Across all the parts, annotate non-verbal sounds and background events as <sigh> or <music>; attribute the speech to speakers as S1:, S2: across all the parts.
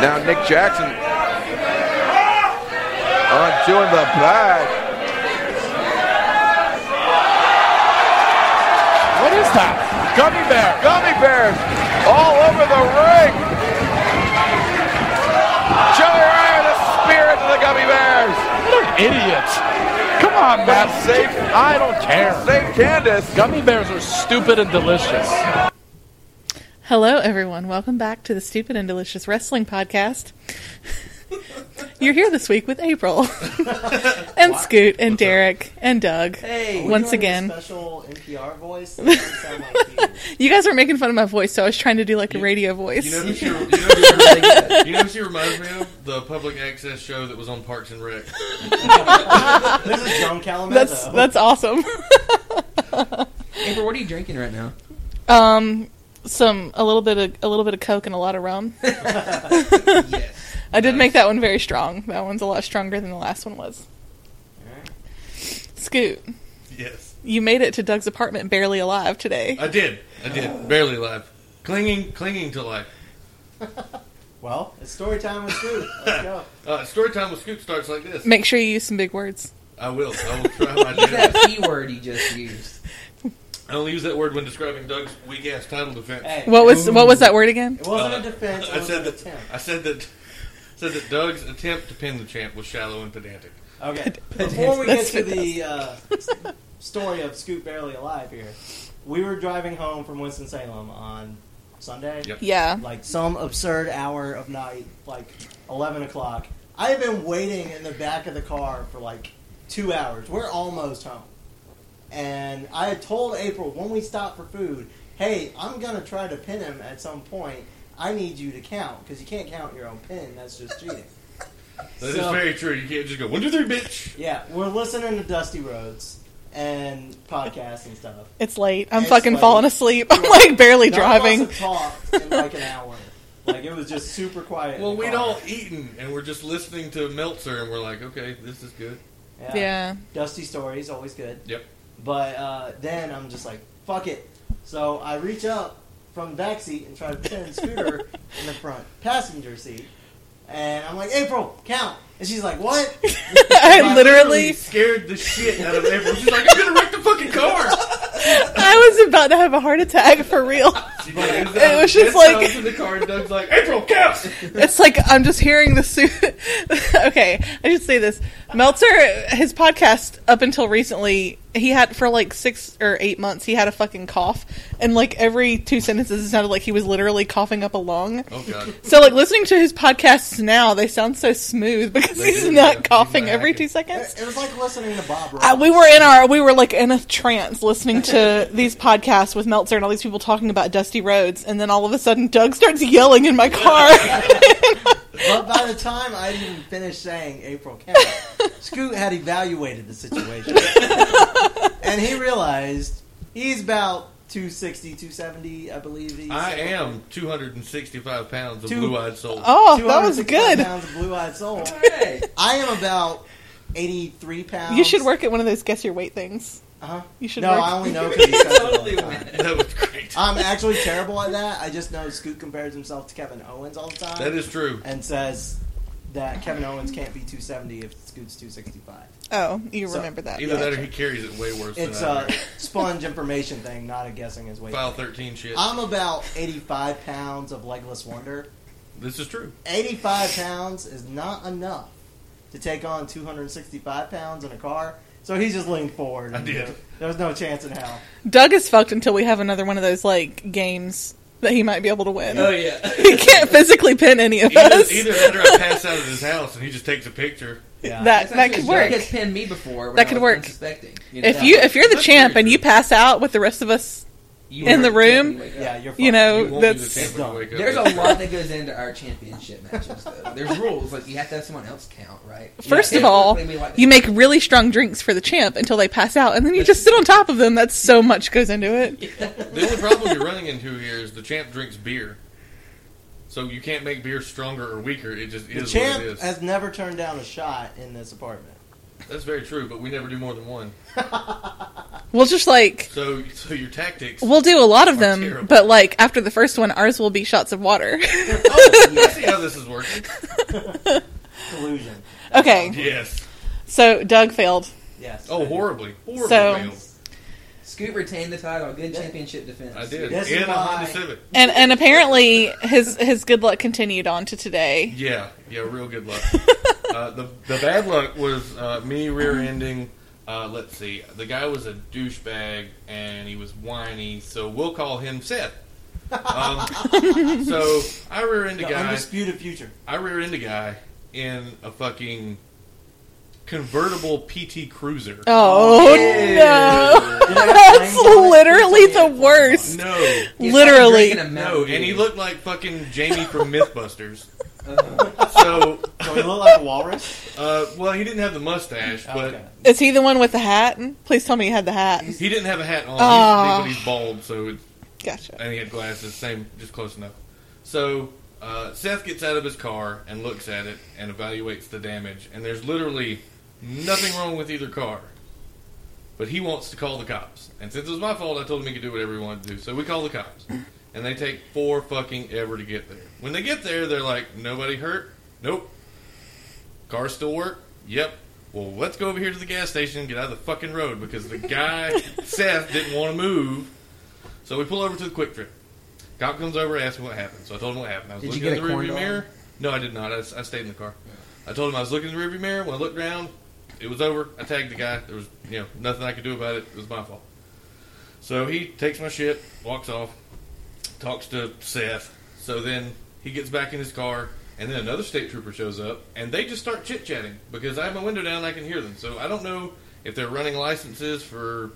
S1: Now Nick Jackson undoing the bag.
S2: What is that? Gummy bear.
S1: Gummy bears all over the ring. Joey Ryan, the spirit of the gummy bears.
S2: What an idiot. Come
S1: But
S2: on, man.
S1: it's safe.
S2: I don't care.
S1: St. Candace.
S2: Gummy bears are stupid and delicious.
S3: Hello, everyone. Welcome back to the Stupid and Delicious Wrestling
S4: <laughs>
S3: Podcast. You're here this week with April and Scoot and Derek and Doug.
S5: Hey,
S3: once
S5: we're doing a
S3: again,
S5: special
S3: <laughs>
S5: NPR voice. That doesn't sound like
S3: you guys were making fun of my voice, so I was trying to do like a radio voice.
S4: You
S3: <laughs>
S4: know, who she, you, know who you know who she reminds me of? The public access show that was on Parks and Rec.
S5: you. This is John Calamazzo.
S3: that's that's awesome. <laughs>
S6: Amber, what are you drinking right now?
S3: Um, some a little bit of a little bit of coke and a lot of rum.
S4: <laughs> Yes.
S3: <laughs> I did make that one very strong. That one's a lot stronger than the last one was. Scoot,
S4: Yes.
S3: you made it to Doug's apartment barely alive today.
S4: I did. I did. Barely alive. Clinging, clinging to life.
S5: well, it's story time with Scoop. Let's go.
S4: Uh, story time with Scoop starts like this.
S3: Make sure you use some big words.
S4: I will. I will
S3: <laughs>
S4: try my
S6: Use that <laughs>
S4: best.
S6: p word you just used.
S4: I only use that word when describing Doug's weak ass title defense.
S5: Hey,
S3: What was what was that word again?
S5: it wasn't a
S4: Uh,
S5: defense. It
S4: I
S5: was
S4: said
S5: an
S4: that.
S5: attempt.
S4: I said that. Said that Doug's attempt to pin the champ was shallow and pedantic.
S5: Okay. Before we
S3: <laughs>
S5: get
S3: That's
S5: to the uh, s- story of Scoop barely alive here, we were driving home from Winston Salem on Sunday,
S4: Yep.
S3: Yeah.
S5: like some absurd hour of night, like eleven o'clock. I had been waiting in the back of the car for like two hours. We're almost home, and I had told April when we stopped for food, "Hey, I'm gonna try to pin him at some point. I need you to count because you can't count your own pin. That's just
S3: <laughs>
S5: cheating."
S4: That is
S5: So-
S4: very true. You can't just go one, two, three, bitch.
S5: Yeah, we're listening to Dusty Roads and podcasts and stuff.
S3: It's late. I'm
S5: It's
S3: fucking
S5: late.
S3: falling asleep. <laughs> I'm <laughs> like barely
S5: None of us
S3: driving.
S5: have talked in
S3: <laughs>
S5: like an hour. Like it was just super quiet. in
S4: Well,
S5: the
S4: we'd
S5: car.
S4: all eaten and we're just listening to Meltzer and we're like, okay, this is good.
S5: Yeah.
S3: Yeah.
S5: Dusty stories always good.
S4: Yep.
S5: But uh, then I'm just like, fuck it. So I reach up from the back seat and try to pin Scooter in the front passenger seat, and I'm like, April, count. And she's like, what?
S3: I
S4: He
S3: literally
S4: scared the shit out of everyone. She's like, I'm gonna wreck the fucking
S3: <laughs>
S4: car.
S3: I was about to have a heart attack for real. <laughs>
S4: She did.
S3: It was just
S4: That's how I
S3: like-
S4: was in the car. And Doug's like,
S3: <laughs>
S4: April, count.
S3: It's like I'm just hearing the suit. <laughs> okay, I should say this. Meltzer, his podcast up until recently, he had for like six or eight months, he had a fucking cough, and like every two sentences, it sounded like he was literally coughing up a lung.
S4: Oh god.
S3: So like listening to his podcasts now, they sound so smooth <laughs> because
S4: They
S3: he's
S4: do, yeah.
S3: not
S4: He's
S3: coughing
S4: not
S3: every
S4: hacking.
S3: two seconds.
S5: It was like listening to Bob.
S3: Uh,
S5: Ross.
S3: we were in our we were like in a trance listening to <laughs> these podcasts with Meltzer and all these people talking about dusty roads, and then all of a sudden Doug starts yelling in my car.
S4: <laughs>
S5: But by the time I even finished saying April Kemp, Scoot had evaluated the situation. and he realized he's about 260, 270, I believe. He's
S4: I am 265 pounds of
S5: Two-
S4: blue-eyed soul.
S3: oh, that was good.
S5: pounds of blue-eyed soul. <laughs>
S6: Hey,
S5: I am about 83 pounds.
S3: You should work at one of those guess your weight things.
S5: Uh-huh.
S3: You should
S5: No,
S3: work.
S5: I <laughs> only know because he says it all the
S6: totally
S5: time.
S6: win.
S4: <laughs> That was great.
S5: I'm actually terrible at that. I just know Scoot compares himself to Kevin Owens all the time.
S4: That is true.
S5: And says that Kevin Owens can't be 270 if Scoot's 265.
S3: oh, you
S5: So,
S3: remember that?
S4: Either that or he carries it way worse
S5: uh, It's uh,
S4: than I
S5: a
S4: do.
S5: sponge information thing, not a guessing his weight.
S4: File 13 shit.
S5: I'm about 85 pounds of legless wonder.
S4: this
S5: <laughs>
S4: is true.
S5: 85 pounds is not enough to take on 265 pounds in a car. So he just leaned forward.
S4: I
S5: and
S4: did.
S5: There, there was no chance in hell.
S3: Doug is fucked until we have another one of those like games that he might be able to win. <laughs>
S6: Oh yeah.
S3: he
S6: <laughs>
S3: can't physically pin any of
S4: Either,
S3: us.
S4: either that or
S3: <laughs>
S4: I pass out of his house and he just takes a picture.
S5: Yeah.
S3: That
S6: That's
S3: that
S6: actually-
S3: could
S6: Doug
S3: work.
S6: has pinned me before. when
S3: That
S6: I
S3: could
S6: was
S3: work.
S6: unsuspecting, you know?
S3: If you if you're the
S4: That's
S3: champ
S4: very
S3: and you
S4: true.
S3: pass out with the rest of us,
S6: You
S3: in
S6: are
S3: the room,
S6: definitely wake
S5: yeah,
S6: up.
S5: you're fine.
S3: you know,
S4: You won't be the
S3: that's
S4: champ when you wake up.
S6: There's a lot that goes into our championship matches. Though. There's rules like you have to have someone else count, right?
S3: First
S6: Yeah.
S3: of all,
S6: Typically, we like to-
S3: you make really strong drinks for the champ until they pass out, and then you just sit on top of them. That's so much goes into it.
S4: <laughs> The only problem you're running into here is the champ drinks beer. So you can't make beer stronger or weaker. It just
S5: The
S4: is what it
S5: champ
S4: is.
S5: has never turned
S4: <laughs>
S5: down a shot in this apartment.
S4: That's very true, but we never do more than one.
S3: We'll just like
S4: So, so your tactics.
S3: we'll do a lot of
S4: Are
S3: them,
S4: terrible.
S3: but like after the first one, ours will be shots of water. <laughs>
S4: oh, you see how this is
S5: <laughs>
S4: working?
S5: Delusion.
S3: okay,
S4: Yes.
S3: so Doug failed.
S5: Yes.
S4: Oh, horribly. Horribly
S3: So-
S4: failed.
S6: Scoot retained the title. Good championship defense.
S4: I did.
S5: This is
S4: In a
S5: why-
S4: Honda Civic.
S3: And and apparently his his good luck continued on to today.
S4: Yeah, yeah, real good luck. uh, the the bad luck was uh, me rear-ending. Uh, let's see, the guy was a douchebag and he was whiny, so we'll call him Seth. Um, so I rear-ended
S5: The
S4: a guy.
S5: undisputed
S4: <laughs>
S5: future.
S4: I rear-ended a guy in a fucking convertible PT Cruiser.
S3: Oh no. <laughs> That's literally the worst.
S4: No,
S3: Literally.
S4: no, and he looked like fucking Jamie from MythBusters. So,
S5: So he looked like a walrus.
S4: uh, well, he didn't have the mustache, but
S5: Okay.
S3: Is he the one with the hat? Please tell me he had the hat.
S4: He didn't have a hat on,
S3: Aw.
S4: he's, but he's bald, so it,
S3: Gotcha.
S4: and he had glasses, same, just close enough. So uh, Seth gets out of his car and looks at it and evaluates the damage, and there's literally nothing wrong with either car. But he wants to call the cops, and since it was my fault, I told him he could do whatever he wanted to do. So we call the cops, and they take four fucking ever to get there. When they get there, they're like, "Nobody hurt? Nope. Car still work? Yep. Well, let's go over here to the gas station and get out of the fucking road because the guy, Seth, didn't want to move. So we pull over to the quick trip. Cop comes over and asks me what happened. So I told him what happened. I was
S6: Did you
S4: looking in
S6: get
S4: the
S6: a corn
S4: rearview
S6: dog?
S4: mirror. No, I did not. I, s- I stayed in the car. I told him I was looking in the rearview mirror. When I looked down, it was over. I tagged the guy. There was, you know, nothing I could do about it. It was my fault. So he takes my shit, walks off, talks to Seth. So then he gets back in his car, and then another state trooper shows up, and they just start chit chatting because I have my window down and I can hear them. So I don't know if they're running licenses for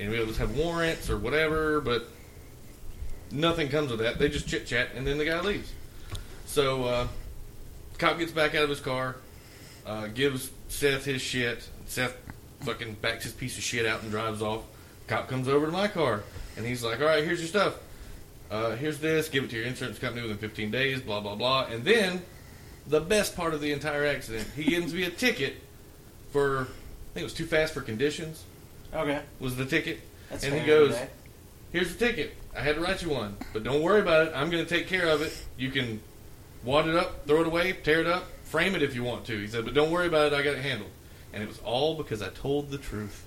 S4: any of us have warrants or whatever, but nothing comes of that. They just chit chat, and then the guy leaves. So uh, cop gets back out of his car, uh, gives Seth his shit. Seth fucking backs his piece of shit out and drives off. Cop comes over to my car, and he's like, "All right, here's your stuff. Uh, here's this. Give it to your insurance company within 15 days. Blah blah blah." And then, the best part of the entire accident, he gives me a ticket for I think it was too fast for conditions
S5: Okay.
S4: was the ticket,
S5: That's
S4: and
S5: fair
S4: he goes,
S5: okay.
S4: "Here's the ticket. I had to write you one, but don't worry about it. I'm going to take care of it. You can wad it up, throw it away, tear it up, frame it if you want to." He said, "But don't worry about it. I got it handled." And it was all because I told the truth.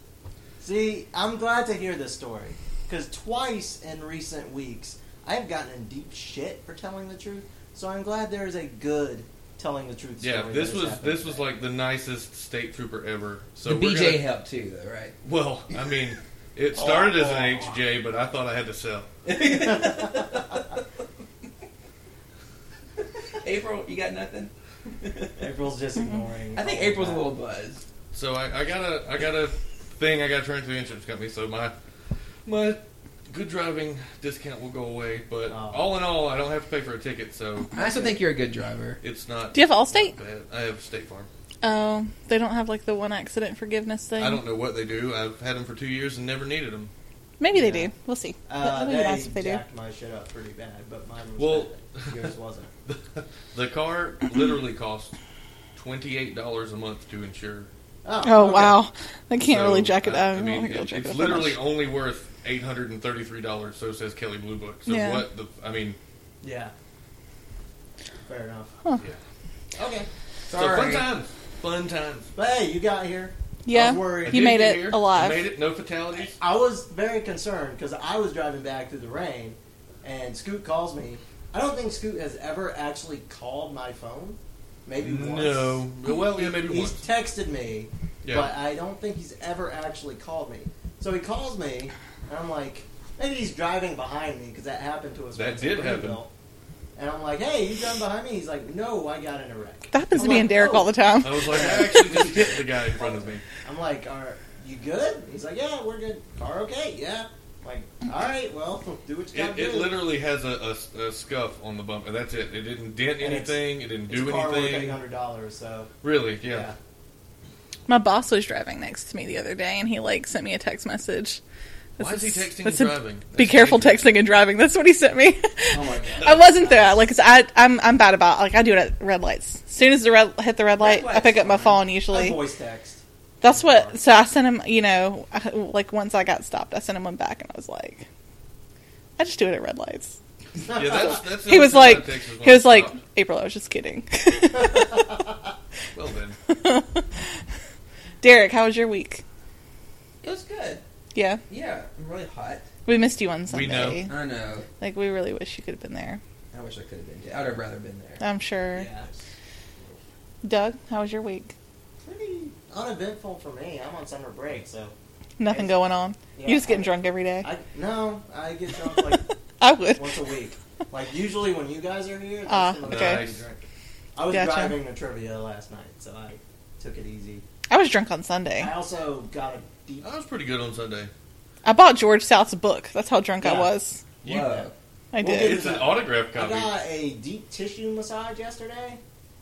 S5: See, I'm glad to hear this story because twice in recent weeks I have gotten in deep shit for telling the truth. So I'm glad there is a good telling the truth.
S4: Yeah,
S5: story
S4: this
S5: that has
S4: was
S5: happened
S4: this
S5: today.
S4: was like the nicest state trooper ever. So
S6: the
S4: we're
S6: BJ
S4: gonna-
S6: helped too, though,
S4: <laughs>
S6: right? <laughs>
S4: Well, I mean, it started as an HJ, but I thought I had to sell.
S6: April, you got nothing.
S4: <laughs>
S5: April's just
S3: Mm-hmm.
S5: ignoring.
S6: I think
S5: all of
S6: April's a
S5: that.
S6: little buzzed.
S4: So I, I got a I got a thing I got to turn to the insurance company. So my my good driving discount will go away. But
S5: Oh.
S4: all in all, I don't have to pay for a ticket, so
S6: I also think you're a good driver.
S4: it's not.
S3: Do you have Allstate?
S4: bad. I have State Farm.
S3: Oh, they don't have like the one accident forgiveness thing.
S4: I don't know what they do. I've had them for two years and never needed them.
S3: Maybe they
S5: Yeah.
S3: do. We'll see.
S5: Uh,
S3: That would
S5: they
S3: be nice if they do.
S5: jacked my shit up pretty bad, but mine was
S4: Well-
S5: better.
S4: <laughs>
S5: yours wasn't.
S4: the car literally cost twenty eight dollars a month to insure.
S3: Oh
S5: okay.
S3: wow, they can't really
S4: So, uh,
S3: jack it
S4: I-
S3: up.
S4: I
S3: I don't
S4: mean,
S3: think they'll
S4: it-
S3: jack it
S4: it's
S3: up that
S4: literally
S3: much.
S4: only worth eight hundred and thirty three dollars. So says Kelly Blue Book. So
S3: Yeah.
S4: what the? I mean,
S5: Yeah. Fair enough.
S4: yeah.
S5: Okay.
S4: So
S6: Sorry.
S4: fun times. Fun times.
S5: But hey, you got here. I was
S3: Yeah,
S5: worried.
S3: you
S4: did
S3: made
S4: get
S3: it
S4: here.
S3: alive.
S4: I made it. No fatalities.
S5: I was very concerned because I was driving back through the rain, and Scoot calls me. I don't think Scoot has ever actually called my phone. Maybe once.
S4: No. Well, yeah, maybe
S5: He's
S4: once.
S5: texted me,
S4: Yeah.
S5: but I don't think he's ever actually called me. So he calls me, and I'm like, maybe he's driving behind me because that happened to us.
S4: That
S5: once in
S4: did happen.
S5: Greenville. And I'm like, hey, you driving behind me? He's like, no, I got in a wreck.
S3: That happens to
S5: I'm
S3: me
S5: like,
S3: and Derek
S5: oh.
S3: all the time.
S4: I was like, I actually just hit the guy in front
S5: <laughs>
S4: of me.
S5: I'm like, are you good? He's like, yeah, we're good. Car okay? Yeah. I'm like, all right, well, <laughs> do what you got
S4: It,
S5: to do.
S4: it literally has a, a, a scuff on the bump, and that's it. It didn't dent
S5: And it's-
S4: anything. It didn't
S5: It's
S4: do
S5: car worth
S4: anything.
S5: $800, so
S4: Really? Yeah.
S5: yeah.
S3: My boss was driving next to me the other day, and he like sent me a text message.
S4: Why is he
S3: This
S4: texting and
S3: this
S4: driving?
S3: Be
S4: That's
S3: careful
S4: dangerous.
S3: texting and driving. That's what he sent me. <laughs>
S6: Oh my god.
S3: I wasn't there. Like, 'cause I, I'm, I'm bad about like I do it at red lights. As soon as the red hit the red light, I
S6: light's
S3: pick up my
S6: fine.
S3: phone.
S5: A
S3: Usually, <laughs>
S5: voice text. <laughs>
S3: That's what. So I sent him. You know, I, like once I got stopped, I sent him one back, and I was like, I just do it at red lights.
S4: Yeah, that's, that's
S3: <laughs>
S4: the
S3: he
S4: only
S3: was
S4: thing about
S3: like,
S4: Texas
S3: he was
S4: one.
S3: like, April, I was just kidding. <laughs>
S4: well then,
S3: Derek, how was your week?
S6: It was good.
S3: Yeah,
S6: Yeah, I'm really hot.
S3: we missed you on
S4: We know.
S3: Sunday.
S6: I know.
S3: Like we really wish you could have been there.
S6: I wish I could have been. there. I would have rather been there.
S3: I'm sure.
S5: Yeah.
S3: Doug, how was your week?
S5: Pretty uneventful for me. I'm on summer break, so
S3: Nothing
S5: Yes.
S3: going on.
S5: Yeah,
S3: You're just getting
S5: I-
S3: drunk every day.
S5: I no, I get drunk like
S3: <laughs> I would.
S5: once a week. Like usually when you guys are here. that's
S3: Ah,
S5: when I
S4: okay.
S5: drink. I was
S3: Gotcha.
S5: driving to trivia last night, so I took it easy.
S3: I was drunk on Sunday.
S5: I also got a deep.
S4: I was pretty good on Sunday.
S3: I bought George South's book. That's how drunk I
S5: Yeah.
S3: was.
S4: You-
S6: Whoa.
S3: I
S5: We'll
S3: did.
S5: get
S4: It's an autograph
S5: I
S4: copy.
S5: got a deep tissue massage yesterday,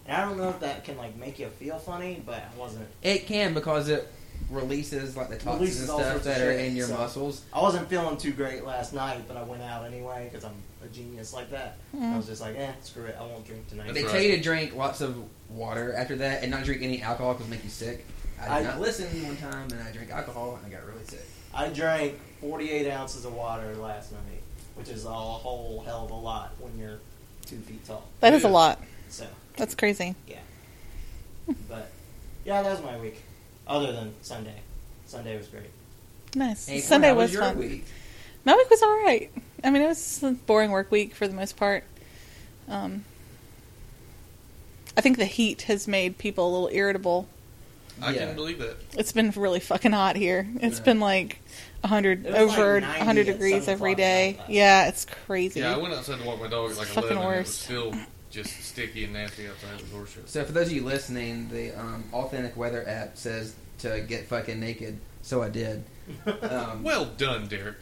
S5: and I don't know if that can like make you feel funny, but I wasn't.
S6: It can because it releases like the toxins
S5: Releases
S6: and
S5: all
S6: stuff
S5: sorts of
S6: that are
S5: shit,
S6: in your
S5: so-
S6: muscles.
S5: I wasn't feeling too great last night, but I went out anyway because I'm a genius like that.
S3: Mm-hmm.
S5: I was just like, eh, screw it, I won't drink tonight.
S6: But they
S4: Right.
S6: tell you to drink lots of water after that and not drink any alcohol because make you sick. I did
S5: I-
S6: not listen <laughs> one time and I drank alcohol and I got really sick.
S5: I drank 48 ounces of water last night, which is a whole hell of a lot when you're two feet tall.
S3: That is a
S4: Yeah.
S3: lot.
S5: So,
S3: That's crazy.
S5: but yeah, that was my week. Other than Sunday, Sunday was great.
S3: Nice.
S6: April,
S3: Sunday
S6: how
S3: was,
S6: your
S3: fun.
S6: Week?
S3: My week was all right. I mean, it was a boring work week for the most part. Um, I think the heat has made people a little irritable.
S4: I
S6: Yeah.
S4: can't believe that.
S3: It's been really fucking hot here. It's
S6: Yeah.
S3: been like 100
S5: It was like
S3: over
S5: 90
S3: 100
S5: at
S3: degrees
S5: 7
S3: every
S5: o'clock
S3: day.
S5: at night.
S3: Yeah, it's crazy.
S4: Yeah, I went outside to walk my dog at
S3: It's
S4: like
S3: fucking
S4: 11. and It
S3: worse.
S4: was still just sticky and nasty outside. It was horseshit.
S6: So for those of you listening, the um, Authentic Weather app says to get fucking naked, so I <laughs> did. Um,
S4: Well done, Derek.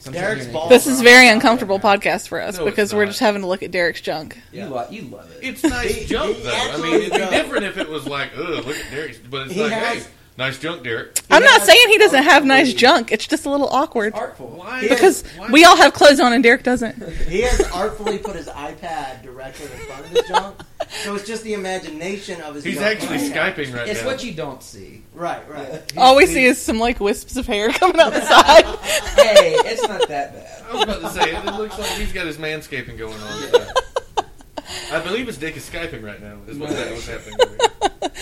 S6: so I'm
S5: Derek's
S6: telling you,
S5: balls-
S3: this is very uncomfortable podcast for us
S4: No, it's
S3: because we're
S4: not.
S3: just having to look at Derek's junk.
S6: You, lo- you love it.
S4: It's nice
S5: He-
S4: junk,
S5: he
S4: though. I
S5: actually
S4: mean, it'd be
S5: does.
S4: different if it was like, ugh, look at Derek's. But it's
S5: He
S4: like,
S5: has-
S4: hey, nice junk, Derek.
S3: I'm not
S5: has-
S3: saying he doesn't have nice
S5: Agreed.
S3: junk. It's just a little awkward
S6: artful.
S4: Why?
S3: because
S4: why-
S3: we all have clothes on and Derek doesn't.
S5: He has artfully put his iPad directly in front of his junk, so it's just the imagination of his.
S4: He's
S5: junk.
S4: actually Skyping right
S6: It's
S4: now.
S6: what you don't see.
S5: Right, right.
S3: <laughs> All we see is some like wisps of hair <laughs> coming out the side.
S6: <laughs> Hey, it's not that bad.
S4: I was about to say, it It looks like he's got his manscaping going on. I believe his dick is Skyping right now, is what that was happening. over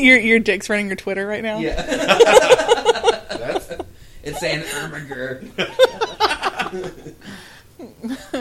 S3: <laughs> your your dick's running your Twitter right now.
S4: <laughs>
S6: Yeah.
S4: That's,
S6: it's saying Ermiger.
S3: It's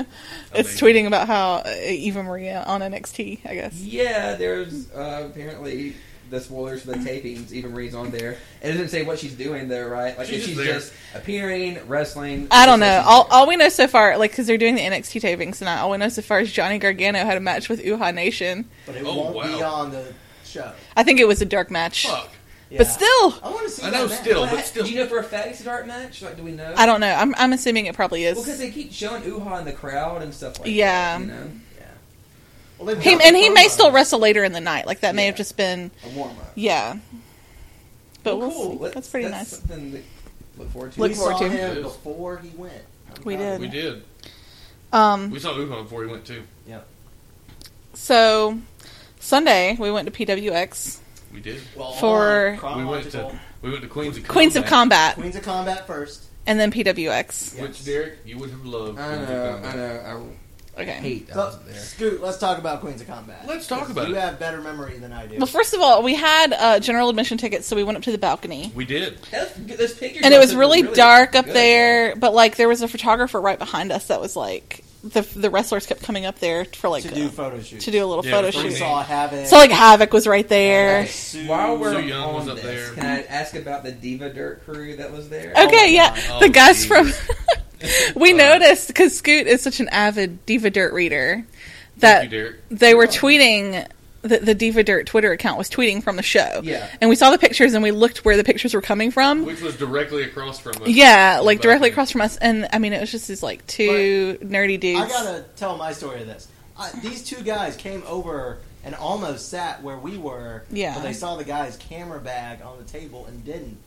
S4: amazing.
S3: tweeting about how uh, Eva Maria on NXT. I guess
S6: Yeah, there's uh, apparently the spoilers for the tapings even reads on there. It doesn't say what she's doing though, right? Like if
S4: She's just
S6: she's
S4: there.
S6: just appearing, wrestling.
S3: I don't
S6: it says
S3: know.
S6: she's
S3: All,
S6: there.
S3: all we know so far, like because they're doing the NXT tapings tonight. All we know so far is Johnny Gargano had a match with Uha Nation.
S5: But it
S4: Oh,
S5: won't be
S4: wow.
S5: on the show.
S3: I think it was a dark match,
S4: fuck.
S5: Yeah.
S3: but still,
S5: I want to see.
S4: I
S5: that
S4: know,
S5: match.
S4: still,
S6: What?
S4: but still.
S6: Do you know for a fact it's a dark match? Like, do we know?
S3: I don't know. I'm I'm assuming it probably is.
S6: Well, because they keep showing Uha in the crowd and stuff like
S3: Yeah.
S6: that. You know,
S5: Well, they've
S3: he,
S5: got
S3: and
S5: the
S3: he may
S5: promo.
S3: still wrestle later in the night. Like that may
S6: Yeah.
S3: have just been
S6: a warm up.
S3: yeah. But we'll see.
S6: Let's-
S3: That's pretty
S6: that's
S3: nice.
S6: Something to look forward to.
S3: Look
S5: we
S3: forward
S5: saw
S3: to.
S5: him before he went. I'm
S3: We
S5: proud
S3: did.
S5: of
S4: We did.
S3: Um,
S4: We saw Uhan before he went, too.
S3: So Sunday we went to PWX,
S4: We did.
S5: him. Well,
S3: For-
S5: on
S4: We went to
S5: chronological.
S4: we went to Queens of
S3: Queens of Combat,
S5: Queens of Combat first.
S3: and then PWX.
S4: Which Derek, you would have loved.
S6: I
S4: Queens of
S6: know.
S4: Combat.
S6: I know. I
S3: Okay.
S6: hate. I
S5: So,
S6: wasn't there.
S5: Scoot, let's talk about Queens of Combat.
S4: Let's talk
S5: 'Cause
S4: about
S5: You
S4: it.
S5: have better memory than I do.
S3: Well, first of all, we had uh, general admission tickets, so we went up to the balcony,
S4: We did.
S6: That's, those pictures
S3: and it
S6: must
S3: was
S6: have
S3: really,
S6: been
S3: dark up
S6: good.
S3: there. But like, there was a photographer right behind us that was like, the the wrestlers kept coming up there for like
S5: to
S3: uh,
S5: do photo shoots.
S3: to do a little
S4: Yeah,
S3: photo
S4: it was
S5: we
S4: pretty
S3: shoot.
S4: neat.
S5: saw Havoc.
S3: So like, Havoc was right there.
S5: Sue-
S6: While we're
S4: Sue Young
S6: on
S4: was up
S6: this,
S4: there.
S6: can I ask about the Diva Dirt crew that was there?
S5: Oh my
S3: Okay, yeah,
S5: God.
S4: Oh,
S3: the guys
S4: Jesus.
S3: from <laughs> we noticed because Scoot is such an avid Diva Dirt reader that
S4: Thank you, Derek.
S3: they were tweeting the, the diva dirt twitter account was tweeting from the show
S6: Yeah.
S3: and we saw the pictures and we looked where the pictures were coming from
S4: Which was directly across from us.
S3: yeah like
S4: About
S3: directly
S4: me.
S3: across from us and i mean it was just these like two nerdy dudes
S5: I gotta tell my story of this. I, these two guys came over and almost sat where we were.
S3: Yeah.
S5: But they saw the guy's camera bag on the table and didn't.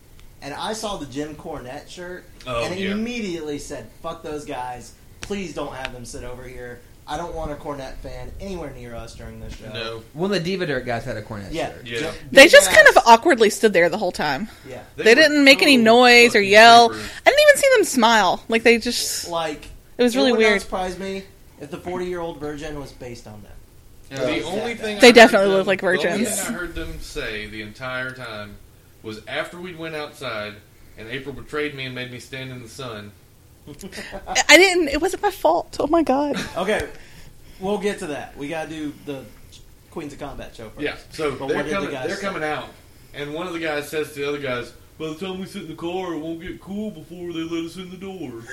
S5: And I saw the Jim Cornette shirt
S4: Oh,
S5: and
S4: yeah.
S5: immediately said, "Fuck those guys! Please don't have them sit over here. I don't want a Cornette fan anywhere near us during this show.
S4: No.
S6: Well, the Diva Dirt guys had a cornet
S5: Yeah.
S6: shirt.
S4: Yeah.
S3: They just
S5: Yes.
S3: kind of awkwardly stood there the whole time.
S5: Yeah.
S3: They
S4: were
S3: didn't make any
S4: so
S3: noise or
S4: fucking
S3: yell.
S4: creepers.
S3: I didn't even see them smile. Like they just.
S5: Like it
S3: It was really
S5: would not
S3: weird.
S5: surprise me if the forty-year-old virgin was based on them.
S4: The
S5: Yeah.
S4: only thing
S3: They
S4: I heard
S3: definitely
S4: them-
S3: look like
S4: The only
S3: virgins.
S4: thing I heard them say the entire time was after we went outside and April betrayed me and made me stand in the sun.
S3: I I didn't. It wasn't my fault. Oh my god.
S5: Okay, we'll get to that. We gotta do the Queens of Combat show first.
S4: Yeah, so
S5: But
S4: they're
S5: what did the
S4: coming.
S5: guy
S4: they're
S5: say?
S4: coming out, and one of the guys says to the other guys, "By the time we sit in the car, it won't get cool before they let us in
S5: <laughs>
S4: the door."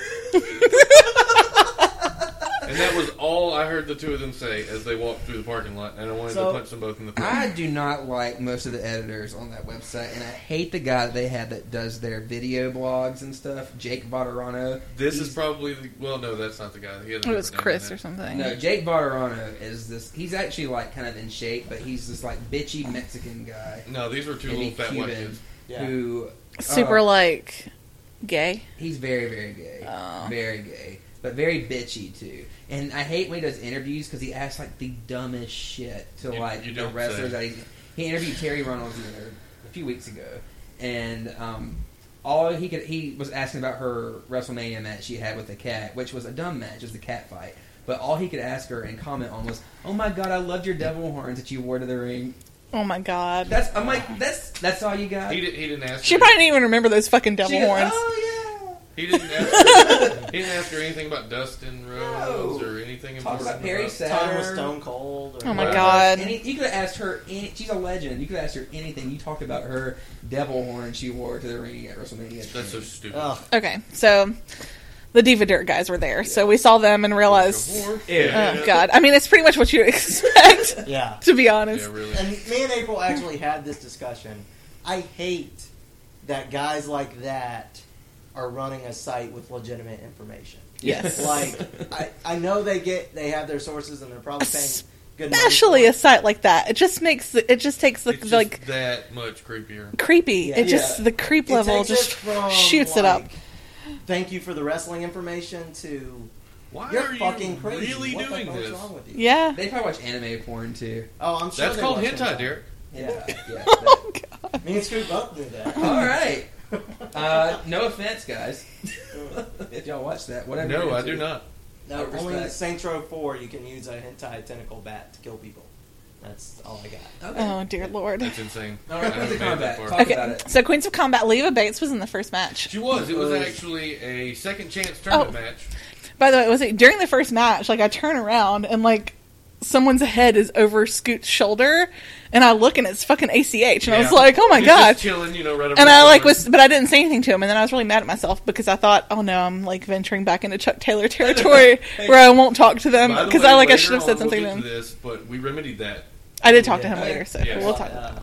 S4: and that was all I heard the two of them say as they walked through the parking lot, and I wanted
S5: So-
S4: to punch them both in the
S6: I
S4: face.
S6: do not like most of the editors on that website, and I hate the guy that they have that does their video blogs and stuff, Jake Botterano.
S4: This is probably the, well, no, that's not the guy. He had a
S3: It was
S4: different name
S3: Chris
S4: in
S3: or
S4: it.
S3: something.
S6: No, Jake Botterano is this. He's actually like kind of in shape, but he's this like bitchy Mexican guy,
S4: No, these were two
S6: Maybe
S4: little fat white
S6: Cuban.
S4: kids.
S5: Yeah.
S6: who
S3: Super
S6: uh,
S3: like gay.
S6: He's very, very gay.
S3: Oh.
S6: Very gay. But very bitchy, too. And I hate when he does interviews because he asks, like, the dumbest shit to,
S4: You-
S6: like,
S4: you
S6: the
S4: don't
S6: wrestlers
S4: say.
S6: that he's... He interviewed Terry Reynolds the other- a few weeks ago. And, um... All he could, he was asking about her WrestleMania match she had with the cat, which was a dumb match, it was the cat fight. But all he could ask her and comment on was, "Oh my god, I loved your devil horns that you wore to the ring."
S3: Oh my god.
S6: That's I'm like, that's that's all you got.
S4: He, did, he didn't ask.
S3: She
S4: her-
S3: probably didn't even remember those fucking
S6: She
S3: devil
S6: goes,
S3: horns.
S6: Oh yeah.
S3: <laughs>
S4: He didn't ask. Her, he didn't ask her anything about Dustin Rhodes
S6: No.
S4: or anything
S6: Talk
S4: important.
S6: about Perry
S4: about-
S5: Time
S6: Saturn.
S5: with Stone Cold. Or
S3: Oh my
S4: Wow.
S3: god.
S6: Any, you could have asked her. Any, she's a legend. You could have asked her anything. You talked about her devil horn she wore to the ring at WrestleMania.
S4: That's so stupid.
S6: Oh.
S5: Ugh.
S3: Okay, so the Diva Dirt guys were there, so we saw them and realized.
S4: Whore.
S6: Yeah.
S3: Oh god. I mean, it's pretty much what you <laughs> expect,
S5: Yeah.
S3: <laughs> to be
S4: Yeah,
S3: honest.
S4: really.
S5: And me and April actually had this discussion. I hate that guys like that are running a site with legitimate information.
S3: Yes.
S4: <laughs>
S5: Like, I, I know they get they have their sources and they're probably paying good money.
S3: Especially a site like that, it just makes the, it just takes the,
S4: It's just
S3: like
S4: that much creepier.
S3: creepy.
S5: Yeah.
S3: It just
S6: Yeah.
S3: the creep
S5: It
S3: level
S5: takes
S3: just
S5: it from,
S3: shoots it up.
S5: like, Thank you for the wrestling information. To
S4: Why
S5: you're
S4: are you
S5: fucking crazy.
S4: really
S5: what
S4: doing
S5: the fuck's
S4: this?
S5: wrong with you?
S3: Yeah.
S6: They probably watch anime porn too.
S5: Oh, I'm sure
S4: That's
S5: they
S4: called
S5: watch
S4: hentai,
S5: it.
S4: Derek.
S6: Yeah. yeah
S3: Oh god.
S5: Me and Scoop both knew that. <laughs>
S6: all right. Uh, no offense, guys. <laughs> if y'all watch that, whatever.
S4: No,
S6: you're
S4: I
S6: into.
S4: do not.
S5: No,
S6: Out of
S5: only in
S6: respect.
S5: Saints Row 4 you can use a hentai tentacle bat to kill people. That's all I got.
S6: Okay.
S3: Oh dear lord.
S4: That's insane.
S6: All right,
S4: I haven't
S6: Queens of
S4: made
S6: Combat.
S4: that far.
S6: Talk about
S3: Okay,
S6: it.
S3: so Queens of Combat, Leva Bates was in the first match.
S4: She was. It was
S5: Uh,
S4: actually a second chance
S3: oh.
S4: tournament match.
S3: By the way, was it during the first match? Like I turn around and like someone's head is over Scoot's shoulder, and I look and it's fucking ACH, and I was
S4: Yeah.
S3: like, oh
S4: <laughs>
S3: my
S4: He's
S3: god.
S4: just chilling, you know, right over
S3: And
S4: his
S3: I like
S4: shoulder.
S3: was, but I didn't say anything to him, and then I was really mad at myself because I thought, oh no, I'm like venturing back into Chuck Taylor territory where I won't talk to them
S4: By the
S3: because
S4: way,
S3: um, I like I
S4: later
S3: should have
S4: on
S3: said
S4: we'll
S3: something
S4: get
S3: to
S4: to
S3: him.
S4: this, but we remedied that.
S3: I did talk to him
S5: Yeah.
S3: later, so
S4: Yeah.
S3: we'll talk.
S5: Uh,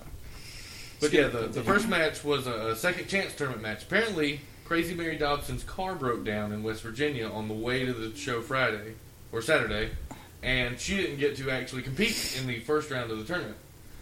S4: But yeah, the, the first match was a, a second chance tournament match. Apparently, Crazy Mary Dobson's car broke down in West Virginia on the way to the show Friday or Saturday, and she didn't get to actually compete in the first round of the tournament.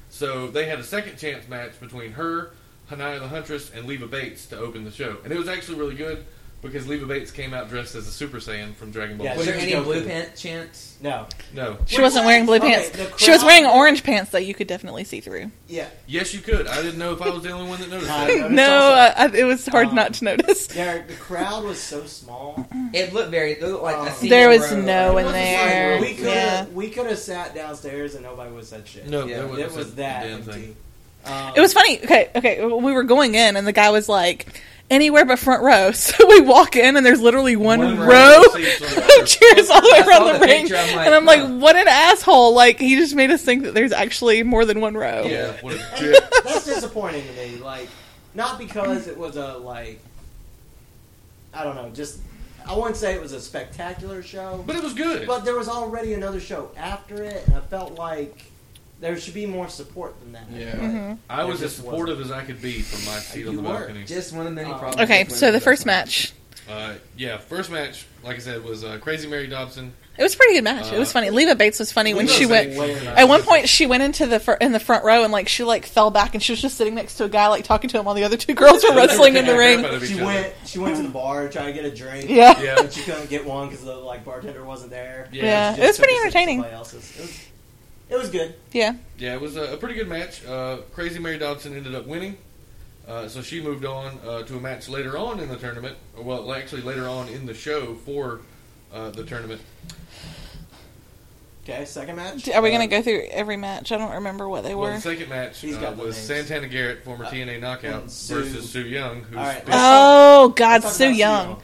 S4: So they had a second chance match between her, Hanaya the Huntress, and Leva Bates to open the show, and it was actually really good because Leva Bates came out dressed as a Super Saiyan from Dragon Ball.
S5: Yeah,
S6: Was
S4: Z.
S6: there any blue pant chants?
S5: no.
S4: No,
S3: She wasn't wearing blue
S5: Okay,
S3: pants.
S5: the
S3: She was
S5: crowd-
S3: wearing orange pants that you could definitely see through.
S5: Yeah.
S4: yes, you could. I didn't know if I was the only one that noticed
S5: I
S4: that.
S5: noticed
S3: No,
S5: also-
S3: uh, I, it was hard
S5: Um,
S3: not to notice.
S5: Derek, the crowd was so small.
S6: It looked very. It looked like
S5: Oh.
S6: a single
S3: <laughs> There was
S6: row.
S3: no
S6: It
S3: in
S6: wasn't like-
S3: there.
S5: We could
S3: Yeah.
S5: have we could have sat downstairs and nobody would have said shit.
S4: No,
S6: Yeah,
S4: there
S6: it
S4: wasn't
S5: it was
S4: a
S5: that
S4: damn thing.
S5: empty. Um,
S3: It was funny. Okay, okay. We were going in, and the guy was like, "Anywhere but front row." <laughs> So we walk in, and there's literally one,
S6: One
S3: row <laughs>
S6: row.
S3: of chairs all the way
S6: I saw
S3: around the,
S6: the
S3: ring,
S6: picture, I'm like,
S3: and I'm like,
S6: huh.
S3: "What an asshole!" Like he just made us think that there's actually more than one row.
S4: <laughs> Yeah, what a dick.
S5: <laughs> that's disappointing to me. Like, not because it was a like, I don't know. Just I wouldn't say it was a spectacular show,
S4: But it was good.
S5: but there was already another show after it, and I felt like there should be more support than that.
S6: Yeah.
S3: Mm-hmm.
S4: I was
S5: It
S4: as
S5: just
S4: supportive as I could be from my seat on
S5: You
S4: the
S5: were.
S4: balcony.
S6: Just one of the many
S5: Um,
S6: problems.
S3: Okay,
S6: with
S3: so the
S6: women.
S3: first match.
S4: Uh, yeah, first match, like I said, was uh, Crazy Mary Dobson
S3: It was a pretty good match. it was funny. Leva Bates was funny when
S5: Leva's
S3: she went.
S5: hilarious.
S3: At one point, she went into the fr- in the front row and like she like fell back and she was just sitting next to a guy like talking to him while the other two <laughs> girls were wrestling in the ring.
S5: She went. She went to the bar to try to get a drink.
S3: Yeah.
S4: Yeah.
S5: and she couldn't get one because the like bartender wasn't there.
S4: Yeah.
S3: Yeah. It
S5: She
S3: was
S5: just took
S3: pretty
S5: a sip of
S3: entertaining.
S5: somebody else's. It was, it was good.
S3: Yeah,
S4: Yeah, it was a, a pretty good match. Uh, Crazy Mary Dodson ended up winning, uh, so she moved on uh, to a match later on in the tournament. Or, Well, actually, later on in the show for uh, the tournament.
S5: Okay, second match. Uh,
S3: D- are we gonna go through every match? I don't remember what they
S4: Well,
S3: were.
S4: the second match
S5: He's
S4: uh,
S5: got the
S4: was
S5: names.
S4: Santana Garrett, former TNA Knockout,
S5: and Sue.
S4: versus Sue Young, who's
S5: All right.
S4: been-
S3: Oh God,
S5: Let's talk
S3: so
S5: about Sue
S3: young,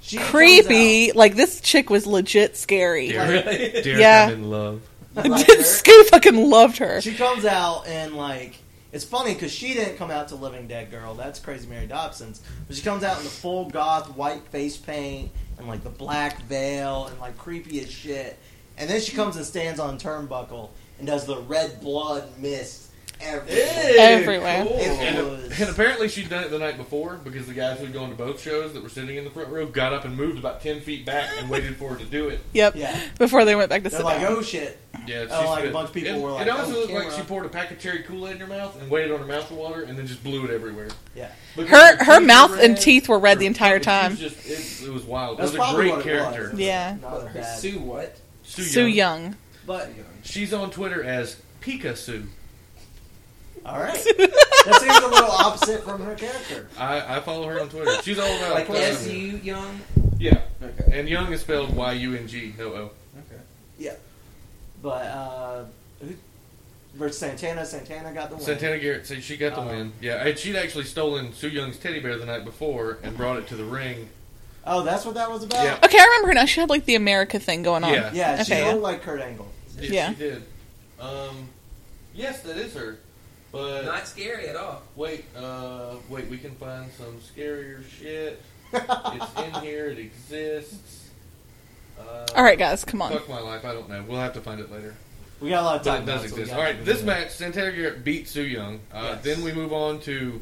S5: She comes
S3: creepy. Like this chick was legit scary. <laughs>
S4: Yeah.
S5: <laughs> out-
S4: Derek,
S3: Yeah.
S4: I'm in love.
S3: <laughs>
S5: Like her.
S3: Scoo fucking loved her.
S5: she comes out and like it's funny because she didn't come out to Living Dead Girl. That's Crazy Mary Dobson's, but she comes out in the full goth white face paint and like the black veil and like creepy as shit. And then she comes and stands on turnbuckle and does the red blood mist. everywhere.
S3: Everywhere.
S5: It
S4: And,
S5: was-
S4: and apparently she'd done it the night before because the guys who'd gone to both shows that were sitting in the front row got up and moved about ten feet back and waited for her to do it.
S3: Yep.
S5: Yeah.
S3: Before they went back to
S5: They're
S3: sit
S5: like,
S3: down.
S5: oh shit.
S4: Yeah, she's
S5: Oh, like a
S4: good.
S5: bunch of people
S4: it,
S5: were like,
S4: It also
S5: "Oh,
S4: looked like
S5: camera."
S4: she poured a pack of cherry Kool Aid in her mouth and waited on her mouth for water and then just blew it everywhere.
S5: Yeah.
S4: Because
S3: Her her
S4: teeth
S3: mouth
S4: were
S3: and
S4: red,
S3: teeth were red the
S4: her-
S3: entire
S4: it was
S3: time.
S4: just- it, it was wild.
S5: That's
S4: it was a
S5: probably
S4: great
S5: what it
S4: character.
S5: was.
S3: Yeah.
S5: Not that bad.
S6: Sue what?
S4: Sue,
S3: Sue
S4: Young.
S3: Young.
S5: But
S4: She's on Twitter as Pika Sue.
S5: all right, that seems a little opposite from her character.
S4: I, I follow her on Twitter. She's all about
S6: Like
S4: uh,
S6: S U Young?
S4: Yeah,
S6: Okay.
S4: and Young is spelled Y U N G, no O.
S6: Okay.
S5: But uh, who- versus Santana, Santana got the win.
S4: Santana Garrett said she got the
S5: Oh.
S4: win. Yeah, and she'd actually stolen Sue Young's teddy bear the night before and brought it to the ring.
S5: Oh, that's what that was about.
S4: Yeah.
S3: Okay, I remember her now. She had like the America thing going on.
S4: Yeah.
S5: Yeah, she
S3: Okay,
S5: looked
S3: yeah.
S5: like Kurt Angle. <laughs>
S4: Yes,
S3: Yeah.
S4: she did. Um, yes, that is her. But
S6: Not scary at all.
S4: wait, uh, wait, we can find some scarier shit.
S5: <laughs>
S4: it's in here. It exists. Uh,
S3: All right, guys, come on.
S4: Fuck my life. I don't know. We'll have to find it later.
S5: We got a lot of
S4: But
S5: time.
S4: it does
S5: now, so we
S4: exist.
S5: got-
S4: All right,
S5: <laughs>
S4: this match, Santana Garrett beat Sue Young. Uh,
S5: Yes.
S4: Then we move on to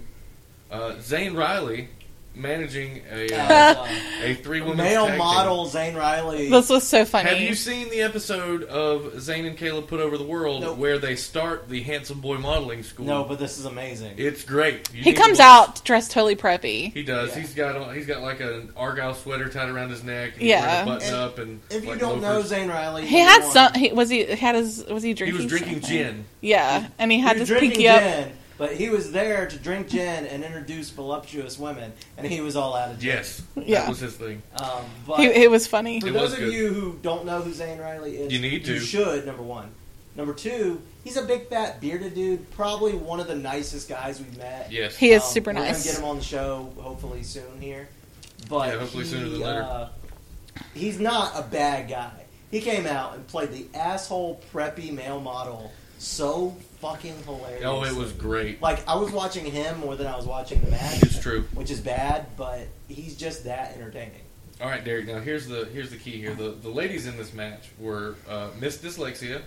S4: uh, Zane Riley managing a
S3: <laughs>
S5: <laughs>
S4: uh,
S5: Uh,
S4: a three woman
S5: male model Zane Riley.
S3: This was so funny.
S4: Have you seen the episode of Zane and Caleb put over the world
S5: Nope.
S4: where they start the handsome boy modeling school?
S5: No, but this is amazing.
S4: it's great. You
S3: he
S4: need to
S3: comes
S4: watch.
S3: out dressed totally preppy.
S4: He does.
S5: Yeah.
S4: He's got on, he's got like an argyle sweater tied around his neck. And
S3: Yeah.
S4: yeah, button
S5: And
S4: up and
S5: if you
S4: like,
S5: don't know
S4: loafers.
S5: Zane Riley,
S3: He
S5: you
S3: had
S5: want-
S3: some. He, was he had his? Was he
S4: he
S3: drinking?
S4: was drinking
S3: something?
S4: gin.
S3: Yeah, and he
S5: he
S3: had his
S5: was drinking
S3: pinky up.
S5: gin, but he was there to drink gin and introduce voluptuous women, and he was all out of gin.
S4: Yes,
S3: Yeah.
S4: that was his thing.
S5: Um, but
S3: He, it was funny.
S5: For
S4: It
S5: those
S4: was
S5: of
S4: good.
S5: you who don't know who Zane Riley is,
S4: You need
S5: You
S4: to.
S5: should. Number one. Number two, he's a big fat bearded dude. Probably one of the nicest guys we've met.
S4: Yes,
S3: He is super
S5: Um, we're gonna
S3: nice.
S5: get him on the show hopefully soon here. But
S4: Yeah, hopefully
S5: he,
S4: sooner than later.
S5: uh, he's not a bad guy. He came out and played the asshole preppy male model so fucking hilarious.
S4: oh, it was great.
S5: like I was watching him more than I was watching the match,
S4: It's true.
S5: which is bad. But he's just that entertaining.
S4: All right, Derek. Now here's the here's the key here. The the ladies in this match were uh, Miss Dyslexia,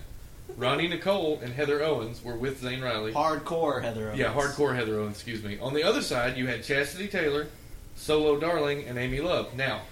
S4: Ronnie Nicole, and Heather Owens were with Zane Riley.
S5: Hardcore Heather. Owens.
S4: Yeah, hardcore Heather Owens. Excuse me. On the other side, you had Chastity Taylor, Solo Darling, and Amy Love. Now,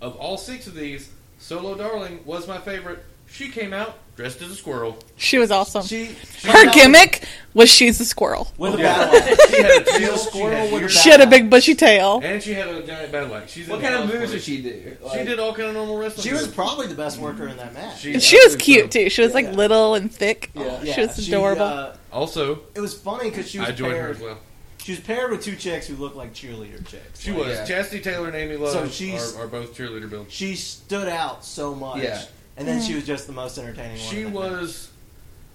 S4: of all six of these, Solo Darling was my favorite. She came out dressed as a squirrel.
S3: She was awesome.
S5: She,
S3: her gimmick was she's a squirrel.
S5: with a
S4: Yeah.
S5: battle axe.
S4: She had a
S5: She
S4: tail,
S5: was a squirrel with a
S4: ears,
S3: She had a big bushy tail.
S4: and she had a giant battle axe. She's
S6: What
S4: in
S6: kind of
S4: the
S6: moves
S4: cosplay.
S6: did she do?
S4: She did all kind of normal wrestling.
S5: She was
S4: moves.
S5: probably the best worker in that match.
S4: She-
S3: And she was
S4: Yeah.
S3: cute too. She was like
S5: Yeah.
S3: little and thick.
S5: Yeah,
S3: she was adorable.
S5: uh,
S4: also.
S5: it was funny because she was
S4: I joined her
S5: paired.
S4: as well.
S5: She was paired with two chicks who looked like cheerleader chicks.
S4: She
S5: Like,
S4: was
S6: Yeah.
S4: Chastity Taylor and Amy Love
S5: So she's-
S4: are, are both cheerleader builds.
S5: She stood out so much.
S6: Yeah.
S5: And then
S3: Mm.
S5: she was just the most entertaining one.
S4: She
S5: in that match.
S4: was.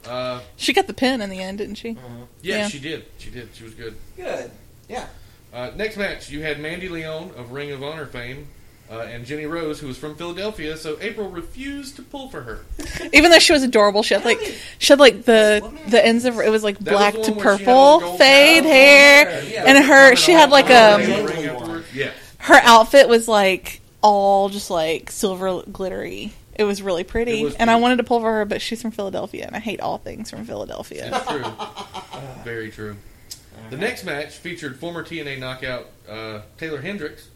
S4: Uh,
S3: she got the pin in the end, didn't she?
S4: yeah,
S3: Yeah.
S4: she did. She did. She was good.
S6: Good.
S5: Yeah.
S4: Uh, next match, you had Mandy Leon of Ring of Honor fame, uh, and Jenny Rose, who was from Philadelphia. So April refused to pull for her.
S3: Even though she was adorable, she had like she had like the the ends of her, it was like
S4: That was
S3: black
S4: the
S3: to
S4: one where she had all the
S3: purple
S4: gold
S3: fade
S4: hair.
S3: hair,
S6: Yeah.
S3: and her she had like a
S5: Yeah.
S4: Ring afterwards. yeah.
S3: her outfit was like all just like silver glittery. It was really pretty,
S4: It was
S3: and I
S4: cute.
S3: wanted to pull for her, but she's from Philadelphia, and I hate all things from Philadelphia.
S4: That's true.
S3: <laughs>
S4: Very true. The next match featured former TNA knockout uh, Taylor Hendricks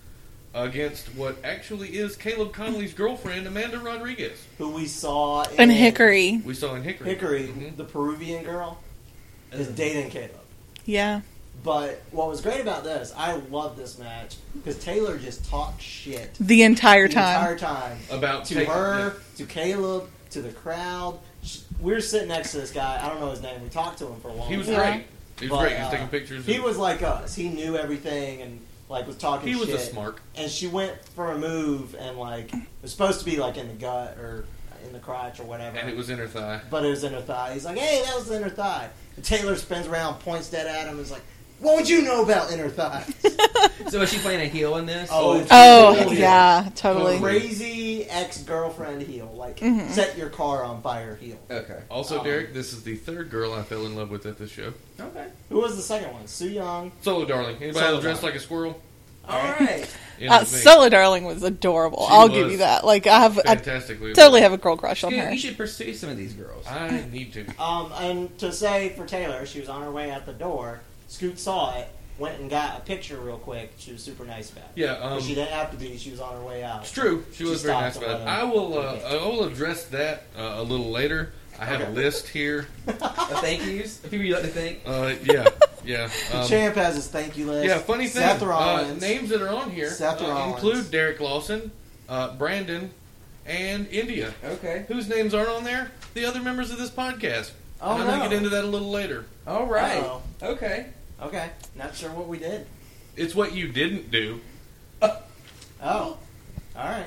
S4: against what actually is Caleb Connolly's girlfriend, Amanda Rodriguez.
S5: who we saw in
S3: And Hickory.
S4: We saw in Hickory.
S5: Hickory,
S4: Mhm.
S5: the Peruvian girl, is
S4: Mm.
S5: dating Caleb.
S3: Yeah.
S5: But what was great about this, I love this match because Taylor just talked shit
S3: The entire
S5: the
S3: time.
S5: entire time
S4: About
S5: to
S4: Taylor,
S5: her, to Caleb, to the crowd. She- We were sitting next to this guy. I don't know his name. We talked to him for a long.
S4: He was
S5: time.
S3: Yeah.
S4: great. He was
S5: But,
S4: great. He was
S5: uh,
S4: taking pictures.
S5: He
S4: and-
S5: was like us. He knew everything and like was talking.
S4: He was a
S5: shit.
S4: smart.
S5: And she went for a move and like it was supposed to be like in the gut or in the crotch or whatever.
S4: and it was in her thigh.
S5: but it was in her thigh. He's like, "Hey, that was in her thigh." And Taylor spins around, points that at him, and is like, "What would you know about inner thigh?"
S6: So is she playing a heel in this?
S5: Oh,
S6: Or-
S3: Oh,
S5: Totally.
S3: yeah,
S4: Oh,
S3: totally. Uh,
S5: Crazy ex girlfriend heel, like set your car on fire heel.
S6: okay.
S4: Also,
S5: Um,
S4: Derek, this is the third girl I fell in love with at this show.
S6: Okay.
S5: Who was the second one? Sue Young.
S4: Solo darling. Anybody
S5: Solo
S4: else dressed
S5: darling.
S4: like a squirrel?
S6: All right. <laughs>
S4: It
S3: Uh,
S4: was me.
S3: Stella Darling was adorable.
S4: She
S3: I'll
S4: was
S3: give you that. Like, I have, I
S4: Fantastically.
S3: totally have a girl crush on
S6: Dude,
S3: her.
S6: you should pursue some of these <laughs> girls.
S4: I need to.
S5: Um, and to say for Taylor, she was on her way out the door. Scoot saw it, went and got a picture real quick. She was super nice about it.
S4: <laughs> Yeah.
S5: But
S4: Um,
S5: she didn't have to be. She was on her way out.
S4: It's true. She,
S5: She
S4: was very nice
S5: stopped
S4: about
S5: and
S4: it.
S5: let
S4: I
S5: him-
S4: will. Uh,
S5: Okay.
S4: I will address that uh, a little later. I have a
S5: Okay.
S4: list here.
S6: Uh, thank yous. The people you like to thank.
S4: Uh,
S5: <laughs>
S4: yeah, yeah.
S5: The
S4: Um,
S5: champ has his thank you list.
S4: yeah. Funny thing.
S5: Seth
S4: uh,
S5: Rollins.
S4: names that are on here
S5: Seth
S4: uh,
S5: Rollins.
S4: include Derek Lawson, uh, Brandon, and India.
S6: Okay.
S4: Whose names aren't on there? The other members of this podcast.
S5: Oh,
S4: I'm gonna
S5: no.
S4: get into that a little later.
S6: All right.
S5: Uh-oh.
S6: Okay.
S5: Okay. Not sure what we did.
S4: It's what you didn't do.
S5: Oh. All right.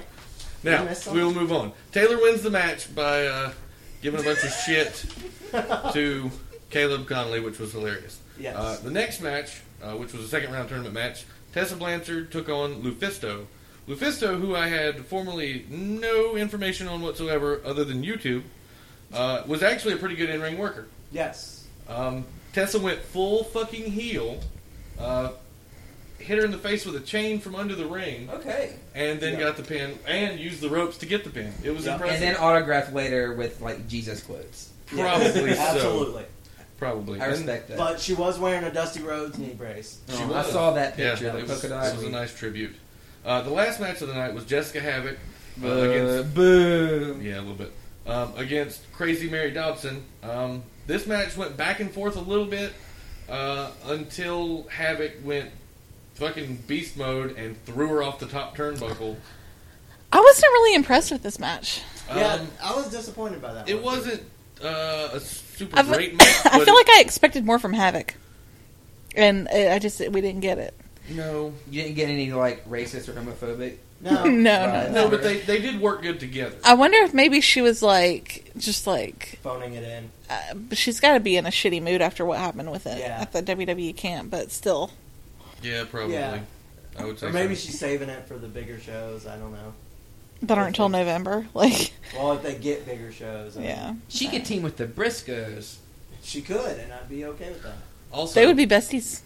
S4: Now
S5: You missed
S4: we will move on. Taylor wins the match by uh, giving a bunch of shit to Caleb Conley, which was hilarious.
S5: Yes.
S4: Uh, the next match, uh, which was a second round tournament match, Tessa Blanchard took on Lufisto. Lufisto, who I had formerly no information on whatsoever other than YouTube, uh, was actually a pretty good in ring worker.
S5: Yes.
S4: Um, Tessa went full fucking heel, uh, hit her in the face with a chain from under the
S6: Oh,
S4: ring,
S6: Okay.
S4: and then
S5: Yeah.
S4: got the pin and used the ropes to get the pin. It was
S5: Yeah.
S6: And
S4: impressive.
S6: then autographed later with like Jesus quotes.
S4: Probably
S5: Yes.
S4: so.
S5: Absolutely.
S4: Probably.
S6: I
S4: And-
S6: respect that.
S5: But she was wearing a Dusty Rhodes knee brace.
S6: Oh,
S4: She
S6: I
S4: was.
S6: saw that
S4: Yeah,
S6: picture.
S4: it
S6: the
S4: was, it
S6: crocodile.
S4: was a nice tribute. Uh, the last match of the night was Jessica Havoc uh,
S6: Uh,
S4: against
S6: boom.
S4: yeah a little bit um, against Crazy Mary Dobson. Um, this match went back and forth a little bit uh, until Havoc went fucking beast mode and threw her off the top turnbuckle.
S3: I wasn't really impressed with this match.
S4: Um,
S5: yeah, I was disappointed by that.
S4: it
S5: one.
S4: wasn't uh, a super
S3: I fe- <coughs>
S4: great match.
S3: <laughs> I
S4: but
S3: feel like I expected more from Havoc, and uh, I just we didn't get it.
S4: no.
S6: You didn't get any like racist or homophobic.
S3: no,
S5: No.
S6: Right.
S3: no,
S4: No, but they, they did work good together.
S3: I wonder if maybe she was like, just like,
S5: Phoning it in.
S3: uh, she's got to be in a shitty mood after what happened with it
S5: Yeah.
S3: at the WWE camp. But still,
S4: Yeah, probably.
S5: Yeah.
S4: I would say
S5: Or maybe
S4: so.
S5: she's saving it for the bigger shows. I don't know.
S3: that aren't until November. <laughs> Like,
S5: Well, if they get bigger shows, I mean,
S3: yeah,
S6: She could team with the Briscoes.
S5: she could, and I'd be okay with that.
S4: also
S3: they would be besties.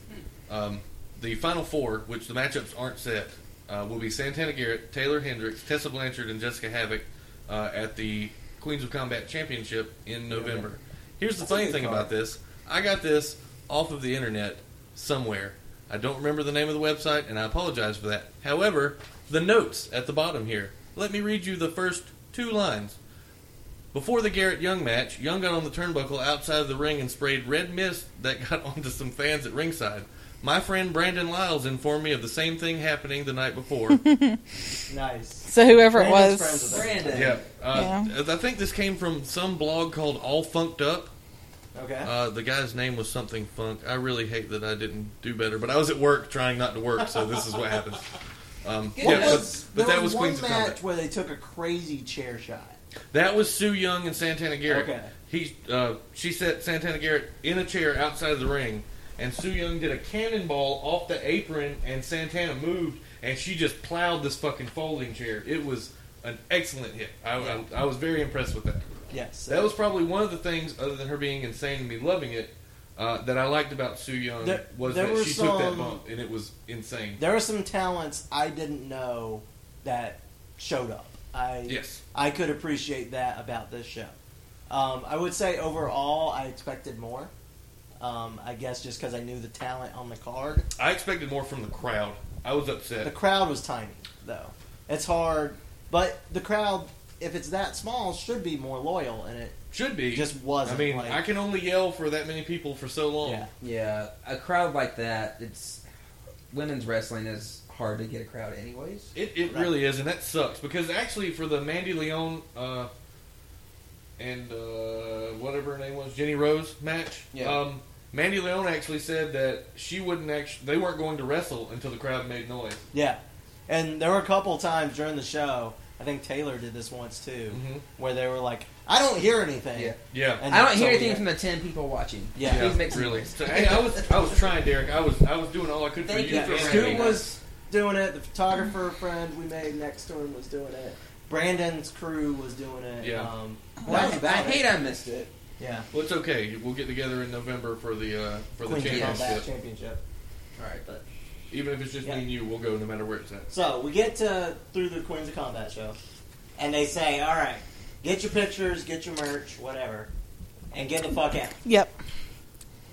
S4: Um, the final four, which the matchups aren't set, uh, will be Santana Garrett, Taylor Hendricks, Tessa Blanchard, and Jessica Havoc uh, at the Queens of Combat Championship in November. Here's the
S5: That's a
S4: funny
S5: good
S4: thing
S5: card.
S4: about this I got this off of the internet somewhere. I don't remember the name of the website, and I apologize for that. However, the notes at the bottom here. Let me read you the first two lines. Before the Garrett Young match, Young got on the turnbuckle outside of the ring and sprayed red mist that <laughs> got onto some fans at ringside. My friend Brandon Lyles informed me of the same thing happening the night before.
S5: Nice.
S3: So whoever it
S5: Brandon's friends with
S3: was,
S5: her.
S6: Brandon.
S4: yeah, uh,
S3: Yeah.
S4: I think this came from some blog called All Funked Up.
S5: Okay.
S4: Uh, the guy's name was something Funk. I really hate that I didn't do better, but I was at work trying not to work, so this is
S5: <laughs>
S4: what happened. Um,
S6: Well,
S4: yeah,
S5: There
S4: but, but
S5: there
S4: that was Queens of
S5: one match
S4: Combat.
S5: where they took a crazy chair shot.
S4: That was Sue Young and Santana Garrett.
S5: Okay.
S4: He, uh, she set Santana Garrett in a chair outside of the ring, and Sue Young did a cannonball off the apron, and Santana moved, and she just plowed this fucking folding chair. It was an excellent hit. I, I, I was very impressed with that.
S5: Yes.
S4: That was probably one of the things, other than her being insane and me loving it, uh, that I liked about Sue Young
S5: There-
S4: was
S5: there
S4: that
S5: were
S4: she took that
S5: some-
S4: bump, and it was insane.
S5: there were some talents I didn't know that showed up. I
S4: Yes.
S5: I could appreciate that about this show. Um, I would say overall, I expected more. Um, I guess just because I knew the talent on the card.
S4: I expected more from the crowd. I was
S5: The
S4: upset.
S5: crowd was tiny, though. It's hard, but the crowd, if it's that small, should be more loyal, and it
S4: Should be.
S5: just wasn't.
S4: I mean,
S5: like,
S4: I can only yell for that many people for so long.
S5: Yeah.
S6: Yeah, a crowd like that, it's women's wrestling is hard to get a crowd anyways.
S4: It, it
S5: Right.
S4: really is, and that sucks because actually for the Mandy Leon uh, and uh, whatever her name was, Jenny Rose match,
S6: Yeah.
S4: um, Mandy Leon actually said that she wouldn't actually they weren't going to wrestle until the crowd made noise.
S5: Yeah, and there were a couple times during the show. I think Taylor did this once too,
S4: Mhm.
S5: where they were like, "I don't hear anything."
S6: Yeah.
S4: Yeah,
S5: And
S6: I don't
S5: so
S6: hear
S5: we
S6: anything
S5: had-
S6: from the ten people watching.
S5: Yeah.
S6: please make some
S4: really.
S6: noise.
S4: So, hey, I was I was trying, Derek. I was I was doing all I could for
S6: Thank
S4: you.
S6: you
S5: Yeah,
S6: for
S4: and
S6: reminding
S5: Stu
S4: Randy.
S6: me.
S5: was doing it. The photographer friend we made next to him was doing it. Brandon's crew was doing it.
S4: Yeah.
S5: Um,
S6: Well,
S5: that was
S6: I, I
S5: about it.
S6: hate I missed it.
S5: Yeah.
S4: Well, it's okay. We'll get together in November for the uh, for the
S5: Queen's Combat
S4: championship.
S5: championship.
S6: All right,
S4: Even if it's just
S5: Yeah.
S4: me and you, we'll go no matter where it's at.
S5: So we get to through the Queens of Combat show, and they say, "All right, get your pictures, get your merch, whatever, and get the fuck out."
S3: Yep.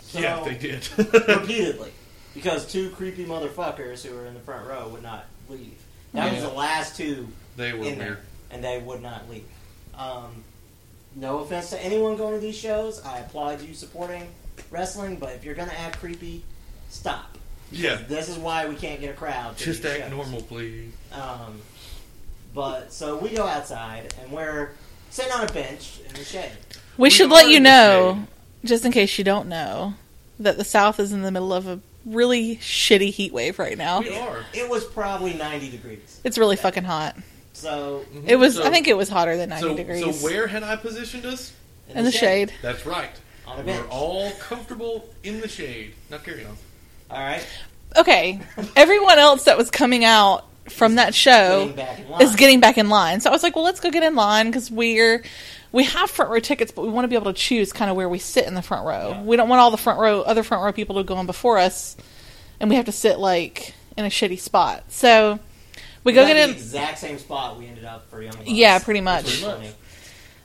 S5: So,
S4: yeah, they did.
S5: <laughs> repeatedly because two creepy motherfuckers who were in the front row would not leave. That was
S4: Yeah.
S5: the last two
S4: they were
S5: in
S4: weird.
S5: there, and they would not leave. Um, no offense to anyone going to these shows. I applaud you supporting wrestling, but if you're going to act creepy, stop.
S4: Yeah,
S5: This is why we can't get a crowd. to
S4: just
S5: these
S4: act
S5: shows.
S4: normal, please.
S5: Um, but so we go outside and we're sitting on a bench in the shade.
S3: We,
S4: We
S3: should
S4: are
S3: let you
S4: in the
S3: know, just in case you don't know, that the South is in the middle of a really shitty heat wave right now.
S4: We are.
S5: It was probably 90 degrees.
S3: It's really fucking hot.
S5: So
S3: It was.
S4: So-
S3: I think it was hotter than ninety
S4: So, so
S3: degrees.
S4: where had I positioned us?
S3: in the shade.
S4: That's right.
S5: On a
S4: We We're
S5: bench.
S4: all comfortable in the shade. Now carry on.
S5: All right.
S3: Okay, everyone else that was coming out from that show
S5: Getting back in line.
S3: is getting back in line. So I was like, well, let's go get in line because we're we have front row tickets, but we want to be able to choose kind of where we sit in the front row.
S5: Yeah.
S3: We don't want all the front row other front row people to go on before us, and we have to sit like in a shitty spot. So we
S5: We
S3: go
S5: got
S3: get
S5: the
S3: in.
S5: exact same spot we ended up for Young Bucks.
S3: Yeah, pretty much.
S5: Which was funny.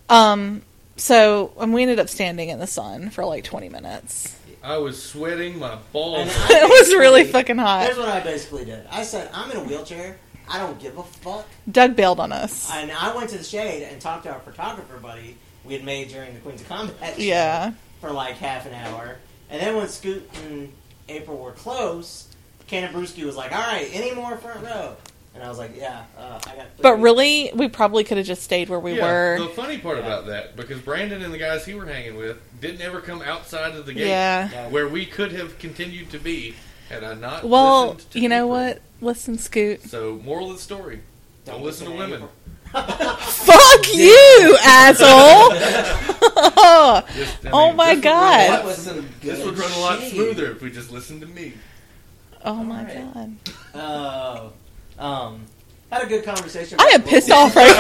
S3: Um, so and we ended up standing in the sun for like twenty minutes. <laughs>
S4: I was sweating my balls.
S5: And
S3: it was really fucking
S5: Here's
S3: hot.
S5: what I basically did. I said, I'm in a wheelchair. I don't give a fuck.
S3: Doug bailed on us.
S5: And I went to the shade and talked to our photographer buddy we had made during the Queens of Combat show
S3: Yeah.
S5: for like half an hour. And then when Scoot and April were close, Cannabrewski was like, all right, any more front row? And I was like, yeah, uh, I got
S3: But
S5: three."
S3: really, we probably could have just stayed where we
S4: Yeah,
S3: were.
S4: The funny part
S5: Yeah.
S4: about that, because Brandon and the guys he were hanging with didn't ever come outside of the gate,
S3: Yeah.
S5: Yeah.
S4: where we could have continued to be had I not.
S3: Well,
S4: listened to
S3: you know
S4: April.
S3: what? Listen,
S4: <laughs>
S3: Scoot.
S4: So, moral of the story: Don't, listen to women.
S5: April.
S3: Fuck you,
S4: <laughs>
S3: asshole! <laughs>
S4: Just, I
S3: Oh
S4: mean,
S3: my God.
S4: this would run a
S6: That
S4: lot-
S6: was some
S4: This
S6: good
S4: would run a lot
S6: shade.
S4: smoother if we just listened to me.
S3: oh my
S5: Alright.
S3: god.
S5: Oh. Um, had a good conversation.
S3: I
S5: about
S3: am
S5: global-
S3: pissed off right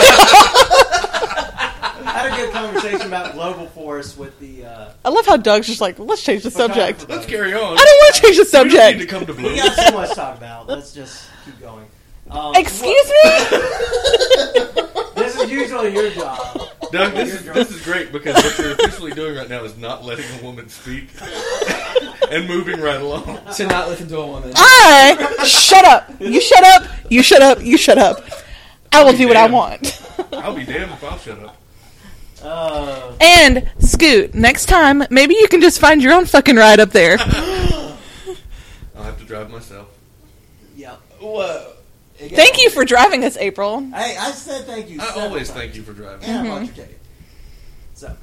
S3: now.
S5: had a good conversation about global force with the. Uh,
S3: I love how Doug's just like, let's change the <laughs> subject.
S5: photographer
S4: Let's
S5: buddy.
S4: carry on.
S3: I don't want to change the
S4: We don't need to
S3: subject.
S4: <laughs> come to
S5: We
S4: blows.
S5: got so much to talk about. Let's just keep going. Um,
S3: Excuse me?
S4: <laughs>
S5: wha- This is usually your job.
S4: Doug, this is, this is great because what you're officially doing right now is not letting a woman <laughs> speak and moving right along.
S6: to not listen to a woman.
S3: I shut up. You shut up. You shut up. You shut up. I will do what I
S4: Damn.
S3: want.
S4: I'll be damned if I'll shut up.
S5: Uh,
S3: And Scoot, next time maybe you can just find your own fucking ride up there.
S4: I'll have to drive myself.
S5: yep.
S6: Whoa.
S3: Thank you for driving us, April,
S5: Hey, I said thank you.
S4: I
S5: several
S4: always
S5: times.
S4: thank you for driving.
S5: And I
S3: Mm-hmm.
S5: bought your ticket. So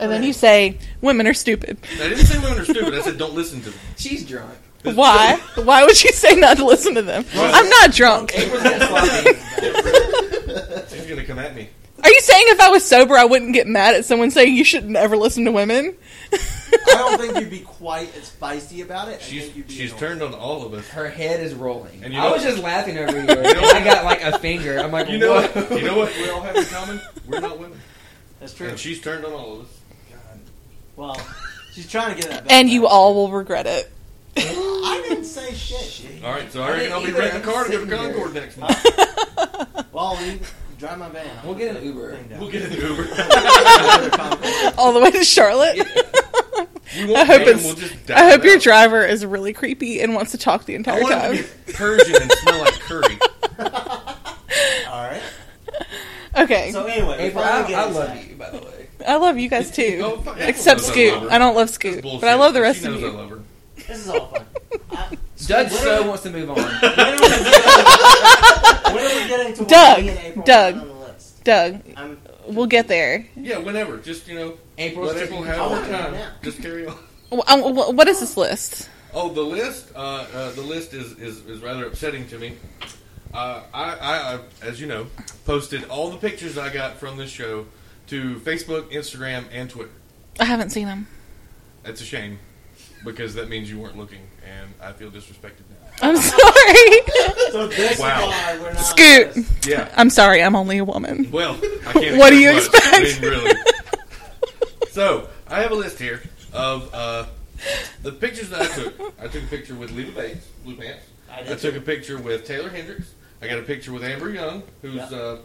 S3: and then you say women are stupid.
S4: I didn't say women are stupid. I said don't listen to them.
S6: She's drunk.
S3: Why? Why would you say not to listen to them? I'm not drunk.
S5: April's got sloppy.
S4: She's gonna come at me.
S3: Are you saying if I was sober, I wouldn't get mad at someone saying you shouldn't ever listen to women? <laughs>
S5: I don't think you'd be quite as feisty about it. I
S4: She's
S5: think you'd be
S4: she's
S5: annoyed.
S4: turned on all
S6: <laughs>
S4: of us.
S6: <laughs> Her head is rolling.
S4: And <laughs> you
S6: I
S4: know-
S6: was just laughing over you. and I got like a finger. I'm like,
S4: You know
S6: what?
S4: what? You know what? We all have in common. We're not women,
S5: That's true.
S4: and she's turned on all of us.
S5: well, she's trying to get that. Back
S3: And you all will regret it.
S5: I didn't say shit.
S4: All right, so I
S6: I
S4: reckon
S6: didn't
S4: I'll be
S6: either.
S4: renting a
S6: I'm
S4: car to go to
S6: sitting here.
S4: Concord next month.
S5: Well, you drive my van.
S6: We'll get an Uber.
S5: Thing down.
S4: <laughs> We'll get an Uber.
S5: Another conversation.
S3: All the way to Charlotte?
S4: We
S3: I
S4: won't
S3: hope
S4: pay him,
S3: it's.
S4: we'll just dial
S3: I hope
S4: it
S3: your
S4: up.
S3: driver is really creepy and wants to talk the
S4: I
S3: entire
S4: want
S3: time.
S4: him to be Persian and smell like
S3: <laughs>
S4: curry.
S5: <laughs> All right.
S3: okay,
S5: So anyway,
S6: April,
S5: finally
S6: I,
S5: get
S6: I
S5: inside.
S6: love you, by the
S4: <laughs>
S6: way.
S3: I love you guys too,
S4: Oh, fuck, everyone
S3: except
S4: knows I
S3: Scoot.
S4: love her.
S3: I don't love
S4: That's
S3: Scoot,
S4: bullshit.
S3: but I love the rest
S4: she
S3: of
S4: knows I
S3: you.
S4: love her.
S5: This is all fun. I-
S6: Doug
S5: What
S6: so
S5: are-
S6: wants to move on.
S5: when, are we getting, when are we getting to what
S3: Doug,
S5: me and April
S3: Doug.
S5: are on the list?
S3: Doug,
S5: I'm,
S3: we'll get there.
S4: Yeah, whenever. Just, you know,
S6: April's
S4: let April
S6: taking-
S4: have
S5: I'm
S4: her
S5: not doing
S4: time.
S5: that.
S4: Just carry on.
S3: Wh- uh, wh- What is this list?
S4: Oh, the list. Uh, uh, the list is, is, is rather upsetting to me. Uh, I, I, I, as you know, posted all the pictures I got from this show to Facebook, Instagram, and Twitter.
S3: I haven't seen them.
S4: That's a shame because that means you weren't looking, and I feel disrespected now.
S3: I'm <laughs> sorry,
S5: so this
S4: Wow.
S5: is why we're not.
S3: Scoot.
S4: Yeah.
S3: I'm sorry. I'm only a woman.
S4: Well,
S3: <laughs>
S4: I can't.
S3: What do you
S4: much. I mean,
S3: expect?
S4: really. So I have a list here of uh, the pictures that I took. I took a picture with Leva Bates, Blue Pants.
S5: I did
S4: I took a picture with Taylor Hendricks. I got a picture with Amber Young, who's
S5: Yeah.
S4: uh,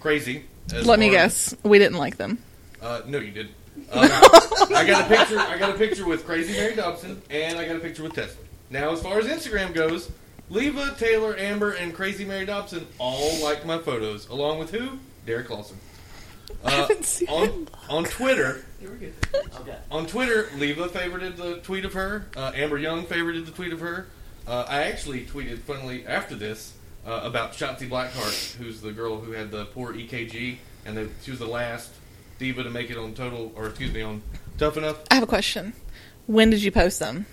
S4: crazy. as
S3: Let me
S4: far as-
S3: guess. We didn't like them.
S4: Uh, no, you
S3: <laughs>
S4: didn't. Um, I got a picture. I got a picture with Crazy Mary Dobson, and I got a picture with Tesla. Now, as far as Instagram goes, Leva, Taylor, Amber, and Crazy Mary Dobson all liked my photos, along with who? Derek Lawson. Uh,
S3: haven't seen
S4: on on Twitter,
S5: Okay.
S4: on Twitter, Leva favorited the tweet of her. Uh, Amber Young favorited the tweet of her. Uh, I actually tweeted, funnily, after this uh, about Shotzi Blackheart, who's the girl who had the poor EKG, and the, she was the last diva to make it on Total, or excuse me, on Tough Enough
S3: I have a question. When did you post them?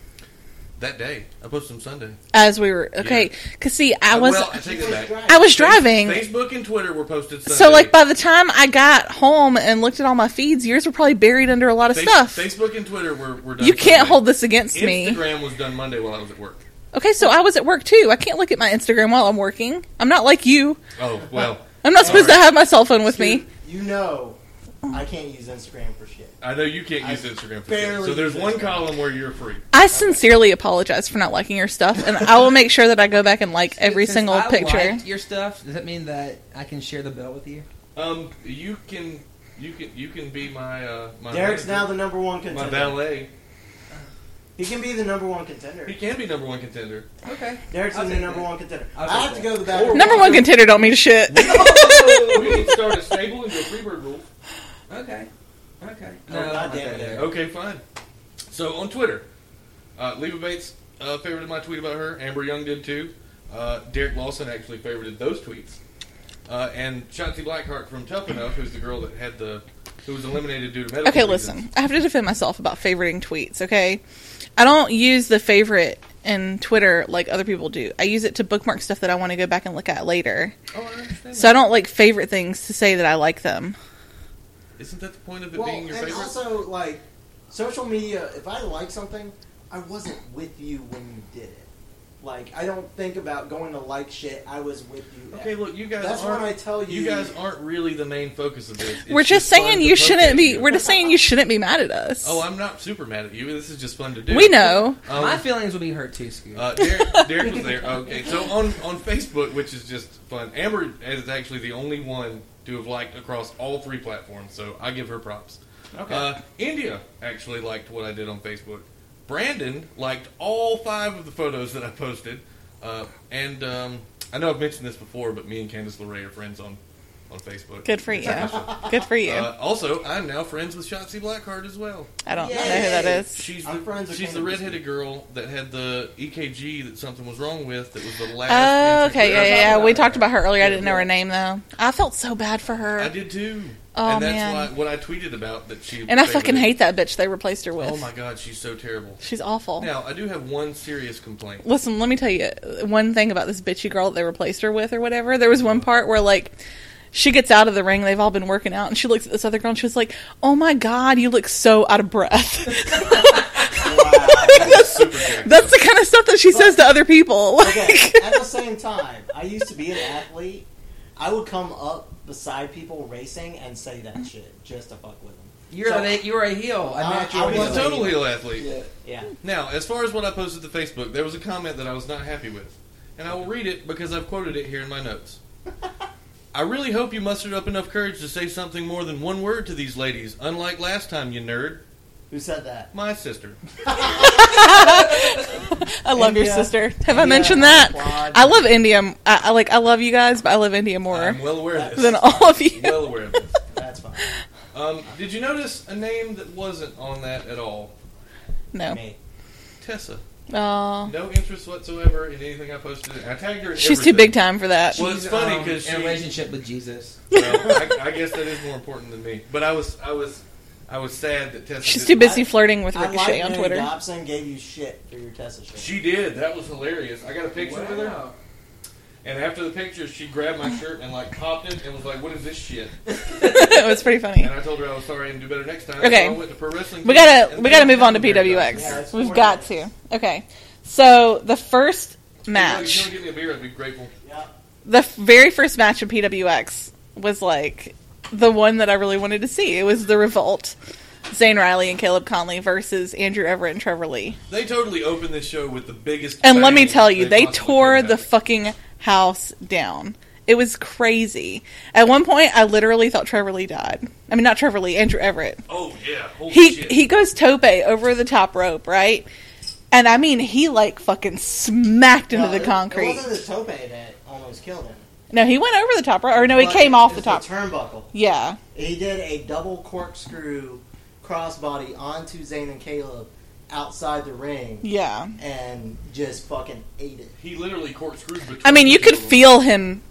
S4: that day. I posted them Sunday.
S3: As we were okay, because see, I
S4: Uh,
S3: was
S4: Well, I take that back.
S3: I was <laughs> driving.
S4: Facebook and Twitter were posted Sunday.
S3: So like by the time I got home and looked at all my feeds, yours were probably buried under a lot of
S4: Face-
S3: stuff.
S4: Facebook and Twitter were, were done.
S3: you can't
S4: Sunday.
S3: hold this against me.
S4: Instagram was done Monday while I was at work.
S3: Okay, so I was at work too. I can't look at my Instagram while I'm working. I'm not like you.
S4: Oh well,
S3: I'm not supposed
S4: right.
S3: to have my cell phone with me.
S5: You know, I can't use Instagram for shit.
S4: <laughs> I know you can't
S5: I
S4: use Instagram. For shit.
S5: barely
S4: So there's
S5: use
S4: one
S5: Instagram.
S4: column where you're free.
S3: I sincerely apologize for not liking your stuff, and I will make sure that I go back and like every
S6: Since
S3: single
S6: I
S3: picture.
S6: liked your stuff. Does that mean that I can share the bell with you?
S4: Um, you can, you can, you can be my uh, my
S5: Derek's now the number one
S4: my
S5: contender.
S4: valet.
S5: He can be the number one
S4: He
S5: contender.
S4: can be number one
S5: <laughs>
S4: contender.
S6: Okay.
S5: Derek's
S6: I'll
S5: the
S6: take
S5: number
S6: that.
S5: one contender.
S6: I'll
S5: I
S6: take
S5: have to
S6: that.
S5: go to the bathroom.
S3: Number one contender don't mean
S4: <laughs>
S3: shit.
S4: we can start a stable and do a freebird rule.
S6: Okay. Okay.
S5: Oh,
S6: No, I don't
S5: God
S6: want
S5: damn
S6: that
S5: it.
S6: either.
S4: Okay, fine. So on Twitter, uh, Leva Bates uh, favorited my tweet about her. Amber Young did too. Uh, Derek Lawson actually favorited those tweets. Uh, and Shotzi Blackheart from Tough Enough, who's the girl that had the who was eliminated due to medical.
S3: Okay,
S4: reasons.
S3: listen. I have to defend myself about favoriting tweets, okay? I don't use the favorite in Twitter like other people do. I use it to bookmark stuff that I want to go back and look at later.
S4: Oh, I understand.
S3: So I don't like favorite things to say that I like them.
S4: that. Isn't that the point of it
S5: Well,
S4: being your
S5: and
S4: favorite?
S5: also like social media. If I like something, I wasn't with you when you did it. Like I don't think about going to like shit. I was with you.
S4: Okay, look, you guys.
S5: That's
S4: aren't,
S5: when I tell you-
S4: You guys aren't really the main focus of this. It's
S3: we're just,
S4: fun
S3: saying
S4: to
S3: you
S4: poke
S3: shouldn't
S4: at
S3: be.
S4: you.
S3: We're just saying you shouldn't be mad at us.
S4: Oh, I'm not super mad at you. This is just fun to do.
S3: We know.
S4: Um,
S6: My feelings will be hurt too, Scoot.
S4: uh, Derek, Derek was there. Okay, so on on Facebook, which is just fun. Amber is actually the only one to have liked across all three platforms, so I give her props.
S6: Okay.
S4: Uh, India actually liked what I did on Facebook. Brandon liked all five of the photos that I posted, uh, and um, I know I've mentioned this before, but me and Candice LeRae are friends on on Facebook.
S3: Good for you. Good for you.
S4: Uh, also, I'm now friends with Shotzi Blackheart as well.
S3: I don't know who
S5: yay.
S3: that is.
S4: She's
S5: I'm
S4: the,
S5: friends with
S4: she's the
S5: Candace.
S4: redheaded girl that had the EKG that something was wrong with. That was the last.
S3: Oh,
S4: entrant.
S3: okay. Yeah, yeah, yeah. We talked about her earlier. I didn't know
S4: Yeah.
S3: her name, though. I felt so bad for
S4: I
S3: her.
S4: did too.
S3: Oh,
S4: and that's
S3: man.
S4: why what I tweeted about that she
S3: And I
S4: favored
S3: fucking
S4: it.
S3: hate that bitch they replaced her
S4: Oh
S3: with.
S4: my god, she's so
S3: <laughs>
S4: terrible.
S3: She's awful.
S4: Now I do have one serious complaint.
S3: Listen, let me tell you one thing about this bitchy girl that they replaced her with or whatever. There was
S5: Mm-hmm.
S3: one part where like she gets out of the ring, they've all been working out, and she looks at this other girl and she was like, Oh my god, you look so out of
S5: <laughs>
S3: breath. <laughs> that's,
S4: Super
S3: <laughs>
S4: jacked
S3: that's
S4: up.
S3: the kind of stuff that she says to other people. Like,
S5: Okay.
S3: <laughs>
S5: At the same time, I used to be an athlete. I would come up beside people racing and say that shit just to fuck with them.
S6: you're
S5: so-
S6: a you're a heel. uh, I
S5: I-
S6: met
S5: I
S6: you.
S4: He's
S6: were
S4: a
S5: wasn't-
S4: total heel athlete.
S5: Yeah.
S4: Now, as far as what I posted to Facebook, there was a comment that I was not happy with, and I will read it because I've quoted it here in my
S3: <laughs>
S4: notes. I really hope you mustered up enough courage to say something more than one word to these ladies, unlike last time, you nerd.
S5: Who said that?
S4: My sister.
S3: I love your
S5: India.
S3: sister. Have I
S5: India, Oh
S3: mentioned that?
S5: Quad.
S3: I love India. I, I like. I love you guys, but I love India more
S4: I'm well aware of this.
S3: than all of you.
S4: well aware of this.
S5: That's fine.
S4: Um, did you notice a name that wasn't on that at all?
S3: No.
S5: Me.
S4: Tessa.
S3: Oh,
S4: No interest whatsoever in anything I posted. I tagged her. In
S3: she's too
S4: everything.
S3: big time for that.
S4: Well, it's funny 'cause
S6: um, in a
S4: she-
S6: relationship with Jesus.
S4: Well, I, I guess that is more important than me. But I was, I was, I was sad that Tessa.
S3: She's too
S4: didn't-
S3: busy flirting with
S5: I like
S3: Ricochet on
S5: Mary
S3: Twitter.
S5: Dobson gave you shit for your Tessa shit.
S4: She did. That was hilarious. I got a picture with her, and after the picture, she grabbed my shirt and like popped it and was like, "What is this
S3: <laughs>
S4: shit?"
S3: <laughs> it was pretty funny.
S4: And I told her I was sorry and do better next time.
S3: Okay.
S4: So I went to pro wrestling.
S3: We gotta
S4: and
S3: we gotta
S4: they
S3: move on to
S4: were very nice.
S5: Yeah,
S3: PWX.
S5: it's
S3: We've
S5: four
S3: got to.
S5: minutes.
S3: Okay, so the first
S4: If you
S3: match,
S4: want to give me a beer, I'd be grateful.
S5: Yeah.
S3: the f- very first match of PWX was like the one that I really wanted to see. It was the Revolt, Zane Riley and Caleb Conley versus Andrew Everett and Trevor Lee.
S4: They totally opened this show with the biggest.
S3: And let
S4: bang
S3: me tell you, they
S4: possibly
S3: tore
S4: could
S3: the
S4: have.
S3: fucking house down. It was crazy. At one point, I literally thought Trevor Lee died. I mean, not Trevor Lee, Andrew Everett.
S4: oh yeah. Holy
S3: he
S4: shit.
S3: he goes tope over the top rope, right? And I mean, he like fucking smacked into
S5: No,
S3: the
S5: it-
S3: concrete.
S5: It wasn't the tope that almost killed him.
S3: no, he went over the top rope, or no, he
S5: But
S3: came off the
S5: it's
S3: top.
S5: turnbuckle.
S3: yeah,
S5: He did a double corkscrew crossbody onto Zayn and Caleb outside the ring
S3: yeah.
S5: and just fucking ate it.
S4: He literally corkscrewed. between
S3: I mean,
S4: the
S3: you
S4: two
S3: could
S4: of them.
S3: feel him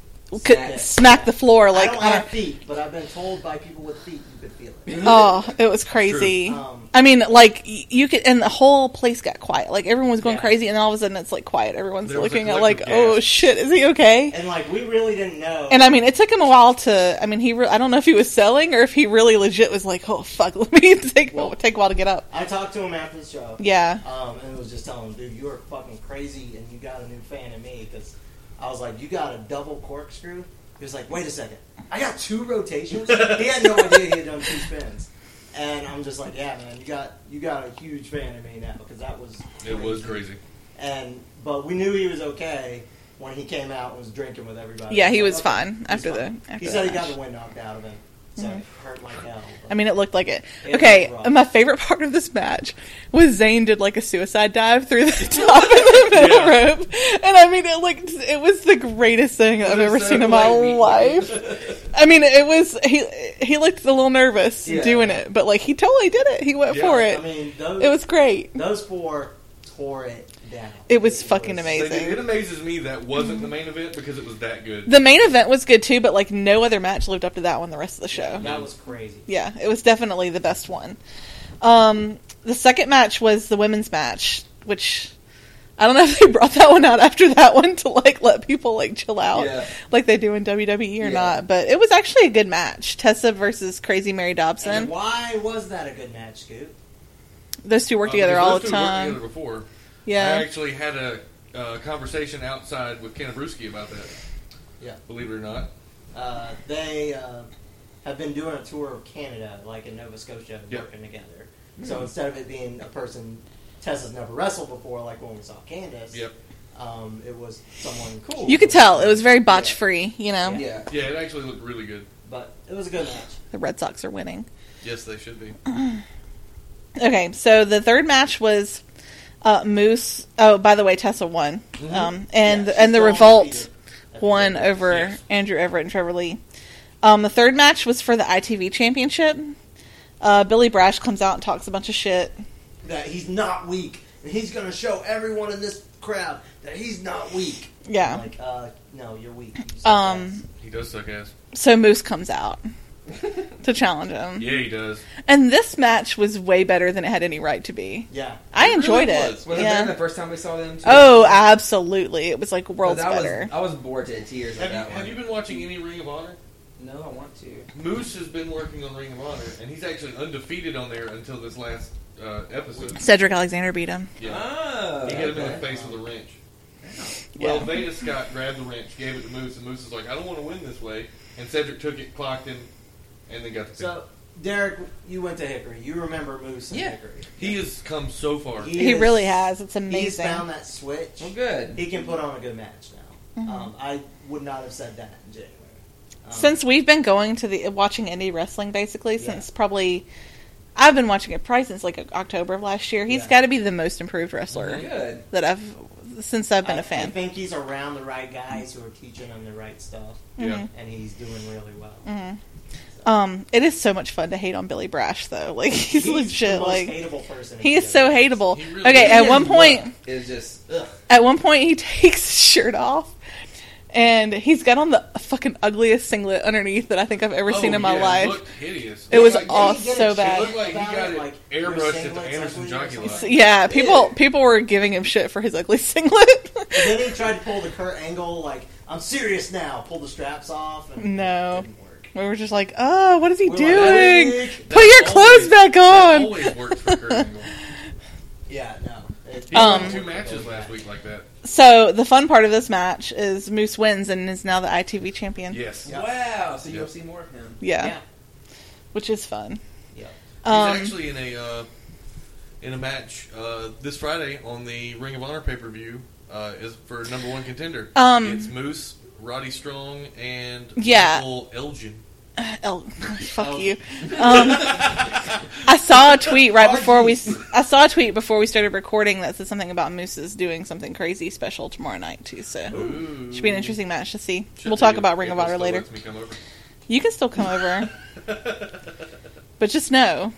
S3: could
S6: Smack
S5: it.
S3: smack the floor like uh,
S5: I
S3: on
S5: don't
S3: a-
S5: have feet, but I've been told by people with feet you could feel it.
S3: oh, it was crazy.
S5: Um,
S3: I mean, like y- you could, and the whole place got quiet. Like everyone was going
S6: Yeah.
S3: crazy, and all of a sudden it's like quiet. Everyone's
S4: There was a
S3: looking at like,
S4: collective
S3: oh
S4: gasp.
S3: shit, is he okay?
S5: and like we really didn't know.
S3: And I mean, it took him a while to. I mean, he. Re- I don't know if he was selling or if he really legit was like, "Oh fuck, <laughs> let me take
S5: Well-
S3: take a while to get up."
S5: I talked to him after the show.
S3: Yeah,
S5: Um, and it was just telling him, dude, you are fucking crazy, and you got a new fan in me because I was like, you got a double corkscrew. He was like, wait a second, I got two rotations. he had no idea he had done two spins, and I'm just like, yeah, man, you got you got a huge fan in me now because that was
S4: It was crazy.
S5: And but we knew he was okay when he came out and was drinking with everybody.
S3: yeah, he
S5: Like,
S3: was
S5: okay,
S3: fine
S5: he's
S3: after the.
S5: fine.
S3: After
S5: he said
S3: that
S5: he got
S3: match. Mm-hmm.
S5: the wind knocked out of him, so it hurt like hell. but-
S3: I mean, it looked like it.
S5: It
S3: okay,
S5: was rough.
S3: and my favorite part of this match was Zayn did like a suicide dive through the <laughs> top of the middle
S4: Yeah.
S3: rope, and I mean, it like it was the greatest thing I've ever
S4: so
S3: seen in my
S4: lightning. <laughs>
S3: life. I mean, it was he he looked a little nervous
S6: Yeah.
S3: doing it, but like he totally did it. He went
S4: Yeah.
S3: for it.
S5: I mean, those,
S3: it was great.
S5: Those four tore it down.
S3: It was fucking
S4: They
S3: amazing.
S4: did- It amazes me that wasn't the main event because it was that good.
S3: The main event was good too, but like no other match lived up to that one the rest of the show.
S5: That was crazy.
S3: Yeah, it was definitely the best one. Um, the second match was the women's match, which I don't know <laughs> if they brought that one out after that one to like let people like chill out
S6: Yeah.
S3: like they do in WWE or
S6: Yeah.
S3: not, but it was actually a good match. Tessa versus Crazy Mary
S5: And
S3: Dobson.
S5: why was that a good match, Scoop?
S3: Those two work
S4: Uh,
S3: together
S4: because
S3: all
S4: those
S3: the
S4: two worked
S3: time.
S4: together before. I
S3: Yeah.
S4: actually had a uh, conversation outside with Canabruski about that.
S5: Yeah.
S4: Believe it or not.
S5: Uh, they uh, have been doing a tour of Canada, like in Nova Scotia,
S4: Yeah.
S5: working together.
S3: Hmm.
S5: So instead of it being a person Tessa's never wrestled before, like when we saw Candace,
S4: Yep.
S5: um, it was someone cool.
S3: You could tell it was very botch free, you know.
S6: Yeah.
S4: Yeah, it actually looked really good.
S5: But it was a good match.
S3: The Red Sox are winning.
S4: Yes, they should be.
S3: Okay, so the third match was uh, Moose. Oh, by the way, Tessa won, um, and
S5: Yeah, she's
S3: and the
S5: still
S3: Revolt
S5: undefeated. That's
S3: won
S5: good.
S3: over
S4: Yes.
S3: Andrew Everett and Trevor Lee. Um, the third match was for the ITV Championship. Uh, Billy Brash comes out and talks a bunch of shit.
S5: That he's not weak. And he's going to show everyone in this crowd that he's not weak.
S3: Yeah.
S5: Like, uh, no, you're weak. You suck
S3: Um,
S4: He does suck ass.
S3: So Moose comes out to challenge him,
S4: Yeah, he does.
S3: and this match was way better than it had any right to be.
S5: ass. yeah.
S3: I
S4: It
S3: enjoyed
S4: really
S3: it.
S4: was.
S6: Was
S3: yeah.
S6: it the first time we saw them? Too?
S3: oh, absolutely! It was like worlds
S6: I was,
S3: better.
S6: I was bored to tears
S4: Have
S6: at
S4: you,
S6: that
S4: have
S6: one.
S4: you been watching any Ring of Honor?
S6: no, I want to.
S4: Moose has been working on Ring of Honor, and he's actually undefeated on there until this last uh, episode.
S3: Cedric Alexander beat him.
S4: Yeah.
S6: Oh,
S4: He hit him in
S6: okay.
S4: the face with a wrench.
S3: Yeah.
S4: Well, Veda Scott grabbed the wrench, gave it to Moose, and Moose was like, I don't want to win this way. And Cedric took it, clocked him, and then got the pin.
S5: So, Derek, you went to Hickory. You remember Moose and
S6: Yeah.
S5: Hickory.
S4: He has come so far.
S3: He
S5: is-
S3: really has. It's
S5: He's
S3: amazing.
S5: found that switch.
S6: Well, good.
S5: He can put on a good match now.
S3: Mm-hmm.
S5: Um, I would not have said that in January. Um,
S3: since we've been going to the watching indie wrestling basically since probably I've been watching it probably since like October of last year. He's
S6: Yeah.
S3: got to be the most improved wrestler
S6: Good.
S3: that I've since I've been a
S5: I, I
S3: fan.
S5: think he's around the right guys who are teaching him the right stuff,
S3: Mm-hmm.
S4: Yeah.
S5: and he's doing really well.
S3: Um, it is so much fun to hate on Billy Brash though. <laughs> Like he's,
S5: the
S3: legit.
S5: most
S3: Like
S5: hateable person. in
S3: he is
S5: WWE.
S3: so hateable.
S4: He really
S3: okay,
S4: is.
S3: at one point.
S6: it's just
S5: Ugh.
S3: At one point, he <laughs> takes his shirt off, and he's got on the fucking ugliest singlet underneath that I think I've ever seen
S4: Oh,
S3: in my
S4: yeah,
S3: life.
S4: Looked hideous.
S3: It was
S4: Looked like-
S3: all
S5: did he get
S3: so
S5: a
S4: It
S3: bad.
S4: looked like he got it
S5: Like, your
S4: airbrushed at the
S5: singlet's
S4: Anderson
S5: ugly or
S4: Jockey
S5: something?
S4: Lot.
S3: So, yeah, people
S6: Ew.
S3: people were giving him shit for his ugly <laughs> singlet.
S5: But then he tried to pull the Kurt Angle, like I'm serious now. Pull the straps off. And
S3: No.
S5: it didn't work.
S3: we were just like, "Oh, what is he
S5: We're like,
S3: doing?
S5: "Eric."
S3: Put your
S4: That
S3: clothes
S4: always-
S3: back
S4: That
S3: on."
S4: always works
S3: <laughs>
S4: for Kurt Angle.
S5: Yeah, no. It-
S4: He won
S3: Um,
S4: two matches last week like that.
S3: So the fun part of this match is Moose wins and is now the ITV champion.
S4: Yes.
S5: Yeah.
S6: wow. So
S4: Yeah.
S6: you'll see more of him.
S3: Yeah,
S5: Yeah.
S3: which is fun.
S5: Yeah.
S3: Um, <laughs>
S4: He's actually in a uh, in a match uh, this Friday on the Ring of Honor pay per view uh, is for number one contender.
S3: Um,
S4: it's Moose, Roddy Strong, and
S3: Yeah.
S4: Michael Elgin.
S3: Oh, <laughs> fuck you. Um, I saw a tweet right before we. I saw a tweet before we started recording that said something about Moose's doing something crazy special tomorrow night too. So
S4: Ooh.
S3: should be an interesting match to see.
S4: Should
S3: We'll talk
S4: be,
S3: about Ring
S4: if
S3: of
S4: it
S3: Honor
S4: still
S3: later.
S4: lets me come over.
S3: You can still come over, but just know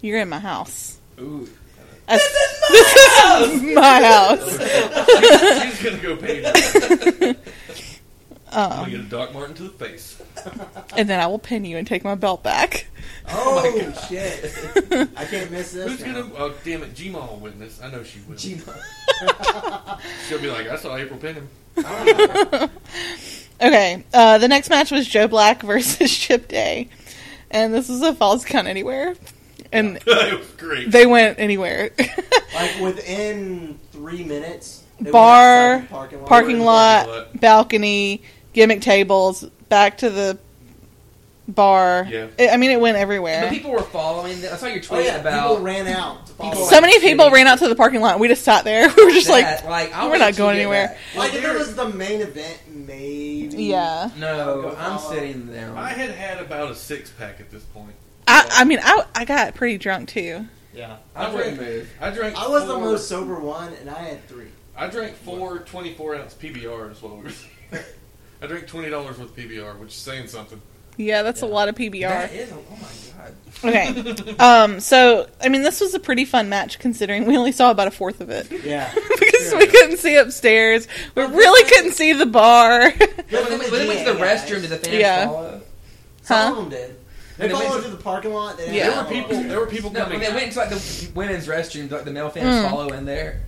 S3: you're in my house.
S6: Ooh.
S3: As- <laughs> this is my house.
S4: <laughs> She's gonna go pay.
S3: <laughs>
S4: her. <laughs> I'm gonna get a Doc Martin to the face.
S3: Um, and then I will pin you and take my belt back. <laughs>
S5: <laughs> Oh, shit! I can't miss this.
S4: Who's
S5: now.
S4: gonna? Oh damn it! Gmail will witness. I know she will.
S5: Gee,
S4: <laughs>
S3: <laughs>
S4: She'll be like, I saw April pin him.
S3: Okay, uh, the next match was Joe Black <laughs> versus Chip Day, and this was a falls count anywhere, and
S4: <laughs> it was great.
S3: they went anywhere. <laughs>
S5: Like within three minutes, they went
S3: Bar,
S5: outside the parking lot.
S3: parking
S4: parking
S3: lot,
S4: lot.
S3: balcony, gimmick tables, back to the bar.
S4: Yeah.
S3: I- I mean, it went
S6: But
S3: everywhere.
S6: people were following. I saw your
S5: Oh
S6: tweet
S5: yeah, people
S6: about
S5: ran out. To follow
S6: People-
S3: So many people
S6: Shitty.
S3: ran out to the parking lot. We just sat there. <laughs> We were just
S6: that.
S3: like,
S6: like, I'll
S3: we're
S6: wait
S3: not
S6: till
S3: going
S6: you get
S3: anywhere.
S6: back.
S5: Like if it was the main event, maybe.
S3: yeah.
S6: No, I'm sitting down.
S4: I had had about a six pack at this point.
S3: I, I mean, I, I got pretty drunk too.
S5: Yeah.
S6: I wouldn't move.
S4: I drank.
S5: I was
S4: four,
S5: the most sober one, and I had three.
S4: I drank four 24 ounce PBRs while we were <laughs> there. I drank twenty dollars worth of PBR, which is saying something.
S3: Yeah, that's a lot of PBR.
S6: That is. Oh my god.
S3: Okay. um. So, I mean, this was a pretty fun match considering we only saw about a fourth of it <laughs>
S5: Yeah.
S3: because we couldn't see upstairs. We really couldn't see the bar. <laughs>
S6: But when they, when they went to the restroom, did the fans
S3: Yeah.
S6: follow?
S5: <laughs> Some
S3: Huh?
S5: of them did. They
S6: And it
S5: followed
S6: went-
S5: to the parking lot. They
S3: Yeah.
S4: There were <laughs> people. There were people
S6: Oh, No,
S4: coming.
S6: when they
S4: out.
S6: went into like the women's restroom, like the male fans
S3: Mm.
S6: follow in there.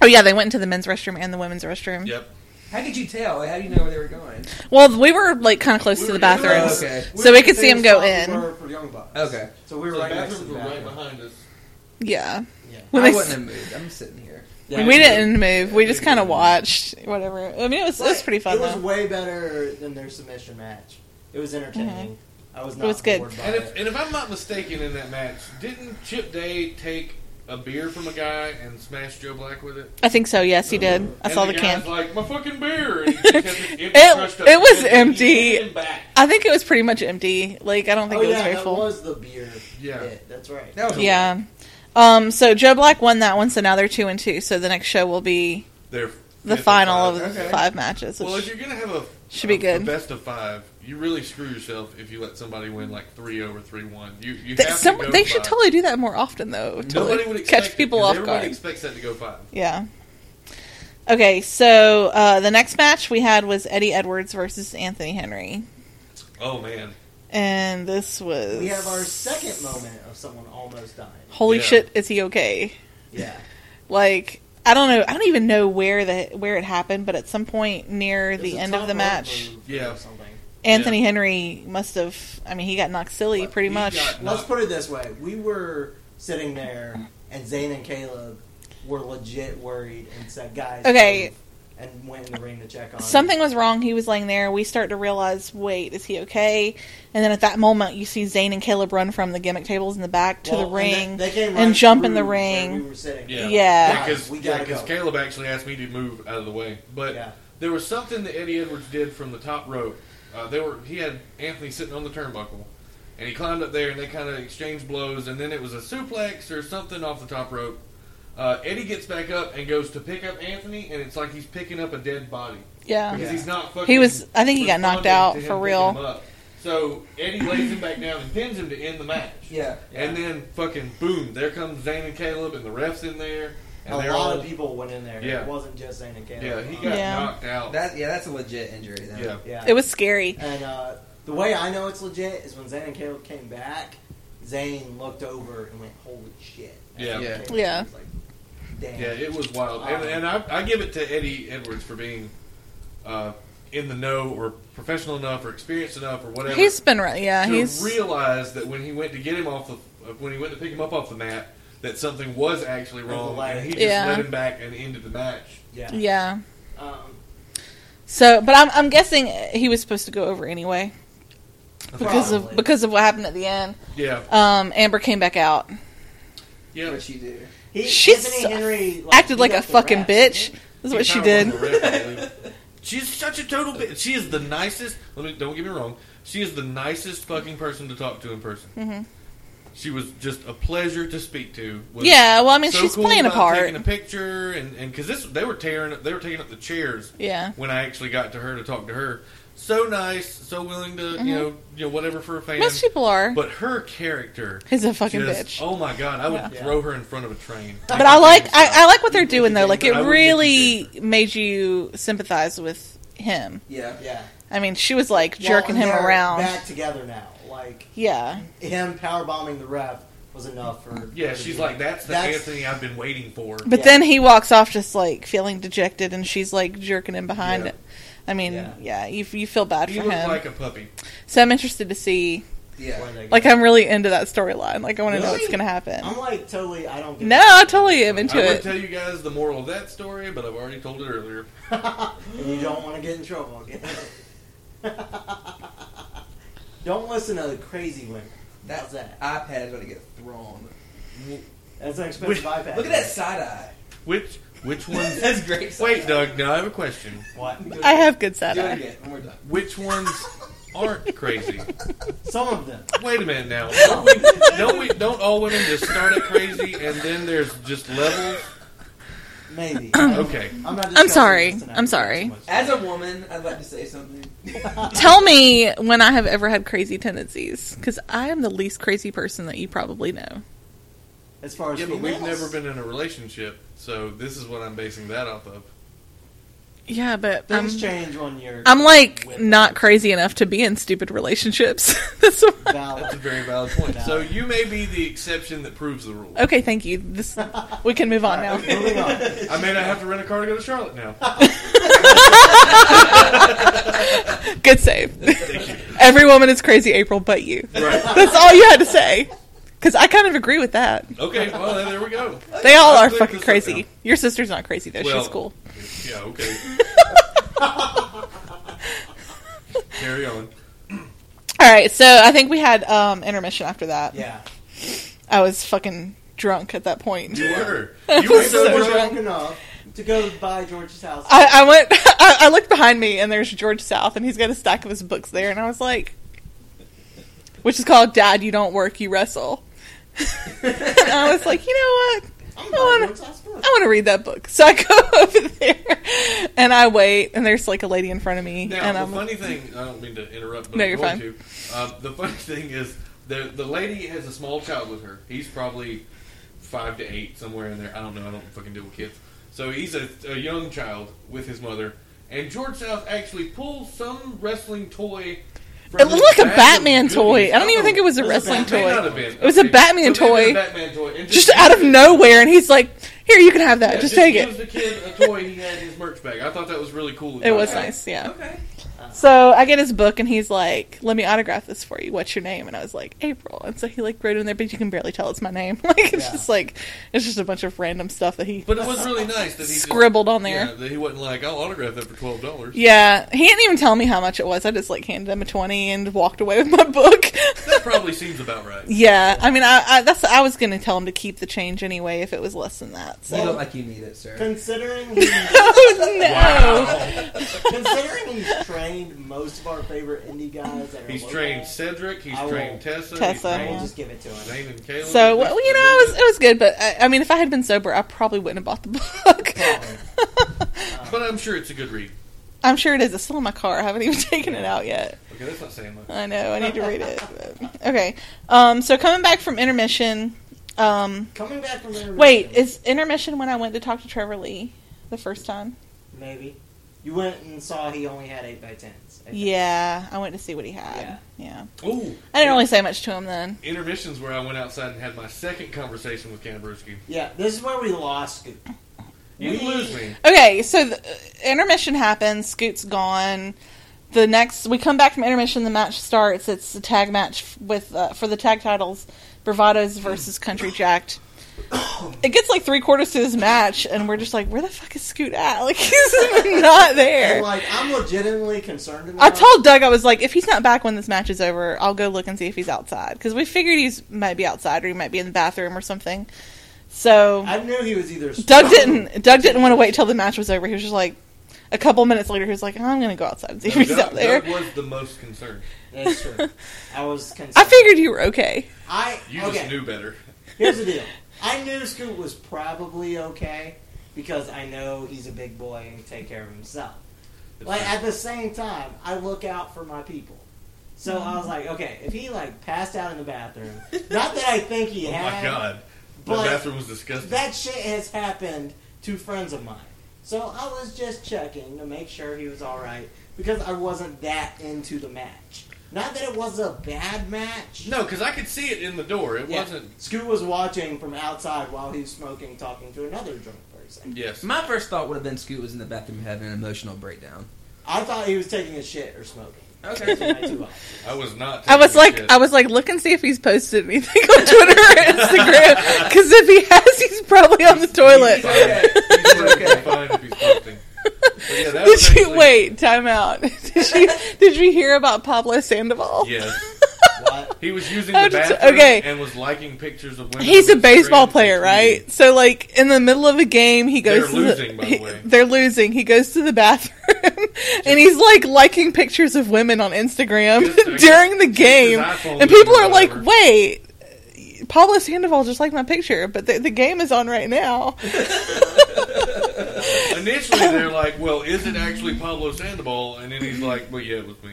S3: Oh yeah, they went into the men's restroom and the women's restroom.
S4: Yep.
S6: How did you tell? Like, how do you know where they were going?
S3: Well, we were like kind of close
S4: We
S3: to
S4: were
S3: the
S4: in the
S3: bathrooms,
S6: middle. Okay.
S3: so we could see them go in.
S5: For, for Young Bucks.
S6: Okay.
S5: So we were
S4: So
S5: right
S4: the
S5: next to
S4: bathrooms
S5: the
S4: were right
S5: bathroom.
S4: behind us.
S3: Yeah.
S5: Yeah.
S3: When
S6: I
S3: they
S6: wouldn't
S3: s-
S6: have moved. I'm sitting here.
S5: Yeah.
S3: we didn't move. We just
S4: We didn't
S3: kind of
S4: move.
S3: watched. Whatever. I mean, it was it was
S5: But
S3: pretty fun
S5: It was
S3: though.
S5: way better than their submission match. It was entertaining. I was not
S3: Mm-hmm. was good.
S5: bored by
S4: And if,
S5: it.
S4: and if I'm not mistaken, in that match, didn't Chip Day take a beer from a guy and smash Joe Black with it?
S3: I think so. Yes, he did. I
S4: and
S3: saw the
S4: the
S3: can.
S4: guy's Like my fucking
S3: <laughs>
S4: beer. And he just has this empty,
S3: It-
S4: crushed up
S3: it was
S4: can and
S3: empty.
S4: he handed him back.
S3: I think it was pretty much empty. Like I don't think
S5: oh
S3: it was
S5: yeah,
S3: very
S5: that
S3: full.
S5: was the beer.
S4: Yeah.
S5: bit. that's right.
S6: That was a-
S3: yeah. Um. So Joe Black won that one. So now they're two and two. So the next show will be
S4: They're
S3: the
S4: fifth
S3: final of
S4: five.
S3: the
S6: Okay.
S3: five matches. Which
S4: Well, if you're gonna have a
S3: Should be
S4: a- a
S3: good.
S4: best of five, you really screw yourself if you let somebody win like three over three one. You you
S3: Th-
S4: have
S3: some-
S4: to go
S3: they should
S4: five.
S3: totally do that more often, though. Totally
S4: Nobody would expect
S3: catch
S4: it,
S3: people
S4: 'cause
S3: off
S4: everybody
S3: guard.
S4: expects that to go five.
S3: Yeah. Okay, so uh, the next match we had was Eddie Edwards versus Anthony Henry,
S4: Oh man,
S3: and this was
S5: We have our second moment of someone
S3: <laughs>
S5: almost dying.
S3: holy
S4: Yeah.
S3: shit. Is he okay?
S5: Yeah.
S3: Like I don't know. I don't even know where the where it happened, but at some point near
S5: It was
S3: the
S5: a
S3: end
S5: top
S3: of the
S5: rope
S3: match,
S5: move
S4: Yeah.
S5: Or something.
S3: Anthony Henry must have. I mean, he got knocked silly
S4: Well,
S3: pretty
S4: he
S3: much.
S4: got-
S5: Let's put it this way: we were sitting there, and Zane and Caleb were legit worried and said, "Guys,
S3: Okay.
S5: move," and went in the ring to check on him.
S3: Something was wrong. He was laying there. We start to realize, wait, is he okay? And then at that moment, you see Zane and Caleb run from the gimmick tables in the back to
S5: Well,
S3: the
S5: and
S3: ring.
S5: they, they came
S3: and
S5: right
S3: jump in
S5: through
S3: the ring.
S5: Where we were sitting.
S4: yeah,
S3: Yeah.
S4: because
S5: We gotta go.
S4: Caleb actually asked me to move out of the way, but
S5: Yeah.
S4: there was something that Eddie Edwards did from the top rope. Uh, they were he had Anthony sitting on the turnbuckle, and he climbed up there and they kind of exchanged blows and then it was a suplex or something off the top rope. Uh, Eddie gets back up and goes to pick up Anthony and it's like he's picking up a dead body
S3: Oh, Yeah.
S4: because
S6: Yeah.
S4: he's not fucking.
S3: He was- I think he got knocked
S4: responding
S3: out
S4: to him
S3: for
S4: picking
S3: real.
S4: him up. So Eddie lays him back down and pins him to end the match.
S6: Yeah.
S4: And then fucking boom, there comes Zane and Caleb and the refs in there and
S5: A
S4: they're
S5: lot
S4: all
S5: of people went in there.
S4: Yeah.
S5: It wasn't just Zane and Caleb. Uh,
S4: yeah he got
S3: Yeah.
S4: knocked out.
S6: That yeah, that's a legit injury. Then.
S4: yeah.
S5: yeah.
S3: It was scary.
S5: And uh, the way I know it's legit is when Zane and Caleb came back, Zane looked over and went, "Holy shit!" And
S4: Yeah.
S5: Caleb
S3: Yeah. Yeah.
S5: was like, Damn.
S4: Yeah, it was wild, and,
S3: Um,
S4: and I, I give it to Eddie Edwards for being uh, in the know or professional enough or experienced enough or whatever
S3: He's been right. Yeah,
S4: to
S3: he's
S4: realize that when he went to get him off the uh, when he went to pick him up off the mat that something was actually wrong, and he just
S3: Yeah.
S4: let him back and ended the match.
S5: yeah.
S3: yeah.
S5: Um,
S3: So, but I'm I'm guessing he was supposed to go over anyway because
S5: Probably.
S3: of because of what happened at the end.
S4: Yeah,
S3: Um, Amber came back out.
S4: yeah.
S6: What you do?
S5: he,
S3: She
S5: Anthony
S3: su-
S5: Henry like,
S3: Acted
S5: beat
S3: like a
S5: up the
S3: fucking
S5: ref,
S3: bitch.
S5: didn't
S3: That's what
S4: He
S3: she
S4: kinda
S3: did.
S4: was the ref, I <laughs> believe. She's such a total bitch. She is the nicest. Let me don't get me wrong. She is the nicest fucking person to talk to in person.
S3: Mm-hmm.
S4: She was just a pleasure to speak to. Was
S3: Yeah, well, I mean,
S4: so
S3: she's
S4: cool
S3: playing a
S4: about
S3: part.
S4: Taking a picture and and because this they were tearing up, they were taking up the chairs
S3: Yeah,
S4: when I actually got to her to talk to her. So nice, so willing to
S3: Mm-hmm.
S4: you know you know whatever for a fan.
S3: most people are.
S4: But her character
S3: He's a fucking
S4: just-
S3: bitch.
S4: Oh my god, I would
S5: Yeah.
S4: throw her in front of a train.
S3: But I like I, I like what they're doing though. Like it
S4: I would
S3: really made you sympathize with him.
S6: Yeah.
S5: Yeah.
S3: I mean, she was like jerking
S5: Well,
S3: him
S5: they're
S3: around.
S5: Back together now. Like
S3: Yeah,
S5: him power bombing the ref was enough for.
S4: Yeah, she's like that's the
S5: That's-
S4: Anthony I've been waiting for.
S3: but
S5: Yeah.
S3: then he walks off just like feeling dejected, and she's like jerking him behind.
S4: Yeah.
S3: it. I mean,
S5: Yeah.
S3: yeah, you you feel bad
S4: He
S3: for
S4: looked
S3: him.
S4: like a puppy.
S3: so I'm interested to see.
S6: Yeah.
S5: where they go.
S3: Like I'm really into that storyline. Like I want to know
S5: Really?
S3: what's gonna happen.
S5: I'm like totally. I don't. Get
S3: No, I totally am into
S4: I would
S3: it.
S4: tell you guys the moral of that story, but I've already told it earlier.
S5: and you don't want to get in trouble again. <laughs> don't listen to the crazy women. How's
S6: That's
S5: that?
S6: iPad is about to get thrown.
S5: That's an expensive
S4: Wait,
S5: iPad.
S6: Look at that side eye. <laughs>
S4: Which which one's <laughs>
S6: That's great. side
S4: Wait,
S6: eye.
S4: Doug, now I have a question.
S5: What?
S3: I have good
S6: Do it
S3: satire.
S6: again when we're done.
S4: Which ones aren't crazy?
S5: Some of them.
S4: Wait a minute now. Don't we, don't we don't all women just start at crazy and then there's just levels?
S3: <clears throat>
S5: Maybe.
S4: Okay.
S5: I'm not.
S3: I'm sorry.
S5: discussing this tonight.
S3: I'm sorry.
S6: As a woman, I'd like to say something.
S3: Tell me when I have ever had crazy tendencies, because I am the least crazy person that you probably know.
S5: As far as
S4: Yeah, but we've
S5: females?
S4: never been in a relationship, so this is what I'm basing that off of.
S3: Yeah, but I'm,
S5: Things change when you're
S3: I'm like not crazy enough to be in stupid relationships. <laughs> That's why-
S4: That's a <laughs>
S5: valid.
S4: very valid point.
S5: Valid.
S4: So you may be the exception that proves the rule.
S3: okay, thank you. This we can move on now.
S5: <laughs> Moving on.
S4: I may not have to rent a car to go to Charlotte now.
S3: Good save. Every woman is crazy, April, but you.
S4: Right.
S3: That's all you had to say. Because I kind of agree with that.
S4: Okay, well then there we go.
S3: They all
S4: I'll
S3: are
S4: clear
S3: fucking
S4: this up
S3: crazy.
S4: now.
S3: Your sister's not crazy though.
S4: Well,
S3: She's cool. <laughs>
S4: Yeah, okay. Carry on.
S3: All right, so I think we had um, intermission after that. <laughs>
S5: Yeah.
S3: I was fucking drunk at that point.
S4: You were.
S3: I
S4: You were
S3: was so
S4: so
S5: We're
S3: drunk.
S4: drunk.
S5: drunk enough to go by George's house.
S3: I, I went. <laughs> I, I looked behind me, and there's George South, and he's got a stack of his books there, and I was like, which is called "Dad, You Don't Work, You Wrestle." and I was like, you know what?
S5: <laughs> I'm
S3: I wanna-
S5: by George's house.
S3: I want to read that book. So I <laughs> go over there, and I wait, and there's like a lady in front of me,
S4: Now,
S3: and
S4: the
S3: I'm
S4: funny thing, I don't mean to interrupt, but
S3: No,
S4: I'm
S3: you're
S4: going to. Um, the funny <laughs> thing is, the, the lady has a small child with her. He's probably five to eight, somewhere in there. I don't know. I don't fucking deal with kids. So he's a, a young child with his mother. And George South actually pulls some wrestling toy. from
S3: It looked
S4: his
S3: like a
S4: bag of
S3: Batman
S4: goodies.
S3: toy. I don't even
S4: know.
S3: think it was a
S4: It
S3: wrestling
S4: Batman- may
S3: toy.
S4: not have been.
S3: It was a
S4: Okay.
S3: Batman
S4: So they
S3: toy.
S4: did a Batman toy. and
S3: just
S4: <laughs>
S3: out of nowhere, and he's like, "Here, you can have that.
S4: Yeah,
S3: just take
S4: gives
S3: it."
S4: the kid a toy he had in his merch bag. I thought that was really cool.
S3: It was
S4: Okay.
S3: nice, yeah.
S6: Okay.
S3: So I get his book, and he's like, "Let me autograph this for you. What's your name?" And I was like, "April." And so he like wrote in there, but you can barely tell it's my name. <laughs> Like it's
S5: Yeah.
S3: just like it's just a bunch of random stuff that he
S4: But it was really nice that he just-
S3: scribbled on there.
S4: Yeah, that he wasn't like, I'll autograph that for twelve dollars.
S3: Yeah, he didn't even tell me how much it was. I just like handed him a twenty and walked away with my book.
S4: that probably seems about right.
S3: <laughs> Yeah, I mean, I, I that's I was gonna tell him to keep the change anyway if it was less than that. <laughs>
S6: You
S3: So
S6: look like you need it, sir.
S5: Considering he,
S3: oh no,
S5: considering he's trained most of our favorite indie guys. That are
S4: He's
S5: local,
S4: trained Cedric. He's
S5: I will-
S4: trained Tessa. He's
S3: Tessa,
S5: I will
S4: trained
S3: yeah.
S5: just give it to him.
S4: Zane and Caleb.
S3: so well, you know, it was it was good, but I, I mean, if I had been sober, I probably wouldn't have bought the book.
S5: Probably.
S3: <laughs>
S4: But I'm sure it's a good read.
S3: I'm sure it is. It's still in my car. I haven't even <laughs> taken it out yet.
S4: Okay, that's not saying much.
S3: I know. I need to read it. but- Okay. Um. So coming back from intermission. Um.
S5: Coming back from intermission.
S3: Wait, is intermission when I went to talk to Trevor Lee the first time?
S5: maybe you went and saw he only had eight by tens.
S3: Yeah, I went to see what he had. Yeah.
S4: Ooh,
S3: I didn't really say much to him then.
S4: intermissions where I went outside and had my second conversation with Kandabrewski.
S5: Yeah, this is where we lost. Scoot.
S4: You
S5: We-
S4: lose me.
S3: Okay, so the, uh, intermission happens. Scoot's gone. The next, we come back from intermission. The match starts. It's a tag match f- with uh, for the tag titles, Bravados versus Country Jacked. It gets like three quarters to this match, and we're just like, "Where the fuck is Scoot at? <laughs> Like he's not
S5: And,
S3: there."
S5: like I'm legitimately concerned about.
S3: I told Doug I was like, if he's not back when this match is over, I'll go look and see if he's outside because we figured he's might be outside or he might be in the bathroom or something. So
S5: I knew he was either.
S3: Doug didn't. Doug didn't want to wait till the match was over. He was just like, a couple minutes later, he was like, I'm gonna go outside and <laughs> see if he's
S4: Doug,
S3: out there.
S4: Doug was the most concerned.
S3: <laughs>
S5: That's true. I was concerned.
S3: I figured you were okay.
S5: I
S4: You
S5: okay.
S4: just knew better.
S5: Here's the deal. I knew Scoot was probably okay because I know he's a big boy and can take care of himself. Like at the same time, I look out for my people. So I was like, okay, if he like passed out in the
S4: <laughs>
S5: bathroom, not that I think he
S4: <laughs> oh
S5: had.
S4: my god, the
S5: but-
S4: bathroom was disgusting.
S5: That shit has happened to friends of mine. So I was just checking to make sure he was alright because I wasn't that into the match. Not that it was a bad match.
S4: no, because I could see it in the door. It
S5: Yeah.
S4: wasn't.
S5: Scoot was watching from outside while he was smoking, talking to another drunk person.
S4: Yes.
S6: My first thought would have been Scoot was in the bathroom having an emotional breakdown.
S5: I thought he was taking a shit or
S4: <laughs>
S5: smoking. Those
S6: <laughs> Okay.
S5: are my two options.
S4: I was not.
S3: I was
S4: taking a
S3: like,
S4: shit.
S3: I was like, look and see if he's posted anything on Twitter or Instagram
S4: <laughs>
S3: because if he has, he's probably on the toilet.
S4: He's okay. He's okay. Fine if he's posting. But yeah, that
S3: Did
S4: was
S3: she
S4: actually-
S3: wait? Time out. <laughs> Did she? did you hear about Pablo Sandoval?
S4: Yes.
S5: What?
S4: He was using
S3: I
S4: the
S3: just-
S4: bathroom
S3: okay.
S4: and was liking pictures of women.
S3: He's a
S4: with
S3: baseball
S4: strands
S3: player,
S4: and
S3: right? So, like in the middle of a game, he goes.
S4: They're
S3: to
S4: losing, by the
S3: he-
S4: way.
S3: They're losing. He goes to the bathroom, <laughs> and he's like liking pictures of women on Instagram <laughs>
S4: Just to-
S3: during the
S4: just his
S3: game,
S4: iPhone
S3: and people
S4: or
S3: are like,
S4: whatever.
S3: "Wait, Pablo Sandoval just liked my picture, but the, the game is on right now."
S4: tweeting. Initially, they're like, "Well, is it actually Pablo Sandoval?" And then he's like, "Well, yeah, it was me.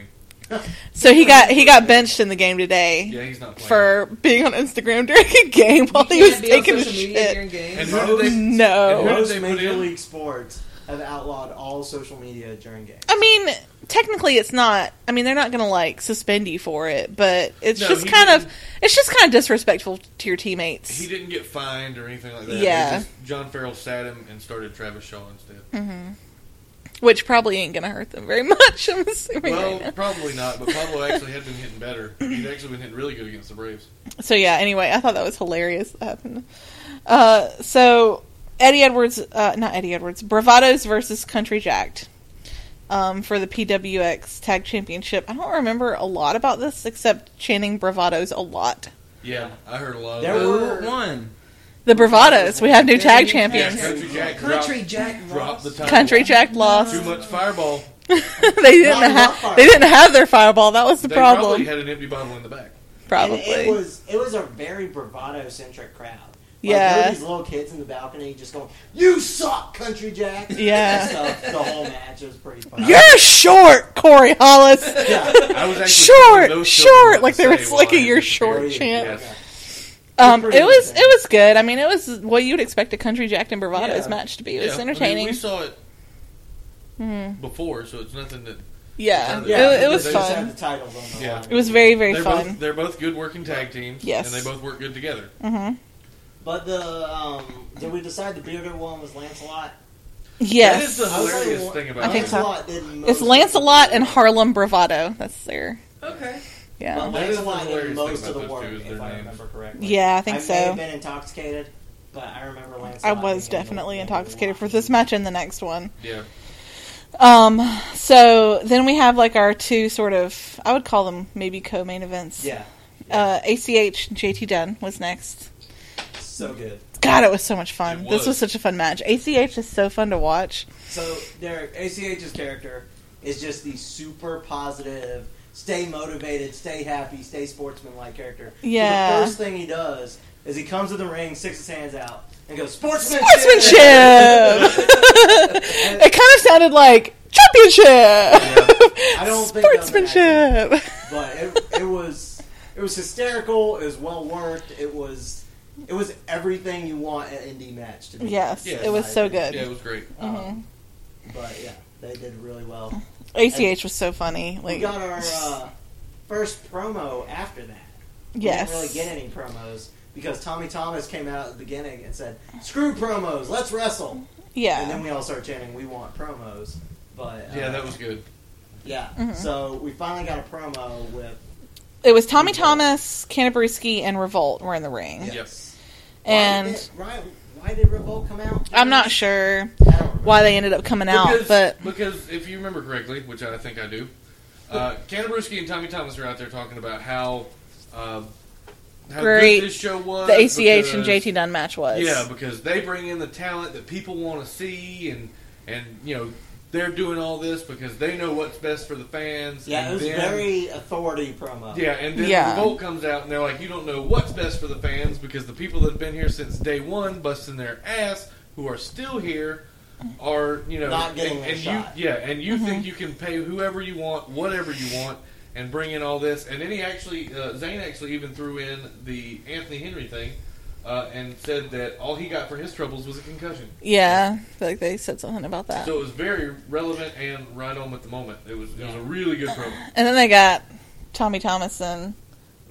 S3: So he got he got benched in the game today
S4: Yeah, he's not playing."
S3: for being on Instagram <laughs> during a game while he
S6: You
S3: was
S6: can't be on
S3: taking a
S6: social media
S3: shit.
S6: during games.
S4: and who did they?
S3: No.
S4: What did
S5: Most
S4: they put
S5: major
S4: in?
S5: league sports have outlawed all social media during games.
S3: I mean, technically, it's not. I mean, they're not going to like suspend you for it, but it's
S4: No,
S3: just
S4: he
S3: kind of
S4: didn't.
S3: it's just kind of disrespectful to your teammates.
S4: He didn't get fined or anything like that. They
S3: Yeah.
S4: just- John Farrell sat him and started Travis Shaw
S3: <laughs>
S4: instead.
S3: which probably ain't going to hurt them very <laughs> much. I'm assuming.
S4: Well,
S3: right now.
S4: probably not. But Pablo actually had been hitting better. He'd actually been hitting really good against the Braves.
S3: So yeah. Anyway, I thought that was hilarious that happened. Uh, so Eddie Edwards, uh, not Eddie Edwards, Bravados versus Country Jacked. Um, for the PWX Tag Championship, I don't remember a lot about this except chanting bravados a lot.
S4: Yeah, I heard a lot of
S5: There
S4: that.
S6: Who won?
S3: The bravados, we have new tag champions.
S4: Yeah, Country Jack
S6: Country
S4: dropped-
S6: Jack
S4: dropped the
S6: lost.
S4: title.
S3: Country Jack lost.
S4: Too much fireball.
S3: <laughs> they didn't
S5: Not enough
S3: have
S5: fireball.
S3: they didn't have their fireball. That was the
S4: They
S3: problem.
S4: probably had an empty bottle in the back.
S3: probably.
S5: And it was it was a very bravado centric crowd. Like, there
S3: Yeah.
S5: were these little kids in the balcony just going, "You suck, Country Jack."
S3: <laughs> Yeah.
S5: And stuff. the whole match was pretty fun.
S3: You're short, Corey
S4: <laughs>
S3: Hollis. <laughs>
S5: Yeah.
S4: I was actually thinking
S3: short,
S4: those children
S3: short.
S4: would
S3: Like there
S4: say
S3: was
S4: while
S3: like
S4: I
S3: a "you're
S4: was
S3: short"
S4: preparing.
S3: chant.
S4: Yes.
S3: Um,
S5: Pretty
S3: it was
S5: good.
S3: it was good. I mean, it was what you'd expect a country Jack and Bravado's
S6: Yeah.
S3: match to be. It
S4: Yeah,
S3: was
S4: I mean,
S3: entertaining.
S4: we saw it
S3: Mhm.
S4: before, so it's nothing that.
S3: Yeah,
S4: Yeah,
S3: it, it was
S4: they
S5: just
S3: fun.
S5: had the titles on the
S4: Yeah.
S5: line.
S3: It was very very
S4: they're
S3: fun.
S4: both they're both good working tag teams.
S3: Yes.
S4: and they both work good together.
S3: hmm
S5: But the um, did we decide the bearded one was Lancelot?
S4: that is
S3: Yes,
S4: the
S5: I was like,
S4: hilarious
S5: well,
S4: thing about.
S3: I think
S4: it.
S3: so.
S5: Lancelot did most
S3: it's
S5: of
S3: Lancelot
S5: the-
S3: and Harlem Bravado. That's their
S6: Okay.
S3: yeah
S5: But
S4: That is the
S5: Lancelot did
S4: hilarious
S5: most
S4: thing
S5: of the
S4: about
S5: work,
S4: those two is
S5: if I
S4: their names.
S5: remember correctly.
S3: yeah. I think
S5: I
S3: so.
S5: may have been intoxicated, but I remember Lancelot.
S3: I was
S5: being able to
S3: definitely
S5: handle a lot.
S3: intoxicated for this match and the next one.
S4: Yeah,
S3: Um, so then we have like our two sort of, I would call them maybe co-main events.
S5: Yeah,
S3: Uh, ACH JT Dunn was next.
S5: So good.
S3: God, it was so much fun.
S4: It
S3: This was
S4: was.
S3: such a fun match. ACH is so fun to watch.
S5: So Derek ACH's character is just the super positive, stay motivated, stay happy, stay sportsman-like character. So
S3: Yeah.
S5: the first thing he does is he comes to the ring, sticks his hands out, and goes sportsmanship. <laughs>
S3: Sportsmanship. it kind of sounded like championship.
S5: I don't think that was an
S3: Sportsmanship.
S5: <laughs> but it, it was it was hysterical. It was well worked. It was it was everything you want an indie match to be.
S3: yes,
S4: Yeah,
S3: it was
S5: I
S3: so
S5: agree.
S3: good.
S4: Yeah, it was great.
S5: Um,
S3: Mm-hmm.
S5: But yeah, they did really
S3: Oh,
S5: well.
S3: ACH was so funny. Like
S5: We got our uh, first promo after that. We
S3: yes,
S5: didn't really get any promos because Tommy Thomas came out at the beginning and said, "Screw promos, let's wrestle." And then
S3: yeah,
S5: we all start chanting, "We want promos." But uh,
S4: Yeah, that was good.
S5: yeah.
S3: Mm-hmm.
S5: So we finally got a promo with
S3: it was Tommy
S5: Revolt.
S3: Thomas, Canterbury and Revolt were in the ring,
S4: Yes.
S3: and
S5: why did, why, why did Revolt come out?
S3: I'm not sure
S5: I don't remember.
S3: why they ended up coming out,
S4: because,
S3: but
S4: because if you remember correctly, which I think I do, uh, Cantabrewski and Tommy Thomas are out there talking about how um, how
S3: Great.
S4: good this show was.
S3: the ACH and
S4: because-
S3: JT Dunn match was
S4: Yeah, because they bring in the talent that people want to see, and and you know they're doing all this because they know what's best for the fans.
S5: Yeah,
S4: and
S5: it was
S4: then-
S5: very authority promo.
S4: Yeah, and then
S3: Yeah.
S4: Revolt comes out and they're like, you don't know what's best for the fans because the people that have been here since day one, busting their ass, who are still here, are you know
S5: Not getting
S4: and,
S5: their
S4: and
S5: shot.
S4: you yeah, and you think you can pay whoever you want, whatever you want, and bring in all this, and then he actually uh, Zane actually even threw in the Anthony Henry thing. Uh, and said that all he got for his troubles was a concussion.
S3: yeah. I feel like they said something about that,
S4: So it was very relevant and right on with the moment. It was it was a really good promo.
S3: and then they got Tommy Thomas and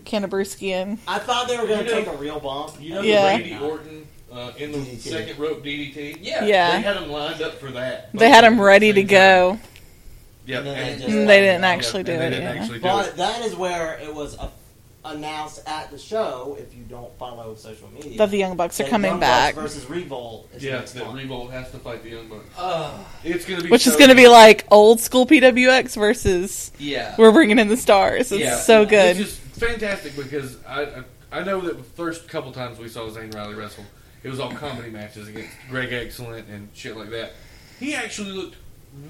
S3: Canterbury and
S5: I thought they were going
S4: You
S5: to
S4: know-
S5: take a real bump.
S4: You know
S3: Yeah.
S4: the Randy Orton uh, in the
S5: DDT.
S4: second rope DDT?
S6: Yeah.
S3: Yeah.
S4: They had him lined up for that.
S3: they had them ready to
S4: Oh, Same
S3: go.
S4: time. Yep.
S5: And then
S4: and-
S5: they
S3: They
S5: just-
S4: yeah,
S3: didn't actually
S4: and
S3: do
S4: they
S3: it.
S4: didn't
S3: yeah.
S4: actually do it.
S5: But that is where it was a, announced at the show. If you don't follow social media,
S3: That the Young Bucks are
S5: that
S3: coming
S5: Young Bucks
S3: back,
S5: versus Revolt. Is
S4: Yeah,
S5: next
S4: that
S5: month.
S4: Revolt has to fight the Young Bucks.
S6: Ugh.
S4: It's gonna be
S3: which
S4: so
S3: is going to
S4: good.
S3: be like old school PWX versus
S6: Yeah.
S3: we're bringing in the stars. It's
S6: Yeah.
S3: so
S4: It's
S3: good.
S4: just fantastic because I, I I know that the first couple times we saw Zane Riley wrestle, it was all comedy matches against Greg Excellent and shit like that. He actually looked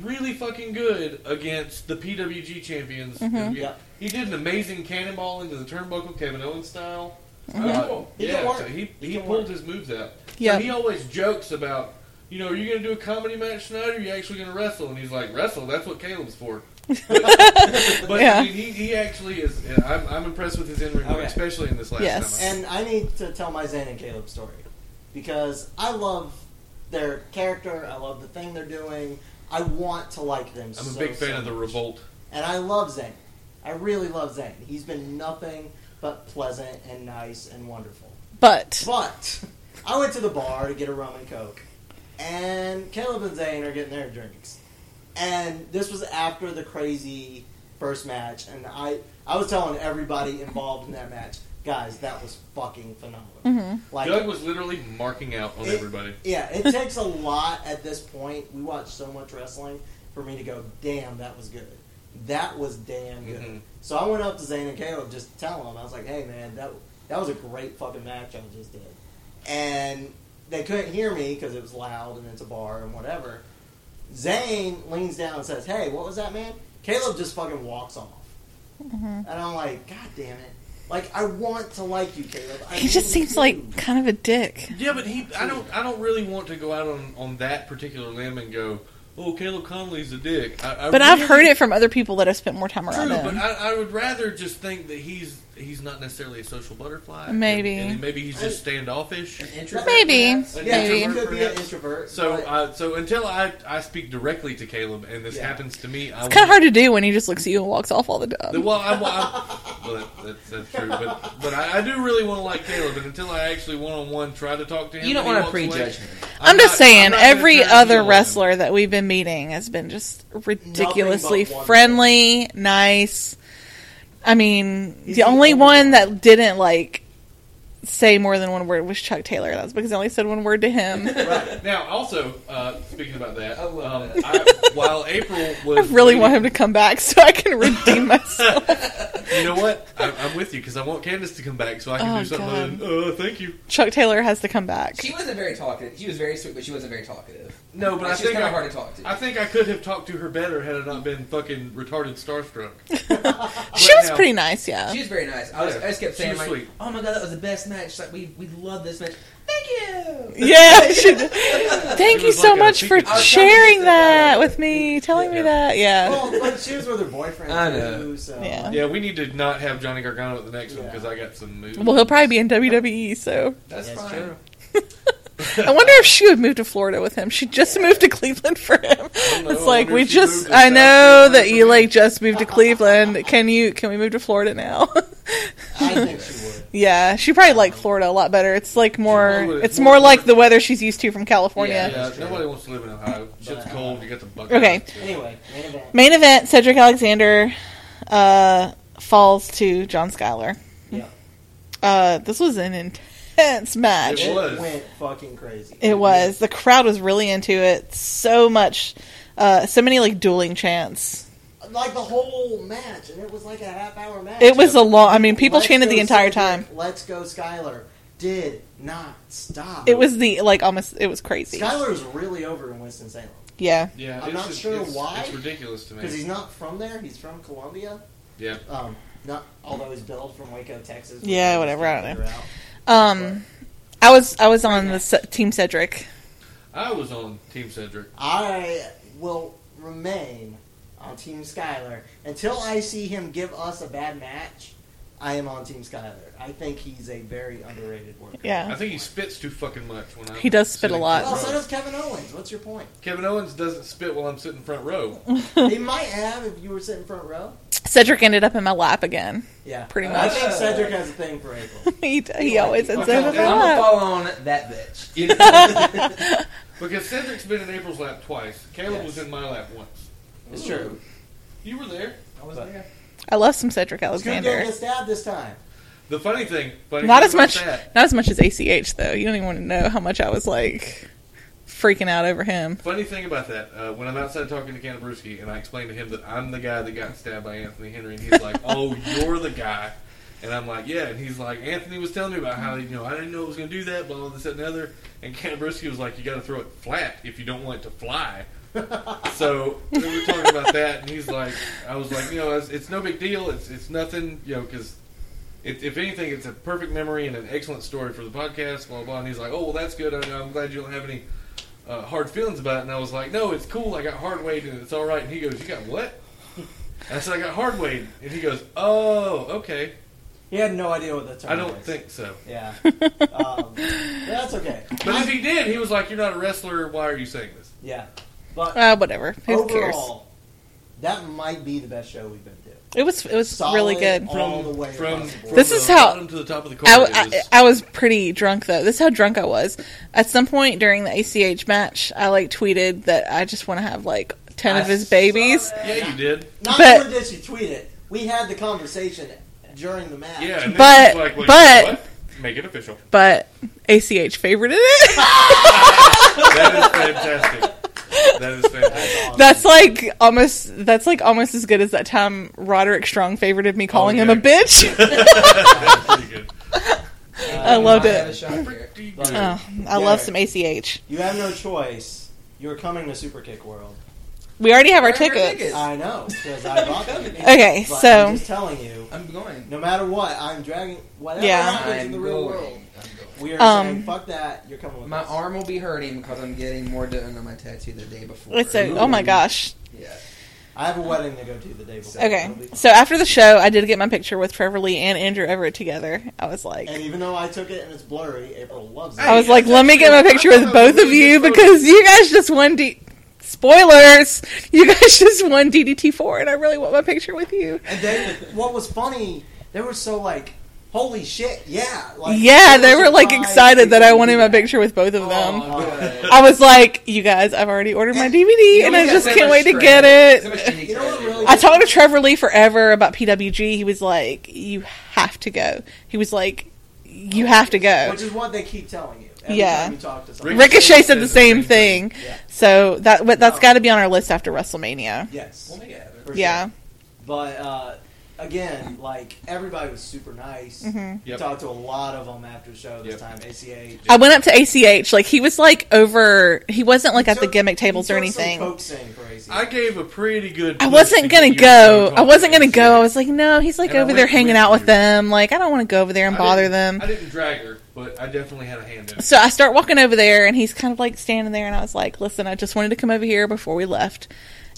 S4: really fucking good against the PWG champions.
S3: Mm-hmm.
S4: And we-
S5: Yeah.
S4: He did an amazing cannonball into the turnbuckle, Kevin Owens style. Uh,
S5: He can
S4: yeah,
S5: work.
S4: so he,
S5: He
S4: he,
S5: can
S4: pulled
S5: work.
S4: his moves out.
S3: Mm-hmm. Yeah.
S4: So he always jokes about, you know, are you going to do a comedy match tonight or are you actually going to wrestle? And he's like, wrestle, that's what Caleb's for. But
S3: Yeah.
S4: I mean, he, he actually is. and I'm, I'm impressed with his in ring, work,
S5: Okay.
S4: especially in this last
S3: Yes.
S4: time.
S5: And I need to tell my Zane and Caleb story because I love their character. I love the thing they're doing. I want to like them.
S4: I'm a big fan of the Revolt.
S5: and I love Zane. I really love Zane. He's been nothing but pleasant and nice and wonderful.
S3: But
S5: But I went to the bar to get a rum and coke, and Caleb and Zane are getting their drinks. And this was after the crazy first match, and I I was telling everybody involved in that match, guys, that was fucking phenomenal. Like,
S4: Doug was literally marking out on
S5: It-
S4: everybody.
S5: yeah, it takes a lot at this point. We watch so much wrestling for me to go, damn, that was good. That was damn good.
S4: Mhm.
S5: So I went up to Zane and Caleb just to tell them. I was like, hey, man, that that was a great fucking match I just did. And they couldn't hear me because it was loud and it's a bar and whatever. Zane leans down and says, hey, what was that, man? Caleb just fucking walks off.
S3: Mm-hmm.
S5: And I'm like, God damn it. Like, I want to like you, Caleb. I
S3: he just
S5: really
S3: seems
S5: do.
S3: like kind of a dick.
S4: Yeah, but he, I don't, I don't really want to go out on, on that particular limb and go, oh, Caleb Conley's a dick. I, I
S3: But I've
S4: really-
S3: heard it from other people that have spent more time
S4: True,
S3: around
S4: but
S3: him.
S4: I, I would rather just think that he's he's not necessarily a social butterfly. and-
S3: Maybe.
S4: and, maybe he's just standoffish.
S6: An introvert,
S3: Maybe.
S6: perhaps?
S5: Yeah,
S4: Maybe.
S5: you could be an introvert.
S4: So,
S5: but-
S4: uh, so until I, I speak directly to Caleb and this
S5: Yeah.
S4: happens to me, I
S3: It's kind of hard to do when he just looks at you and walks off all the time.
S4: Well, I, I, well that, that's that's true, but but I, I do really want to like Caleb, and until I actually one on one try to talk to him,
S6: You don't
S4: and he
S6: want to
S4: walks
S6: prejudge
S4: away,
S6: him.
S3: I'm, just
S4: not-
S3: saying,
S4: I'm not gonna
S3: every
S4: try to
S3: other
S4: deal with him.
S3: wrestler that we've been meeting has been just ridiculously
S5: wonderful.
S3: friendly, nice. I mean,
S5: He's
S3: the
S5: the
S3: only
S5: only
S3: one
S5: one.
S3: that didn't like say more than one word was Chuck Taylor. That's because I only said one word to him.
S4: Now, also uh, speaking about that,
S6: I love
S4: um, I, while April
S3: <laughs>
S4: was
S3: I really
S4: leading-
S3: want him to come back so I can redeem myself.
S4: You know what? I'm, I'm with you because I want Candace to come back so I can
S3: Oh,
S4: do something. other than, uh, thank you.
S3: Chuck Taylor has to come back.
S6: She wasn't very talkative. She was very sweet, but she wasn't very talkative.
S4: No, but
S6: Like,
S4: I
S6: she was
S4: think
S6: kind
S4: I,
S6: of hard to talk to.
S4: I think I could have talked to her better had I not been fucking retarded starstruck.
S3: <laughs> She
S4: Right
S3: was
S4: now-
S3: pretty nice, yeah.
S6: she was very nice. I, was, I just kept
S4: She
S6: saying
S4: was
S6: like,
S4: sweet.
S6: "Oh my god, that was the best match. She's Like we we love this match. Thank you."
S3: yeah, she did. Thank you
S4: She was
S3: so
S4: like a
S3: much for
S4: secret-
S6: I was
S3: sharing
S6: telling you
S3: that
S6: that.
S3: with me, telling me
S4: Yeah.
S3: that. Yeah.
S5: Well, but she was with her boyfriend
S6: I know.
S5: too, so
S3: Yeah.
S4: Yeah, we need to not have Johnny Gargano at the next one 'cause one because I got some moves.
S3: Well, he'll probably be in WWE, so
S6: That's
S5: That's
S6: fine.
S5: true.
S3: I wonder if she would move to Florida with him. She just moved to Cleveland for him.
S4: know.
S3: It's
S4: Oh, I
S3: like
S4: wonder
S3: we
S4: if she moved
S3: just.
S4: to
S3: I
S4: South
S3: know
S4: Carolina
S3: that
S4: for
S3: you
S4: me.
S3: like just moved to Cleveland. Can you? Can we move to Florida now? <laughs>
S5: I think she would.
S3: yeah, she probably liked Florida a lot better. It's like more.
S4: Florida is
S3: It's
S4: more-
S3: more like the weather she's used to from California.
S4: Yeah, nobody wants to live in Ohio. <laughs> Shit's cold. You got the bucket.
S3: Okay.
S5: Anyway, main event.
S3: Main event: Cedric Alexander uh, falls to John Schuyler.
S5: Yeah.
S3: Uh, this was an intense match.
S4: It
S5: It
S4: was.
S5: went fucking crazy.
S3: It was. The crowd was really into it. So much, uh, so many like dueling chants.
S5: Like the whole match, and it was like a half hour match.
S3: It was a long. I mean, people
S5: Let's
S3: chanted
S5: go
S3: the entire time.
S5: Cedric, Let's go, Skylar. Did not stop.
S3: It was the like almost. It was crazy.
S5: Skylar's really over in Winston Salem
S3: Yeah,
S4: Yeah,
S5: I'm
S4: it's
S5: not
S4: just-
S5: sure
S4: it's-
S5: why.
S4: It's ridiculous to me.
S5: because he's not from there. He's from Columbia.
S4: yeah,
S5: Um, not although he's billed from Waco, Texas. which
S3: Yeah,
S5: I
S3: whatever, I don't
S5: figure out.
S3: Um, I was I was on the se- team Cedric.
S4: I was on Team Cedric.
S5: I will remain on Team Skylar until I see him give us a bad match. I am on Team Skylar. I think he's a very underrated worker.
S4: I
S3: Yeah,
S4: think he spits too fucking much when I.
S3: He does spit a lot.
S5: Well, so does Kevin Owens. What's your point? <laughs>
S4: Kevin Owens doesn't spit while I'm sitting
S3: <laughs>
S4: front row.
S5: they might have if you were sitting front row.
S3: Cedric ended up in my lap again. <laughs>
S5: Yeah,
S3: Pretty
S5: I
S3: much.
S5: think Cedric has a thing
S3: <laughs>
S5: for April.
S3: he he always ends up in
S6: I'm
S3: my
S6: gonna
S3: lap.
S6: fall on that bitch. You know?
S4: Because Cedric's been in April's lap twice. Caleb
S5: Yes.
S4: was in my lap once.
S5: It's true.
S4: You were there.
S6: I was there.
S3: I love some Cedric
S5: Scooby didn't
S3: Alexander.
S5: get stabbed this time.
S4: The funny thing, funny
S3: Not
S4: thing
S3: as
S4: about
S3: much,
S4: That,
S3: not as much as ACH though. You don't even want to know how much I was like freaking out over him.
S4: funny thing about that, uh, when I'm outside talking to Canabruski and I explain to him that I'm the guy that got stabbed by Anthony Henry, and he's like, "Oh, you're the guy," and I'm like, "Yeah," and he's like, "Anthony was telling me about how you know I didn't know it was going to do that, blah blah this that, and the other," and Canabruski was like, "You got to throw it flat if you don't want it to fly." so we were talking about that, and he's like, "I was like, you know, it's, it's no big deal. It's it's nothing, you know, because." If, if anything, it's a perfect memory and an excellent story for the podcast, blah, blah, blah. And he's like, oh, well, that's good. I, I'm glad you don't have any uh, hard feelings about it, and I was like, "No, it's cool. I got hard weighed, and it's all right." And he goes, "You got what?" I said, "I got hard weighed," and he goes, "Oh, okay.
S5: He had no idea what the term
S4: I don't
S5: was.
S4: think so."
S3: <laughs>
S5: Yeah, um, that's okay.
S4: But if he did, he was like, "You're not a wrestler. Why are you saying this?"
S5: Yeah, but
S3: Uh, whatever. Who cares?
S5: overall, that might be the best show we've been to.
S3: It was it was
S5: Solid
S3: really good.
S5: all the way across the board.
S3: This is how-
S4: bottom to the top of the
S3: I,
S4: card
S3: I,
S4: is.
S3: I was pretty drunk though. This is how drunk I was. At some point during the ACH match, I like tweeted that I just want to have like ten of
S6: I
S3: his
S6: saw
S3: babies.
S4: yeah, you did.
S5: Not
S3: But-
S5: only did she tweet it, we had the conversation during the match.
S4: Yeah, and
S3: But-
S4: then he was like, well,
S3: but-
S4: you know what? make it official.
S3: But ACH favored it.
S4: <laughs>
S3: <laughs>
S4: That is fantastic. That is
S5: That's awesome.
S4: fantastic. <laughs>
S3: that's like almost that's like almost as good as that time Roderick Strong favorited me calling him a
S6: <laughs>
S4: yeah.
S3: bitch.
S4: That's pretty good.
S3: I loved
S6: might have a
S3: it.
S6: shot here.
S4: Pretty good.
S5: But
S3: Oh, I
S5: Yeah.
S3: love some ACH.
S5: you have no choice. You're coming to Super Kick World.
S3: We already have our
S6: Where are your
S3: tickets.
S6: tickets?
S5: I know because
S6: <laughs>
S5: I bought them.
S3: Okay,
S5: But
S3: so
S5: I'm just telling you,
S6: I'm going.
S5: no matter what, I'm dragging whatever
S3: Yeah.
S5: happens
S6: I'm
S5: in the real
S6: going.
S5: world.
S6: I'm going.
S5: We are
S3: Um,
S5: saying, fuck that. You're coming with
S6: My
S5: us.
S6: arm will be hurting because I'm getting more done on my tattoo the day before.
S3: it's a, oh my gosh.
S6: Yeah.
S5: I have a wedding to go to the day before.
S3: Okay,
S5: It'll be fun.
S3: so after the show, I did get my picture with Trevor Lee and Andrew Everett together. I was like,
S5: And even though I took it and it's blurry, April loves it.
S3: I was
S4: Hey,
S3: like,
S4: that's
S3: let me get my
S4: actually-
S3: picture <laughs>
S4: I
S3: with
S4: thought that
S3: both
S4: was
S3: of
S4: really
S3: you
S4: good
S3: because you guys just won D. Spoilers! You guys <laughs> just won DDT4, and I really want my picture with you.
S5: And then what was funny, they were so like, holy shit, yeah. Like,
S3: yeah, they
S5: were
S3: were like
S5: surprised
S3: excited that I
S5: people
S3: wanted
S5: knew
S3: my
S5: that.
S3: picture with both of them.
S5: Oh, God.
S3: I was like, you guys, I've already ordered my DVD, <laughs> and I just can't wait to get it.
S5: You know what really-
S3: I talked to Trevor Lee forever about PWG. He was like, you have to go. He was like, you have to go.
S5: Which is what they keep telling you. Every
S3: Oh. Yeah.
S5: Time you talk to someone.
S4: Rick-
S3: Ricochet said the same thing.
S5: Yeah.
S3: So that but that's
S5: Oh.
S3: got to be on our list after WrestleMania.
S5: Yes.
S6: Well, yeah.
S5: for sure.
S3: Yeah.
S5: But uh, again, like everybody was super nice.
S3: Mm-hmm.
S4: Yep.
S5: Talked to a lot of them after the show this time.
S4: Yep.
S5: ACH.
S3: I went up to ACH. Like he was like over. He wasn't like at the
S5: Took-
S3: gimmick tables
S5: he
S3: or
S5: took some
S3: anything.
S5: coke sing for ACH.
S4: I gave a pretty good.
S3: I
S4: push to
S3: wasn't
S4: get
S3: gonna
S4: you to
S3: go. I wasn't gonna go. I was like, no, he's like
S4: And I
S3: over
S4: went
S3: there hanging
S4: with
S3: out with
S4: you.
S3: them. Like I don't want to go over there and
S4: I
S3: bother
S4: didn't-
S3: them.
S4: I didn't drag her, but I definitely had a
S3: <laughs>
S4: hand in it.
S3: So I start walking over there, and he's kind of like standing there, and I was like, "Listen, I just wanted to come over here before we left,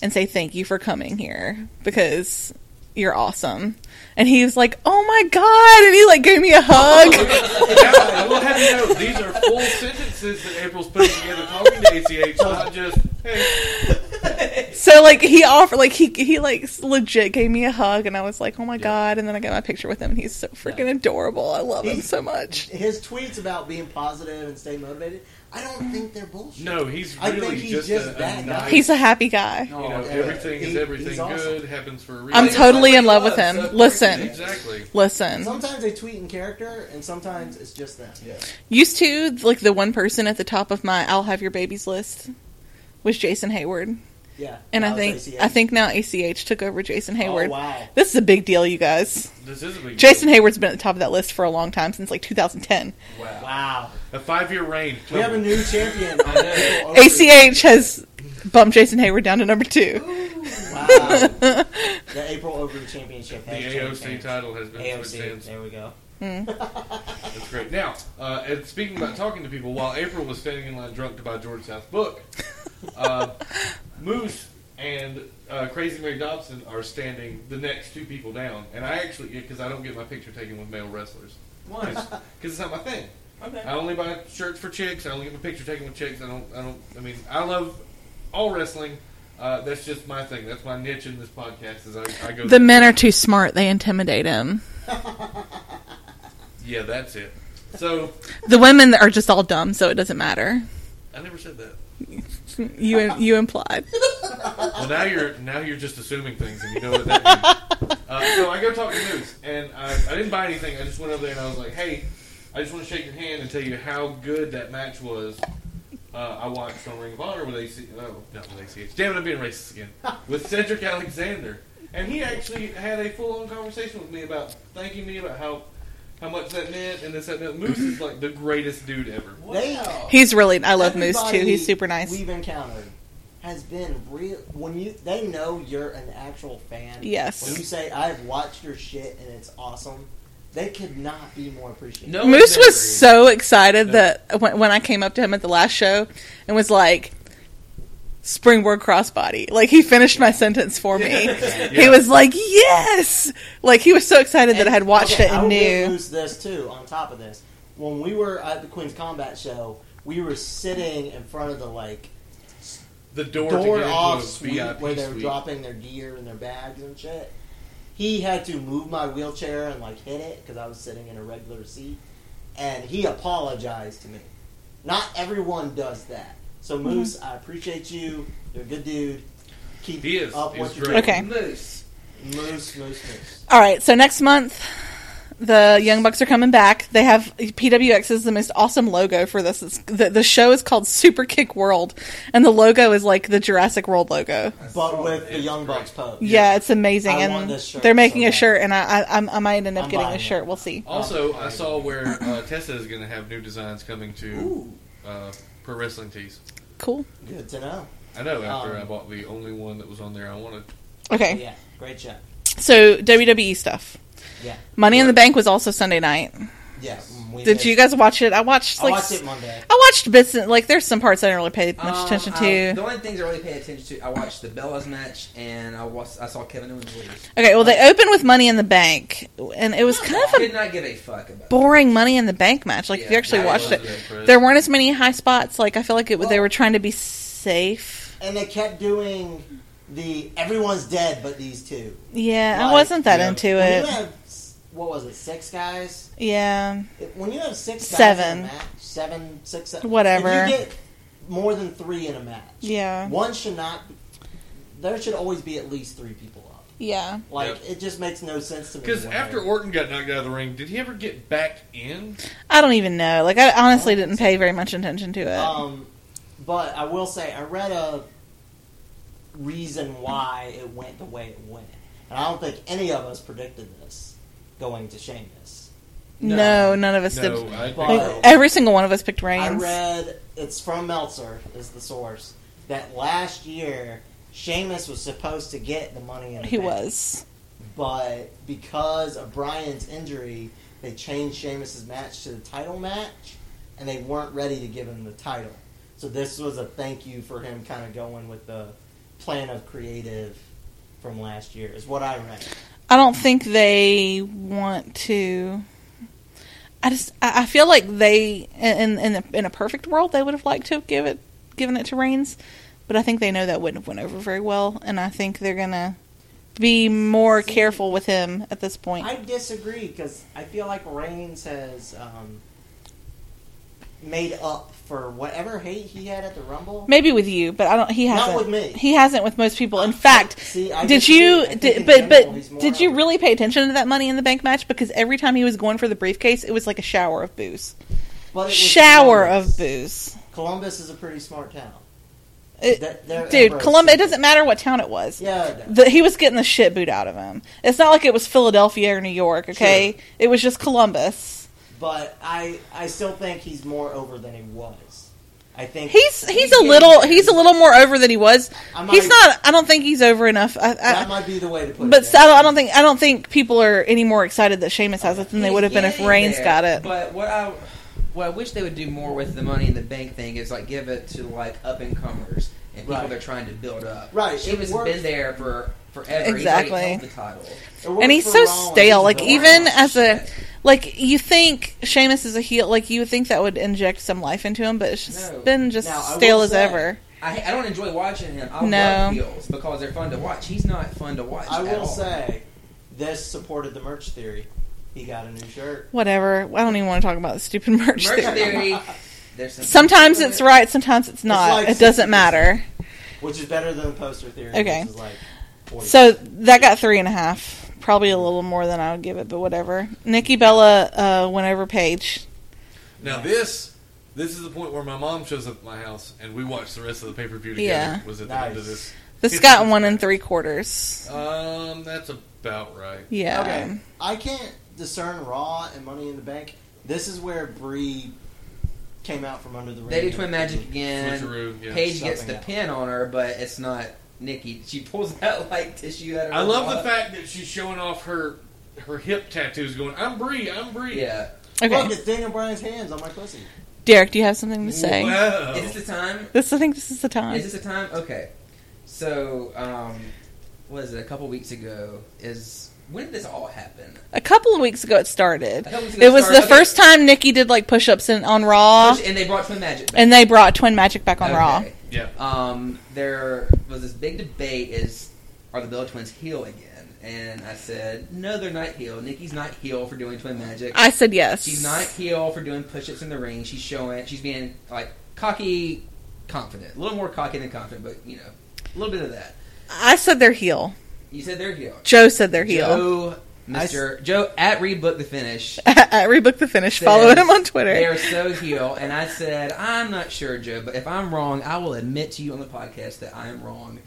S3: and say thank you for coming here because you're awesome." And he was like, "Oh my god!" And he like gave me a
S4: <laughs>
S3: hug.
S4: Now, I will have you know, these are full sentences that April's putting together talking to ACH, not just, hey,
S3: so like he offered, like he he like legit gave me a hug, and I was like, "Oh my god!" And then I got my picture with him, and he's so freaking adorable. I love him
S5: He's-
S3: so much.
S5: His tweets about being positive and staying motivated. I don't think they're bullshit.
S4: no, he's
S5: I
S4: really
S5: think he's
S4: just,
S5: just
S4: a,
S5: that
S4: a
S5: guy.
S4: nice,
S3: He's a happy guy.
S4: you know,
S6: Oh,
S4: everything is
S5: He-
S4: everything
S5: he's
S4: good,
S5: awesome.
S4: happens for a reason.
S3: I'm totally in love with
S6: So, of
S3: him.
S6: course
S3: Listen,
S4: Exactly.
S3: listen.
S5: Sometimes they tweet in character, and sometimes it's just them.
S3: Used to, like the one person at the top of my "I'll have your babies" list was Jason Hayward,
S5: Yeah.
S3: and
S5: That
S3: I
S5: was
S3: think
S5: ACH.
S3: I think now ACH took over Jason Hayward.
S5: Oh, wow.
S3: This is a big deal, you guys.
S4: This is a big
S3: Jason Hayward's been at the top of that list for a long time since like 2010.
S6: Wow.
S5: Wow.
S4: A five year reign.
S5: We have a new champion. <laughs>
S6: I know.
S5: Over-
S3: ACH has bumped Jason Hayward down to number two.
S5: Wow. the April Over Championship.
S4: The AOC title has been
S5: AOC.
S4: since.
S5: There we go.
S4: That's great. Now, uh, and speaking about talking to people, while April was standing in line drunk to buy George South's book,
S3: <laughs>
S4: uh, Moose and uh, Crazy Mary Dobson are standing the next two people down. And I actually, because I don't get my picture taken with male wrestlers. Why? Because it's not my thing.
S6: Okay.
S4: I only buy shirts for chicks. I only get my picture taken with chicks. I don't. I don't. I mean, I love all wrestling. Uh, that's just my thing. That's my niche in this podcast. Is I, I go
S3: The men are too smart; they intimidate him.
S4: Yeah, that's it. So
S3: The women are just all dumb, so it doesn't matter.
S4: I never said that.
S3: You you implied.
S4: Well, now you're now you're just assuming things, and you know what that means.
S5: <laughs>
S4: Uh, so I go talk to Moose, and I, I didn't buy anything. I just went over there and I was like, "Hey, I just want to shake your hand and tell you how good that match was." Uh, I watched on Ring of Honor with AC. No, not with ACH. Damn it, I'm being racist
S5: <laughs>
S4: again. With Cedric Alexander, and he actually had a full-on conversation with me about thanking me about how how much that meant and this that. meant. Moose is like the greatest dude ever.
S5: They
S3: He's really. I love Moose too.
S5: Everybody
S3: He's super nice.
S5: We've encountered has been real when you they know you're an actual fan.
S3: Yes.
S5: When you say I've watched your shit and it's awesome, they could not be more appreciative.
S6: No
S3: Moose
S6: memory.
S3: was so excited that when, when I came up to him at the last show and was like, "Springboard crossbody," like he finished my sentence for
S5: <laughs>
S3: me. He
S4: Yeah.
S3: was like, "Yes!" Like he was so excited that I had watched
S5: Okay,
S3: it
S5: I
S3: and
S5: will give
S3: knew.
S5: Moose this too. On top of this, when we were at the Queen's Combat show, we were sitting in front of the like
S4: The door, to
S5: door
S4: get
S5: off
S4: into
S5: suite
S4: a VIP
S5: where they were
S4: suite.
S5: dropping their gear and their bags and shit. He had to move my wheelchair and like hit it because I was sitting in a regular seat, and he apologized to me. Not everyone does that. So
S3: Mm-hmm.
S5: Moose, I appreciate you. You're a good dude. Keep
S4: He is.
S5: up
S4: He's
S5: what you're doing.
S4: great.
S3: Okay.
S6: Moose.
S5: Moose, Moose, Moose.
S3: All right, so next month, the Young Bucks are coming back. They have PWX is the most awesome logo for this. It's, the, the show is called Super Kick World, and the logo is like the Jurassic World logo.
S5: But with the Young Bucks pose.
S3: Yeah, it's amazing,
S5: I
S3: and
S5: want this shirt
S3: they're making
S5: so
S3: a
S5: bad.
S3: shirt, and I I, I'm- I might end up
S5: I'm
S3: getting
S5: buying
S3: a
S5: it.
S3: shirt. We'll see.
S4: Also, I saw where uh, <coughs> Tessa is going to have new designs coming to uh, pro wrestling tees.
S3: Cool.
S5: Good to know.
S4: I know. After
S5: Um,
S4: I bought the only one that was on there, I wanted.
S3: Okay.
S5: Yeah, great job.
S3: So WWE stuff.
S5: Yeah.
S3: Money in the Bank was also Sunday night.
S5: Yeah. we
S3: Did you guys watch it? I watched
S5: I
S3: like
S5: watched it Monday.
S3: I watched bits and like there's some parts I didn't really pay much
S6: Um,
S3: attention
S6: I-
S3: to.
S6: the only things I really paid attention to, I watched the Bellas match and I was I saw Kevin Owens lose.
S3: okay, well they opened with Money in the Bank and it was kind
S6: I
S3: of a
S6: did not give a fuck about. it.
S3: boring Money in the Bank match. Like if you
S6: Yeah,
S3: actually
S6: I
S3: watched
S6: wasn't
S3: it.
S4: impressed.
S3: There weren't as many high spots. Like I feel like it, they
S5: Well-
S3: were trying to be safe.
S5: And they kept doing the everyone's dead but these two.
S3: Yeah, I
S5: Like,
S3: wasn't that
S4: yeah.
S3: into
S5: When you
S3: it.
S5: have s- what was it, six guys?
S3: Yeah.
S5: If- When you have six guys
S3: Seven.
S5: in a match, seven, six, se-
S3: Whatever.
S5: If you get more than three in a match,
S3: Yeah.
S5: one should not. There should always be at least three people up.
S3: Yeah.
S5: Like
S4: Yep.
S5: it just makes no sense to me.
S4: Because
S5: when
S4: after
S5: they-
S4: Orton got knocked out of the ring, did he ever get back in?
S3: I don't even know. Like I honestly didn't pay very much attention to it.
S5: Um, but I will say, I read a reason why it went the way it went. And I don't think any of us predicted this going to Sheamus.
S3: No, none of us
S4: No,
S3: did.
S4: I think
S5: But-
S3: Like, every single one of us picked Reigns.
S5: I read it's from Meltzer is the source that last year Sheamus was supposed to get the money in the
S3: He
S5: Bank,
S3: was.
S5: but because of Brian's injury, they changed Sheamus's match to the title match, and they weren't ready to give him the title. So this was a thank you for him kind of going with the plan of creative from last year is what I read.
S3: I don't think they want to. I just I I feel like they in in a, in a perfect world they would have liked to have give it given it to Reigns, but I think they know that wouldn't have went over very well, and I think they're gonna be more careful with him at this point.
S5: I disagree because I feel like Reigns has um, made up for whatever hate he had at the Rumble.
S3: Maybe with you, but I don't. He
S5: Not
S3: hasn't.
S5: with me.
S3: He hasn't with most people. In fact,
S5: See, I
S3: did
S5: disagree. I
S3: you?
S5: think
S3: Did,
S5: in
S3: but
S5: general, he's
S3: but
S5: more
S3: did you
S5: out.
S3: really pay attention to that Money in the Bank match? Because every time he was going for the briefcase, it was like a shower of booze.
S5: But it was
S3: Shower
S5: Columbus.
S3: of booze.
S5: Columbus is a pretty smart town.
S3: It-
S5: They're- they're
S3: Uh, dude,
S5: ever
S3: Columbus. It
S5: accepting.
S3: doesn't matter what town it was.
S5: Yeah, no.
S3: The, he was getting the shit boot out of him. It's not like it was Philadelphia or New York. Okay, it was just Columbus.
S5: but I I still think he's more over than he was. I think
S3: He's he's a
S5: getting
S3: little
S5: there.
S3: he's a little more over than he was.
S5: I might-
S3: He's not. I don't think he's over enough. I, I,
S5: That might be the way to put
S3: But
S5: it.
S3: so, I don't- I don't think I don't think people are any more excited that Sheamus has it than they would have been if
S6: Getting
S3: Reigns
S6: there,
S3: got it.
S6: But what I what I wish they would do more with the money in the bank thing is like give it to like up and comers and people
S5: Right.
S6: they're trying to build up.
S5: Right,
S6: she
S5: it
S6: has
S5: works.
S6: been there for forever.
S3: Exactly.
S6: He's already held the title.
S5: It worked
S3: and he's
S5: for
S3: so
S5: Rollins,
S3: stale.
S5: he's
S3: Like
S5: the
S3: even
S5: worst.
S3: as a like you think Sheamus is a heel, like you would think that would inject some life into him, but it's just
S6: No.
S3: been just
S5: Now, I
S3: stale
S5: will
S3: as
S5: say-
S3: ever.
S6: I, I don't enjoy watching him. I
S3: No.
S6: love heels because they're fun to watch. He's not fun to watch.
S5: I
S6: at
S5: will
S6: all.
S5: say this supported the merch theory. He got a new shirt.
S3: Whatever. I don't even want to talk about the stupid <laughs> merch,
S6: merch
S3: theory. <laughs>
S6: theory. There's some
S3: Sometimes it's right, sometimes it's not.
S5: like
S3: it doesn't
S5: 60%.
S3: matter.
S5: Which is better than the poster theory.
S3: Okay.
S5: Which is like 40.
S3: So that got three and a half. Probably a little more than I would give it, but whatever. Nikki Bella uh, went over Paige.
S4: Now this this is the point where my mom shows up at my house and we watch the rest of the pay per view together.
S3: Yeah.
S4: Was at the end of
S5: nice.
S4: this.
S3: This got one and three quarters.
S4: Um, that's about right.
S3: Yeah.
S5: Okay. I can't discern Raw and Money in the Bank. This is where Brie came out from under the ring.
S6: They do twin magic again.
S4: Switcheroo, yeah.
S6: Paige gets
S5: Something
S6: the
S5: else.
S6: pin on her, but it's not Nikki. She pulls <laughs> out like tissue out of her
S4: I love the
S6: wallet.
S4: fact that she's showing off her her hip tattoos, going, "I'm Bree, I'm Bree."
S6: Yeah.
S3: Okay.
S5: Look, it's Daniel Bryan's hands on my pussy.
S3: Derek, do you have something to say?
S4: Wow.
S6: Is this the time?
S3: This I think this is the time.
S6: Is this the time? Okay. So, um, was it a couple weeks ago? Is when did this all happen?
S3: a couple of weeks ago it started.
S6: A couple weeks ago
S3: It was
S6: started-
S3: the
S6: okay.
S3: first time Nikki did like push-ups in, on Raw,
S6: And they brought twin magic. back.
S3: and they brought Twin Magic back on
S6: Okay.
S3: Raw.
S4: Yeah.
S6: Um, there was this big debate: is are the Bella Twins heel again? And I said, no, they're not heel. Nikki's not heel for doing twin magic.
S3: I said yes.
S6: She's not heel for doing push-ups in the ring. She's showing she's being like cocky, confident, a little more cocky than confident, but you know, a little bit of that.
S3: I said they're heel.
S6: You said they're heel.
S3: Joe said they're heel. <laughs>
S6: Joe, Mister Joe at rebook the finish.
S3: Rebook the finish. <laughs> Follow
S6: says,
S3: him on Twitter.
S6: They are so heel, and I said I'm not sure, Joe, but if I'm wrong, I will admit to you on the podcast that I am wrong.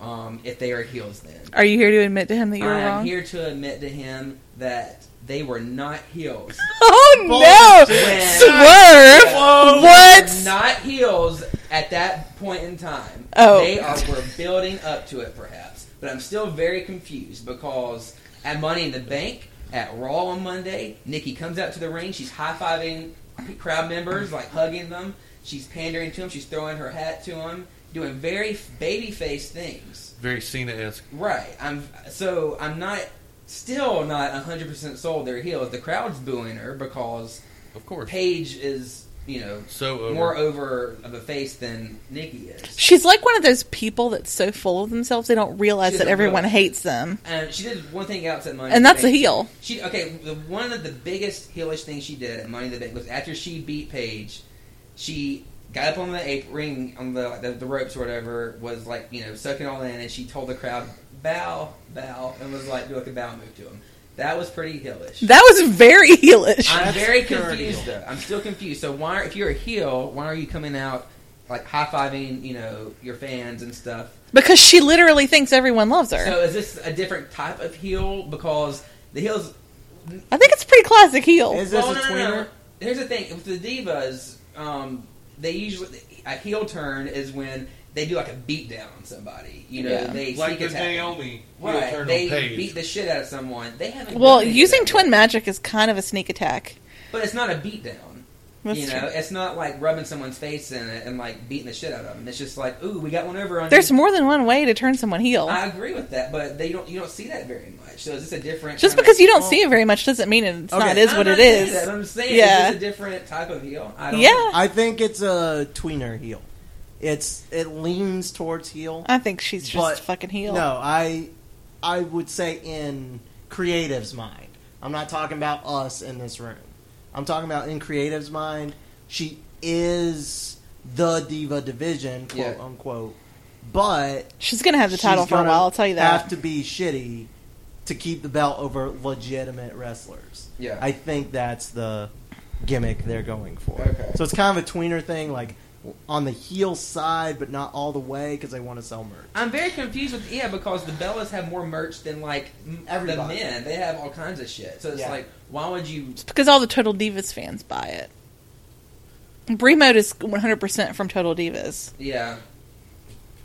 S6: Um, if they are heels, then
S3: Are you here to admit to him that you were
S6: I am
S3: wrong?
S6: here to admit to him that they were not heels.
S3: <laughs> Oh no!
S6: Bullshit.
S3: Swerve.
S4: Whoa.
S6: They're
S3: What?
S6: not heels at that point in time.
S3: Oh.
S6: They are were building up to it perhaps. But I'm still very confused because at Money in the Bank, at Raw on Monday, Nikki comes out to the ring, she's high fiving crowd members, like hugging them, she's pandering to them, she's throwing her hat to them, doing very baby face things.
S4: Very Cena esque.
S6: Right. I'm so I'm not still not 100% sold their heels. The crowd's booing her because
S4: Of course.
S6: Paige is, you know,
S4: So over.
S6: more over of a face than Nikki is.
S3: She's like one of those people that's so full of themselves they don't realize
S6: She's
S3: that
S6: a
S3: everyone
S6: real-
S3: hates them,
S6: Um, she did one thing else at Money, in
S3: and
S6: the
S3: that's a
S6: Bank.
S3: heel.
S6: She okay. The, one of the biggest heelish things she did at Money in the Bank was after she beat Paige, she got up on the ape ring on the, the the ropes or whatever, was like you know sucking all in, and she told the crowd bow bow and was like do like a bow move to him. That was pretty heelish.
S3: That was very <laughs> heelish.
S6: I'm
S5: That's
S6: very
S5: pure
S6: confused
S5: heel.
S6: though. I'm still confused. So why, are, if you're a heel, why are you coming out like high fiving, you know, your fans and stuff.
S3: Because she literally thinks everyone loves her.
S6: So is this a different type of heel? Because the heels.
S3: I think it's pretty classic heel.
S5: Is this a
S6: Well, Oh, no, no,
S5: tweener?
S6: no, no. Here's the thing with the divas. Um, they usually a heel turn is when they do like a beat down on somebody. You know,
S3: Yeah.
S6: they
S4: Like
S6: sneak
S4: the
S6: attack. them.
S4: Naomi heel
S6: Right,
S4: turn
S6: they
S4: on Paige.
S6: beat the shit out of someone. They haven't.
S3: well,
S6: done anything
S3: using
S6: yet.
S3: twin magic is kind of a sneak attack.
S6: but it's not a beat down.
S3: That's
S6: you
S3: true.
S6: know, it's not like rubbing someone's face in it and like beating the shit out of them. It's just like, ooh, we got one over on.
S3: There's
S6: you.
S3: more than one way to turn someone heel.
S6: I agree with that, but they don't. You don't see that very much. So is this a different?
S3: Just
S6: kind of-
S3: because you don't
S6: Well,
S3: see it very much doesn't mean it's
S5: Okay.
S3: not. It is
S6: I'm
S3: what
S6: not
S3: it
S6: saying
S3: is.
S6: that, I'm saying
S3: Yeah.
S6: it's a different type of heel. I don't
S3: Yeah,
S5: I think it's a tweener heel. It's it leans towards heel.
S3: I think she's just
S5: But-
S3: fucking heel.
S5: No, I I would say in creative's mind. I'm not talking about us in this room. I'm talking about in creative's mind. She is the diva division, quote
S6: Yeah.
S5: unquote. But
S3: She's gonna have the title
S5: she's
S3: for a
S5: gonna
S3: while. I'll tell you that.
S5: Have to be shitty to keep the belt over legitimate wrestlers.
S6: Yeah.
S5: I think that's the gimmick they're going for.
S6: Okay.
S5: So it's kind of a tweener thing, like on the heel side, but not all the way because they want to sell merch.
S6: I'm very confused with yeah because the Bellas have more merch than like m-
S5: Everybody.
S6: the men. They have all kinds of shit. So it's
S5: Yeah.
S6: like, why would you?
S3: It's because all the Total Divas fans buy it. Brie mode is 100% from Total Divas.
S6: Yeah,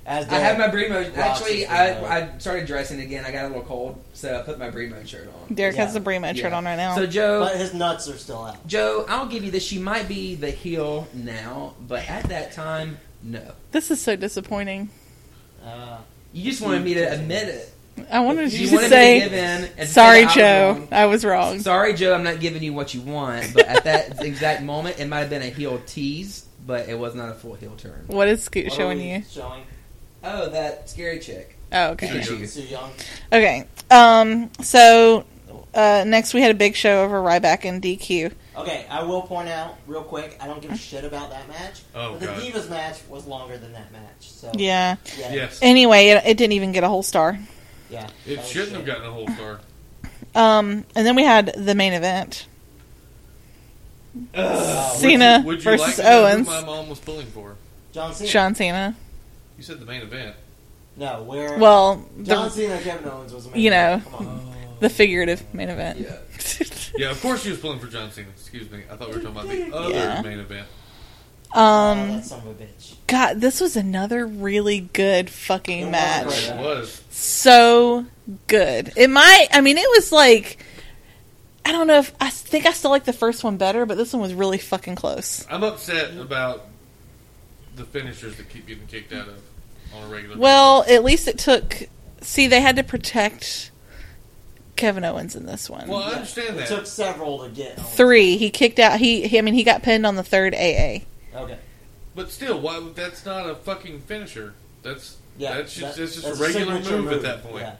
S5: As
S6: I
S5: the-
S6: have my Bremo.
S5: Ross
S6: Actually,
S5: is the-
S6: I, I started dressing again. I got a little cold, so I put my Bremo shirt on.
S3: Derek
S5: Yeah.
S3: has the Brie mode shirt
S6: Yeah.
S3: on right now.
S6: So Joe,
S5: but his nuts are still out.
S6: Joe, I'll give you this. She might be the heel now, but at that time, no.
S3: this is so disappointing.
S5: Uh,
S6: You just wanted me to admit it.
S3: I wanted
S6: You
S3: you to
S6: wanted me to give in
S3: say,
S6: and say
S3: sorry,
S6: I was
S3: Joe.
S6: wrong."
S3: I was wrong.
S6: Sorry, Joe, I'm not giving you what you want, but at that <laughs> exact moment, it might have been a heel tease, but it was not a full heel turn.
S3: What is Scoot
S5: what are
S3: showing
S5: we
S3: you?
S5: Showing
S6: Oh, that scary chick.
S3: Oh, okay.
S4: Sure.
S5: Sue Young.
S3: Okay. Um, so uh, next we had a big show over Ryback and DQ.
S5: Okay, I will point out real quick. I don't give a shit about that match.
S4: Oh,
S5: but the
S4: God.
S5: Divas match was longer than that match. So
S3: Yeah.
S5: yeah,
S4: Yes.
S3: Anyway, it, it didn't even get a whole star.
S5: yeah, that
S4: It
S5: was
S4: shouldn't
S5: shit.
S4: have gotten a
S3: <laughs>
S4: whole star.
S3: Um, and then we had the main event. <sighs>
S5: Uh,
S3: Cena
S4: would you like
S3: versus
S4: to know who
S3: Owens.
S4: my mom was pulling for?
S5: John Cena.
S3: John Cena.
S4: You said the main event.
S5: No, where
S3: Well,
S5: John
S3: the,
S5: Cena, Kevin Owens was amazing.
S3: you know.
S5: Come on.
S3: the figurative main event.
S6: Yeah.
S4: Yeah, of course she was pulling for John Cena. Excuse me. I thought we were talking about the other
S3: Yeah.
S4: main event.
S5: Oh,
S3: <laughs> um,
S5: that son of a bitch.
S3: God, this was another really good
S5: It
S3: fucking
S5: was
S3: match.
S5: great.
S4: It was.
S3: so good. It might. I mean, it was like I don't know if I think I still like the first one better, but this one was really fucking close.
S4: I'm upset about the finishers that keep getting kicked out of on a regular
S3: Well, at least it took. See, they had to protect Kevin Owens in this one.
S4: basis. Well, I understand
S5: It
S4: that.
S5: took several to get Owens.
S3: Three, he kicked out. He, he, I mean, he got pinned on the third AA.
S5: Okay,
S4: But still, why would- that's not a fucking finisher. That's
S5: yeah,
S4: that's just,
S5: that-
S4: that's just
S5: that's
S4: a regular
S5: signature
S4: move, at that point.
S5: Yeah.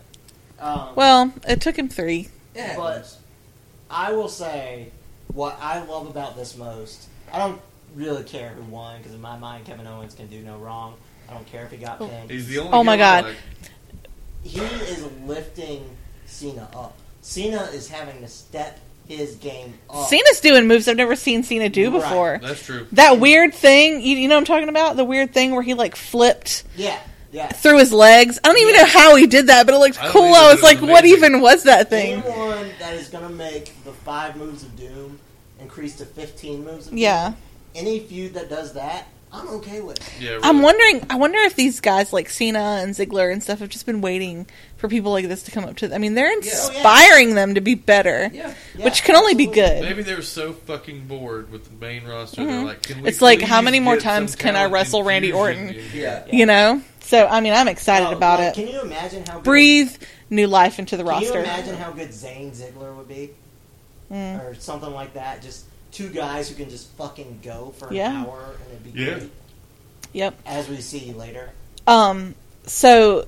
S5: Um,
S3: Well, it took him three.
S6: Yeah.
S5: But I will say what I love about this most. I don't really care who won because in my mind, Kevin Owens can do no wrong. I don't care if he got
S3: Oh.
S5: pinned.
S4: He's the only.
S3: Oh my
S4: guy I
S3: God.
S4: like.
S5: He is lifting Cena up. Cena is having to step his game up.
S3: Cena's doing moves I've never seen Cena do
S5: Oh. Right.
S3: before.
S4: That's true.
S3: That weird thing, you, you know what I'm talking about? The weird thing where he like flipped
S5: Yeah, yeah.
S3: through his legs. I don't even know how he did that, but it looked
S4: I don't
S3: cool.
S4: either,
S3: I
S4: but
S3: was
S4: it was
S3: like, what
S4: amazing.
S3: even was that thing?
S5: Anyone that is going to make the five moves of doom increase to 15 moves of
S3: Yeah.
S5: doom, any feud that does that, I'm okay with.
S4: Yeah, really.
S3: I'm wondering. I wonder if these guys like Cena and Ziggler and stuff have just been waiting for people like this to come up to. Them. I mean, they're
S5: yeah.
S3: inspiring them to be better,
S6: yeah.
S5: Yeah,
S3: which can only be
S5: absolutely.
S3: good.
S4: Maybe they were so fucking bored with the main roster. They're like, can we
S3: Mm-hmm. It's like, how
S4: please
S3: many more
S4: get some
S3: times can I
S4: talent
S3: wrestle Randy
S4: infusion
S3: Orton?
S4: in here?
S6: Yeah.
S5: Yeah.
S3: You know. So I mean, I'm excited
S5: Oh,
S3: about
S5: like,
S3: it.
S5: Can you imagine how
S3: Breathe new life into the
S5: Good, can you
S3: roster.
S5: imagine how good Zayn Ziggler would be,
S3: Mm.
S5: or something like that? Just two guys who can just fucking go for an
S3: Yeah.
S5: hour, and it'd be
S4: Yeah.
S5: great,
S3: Yep.
S5: as we see later.
S3: Um. So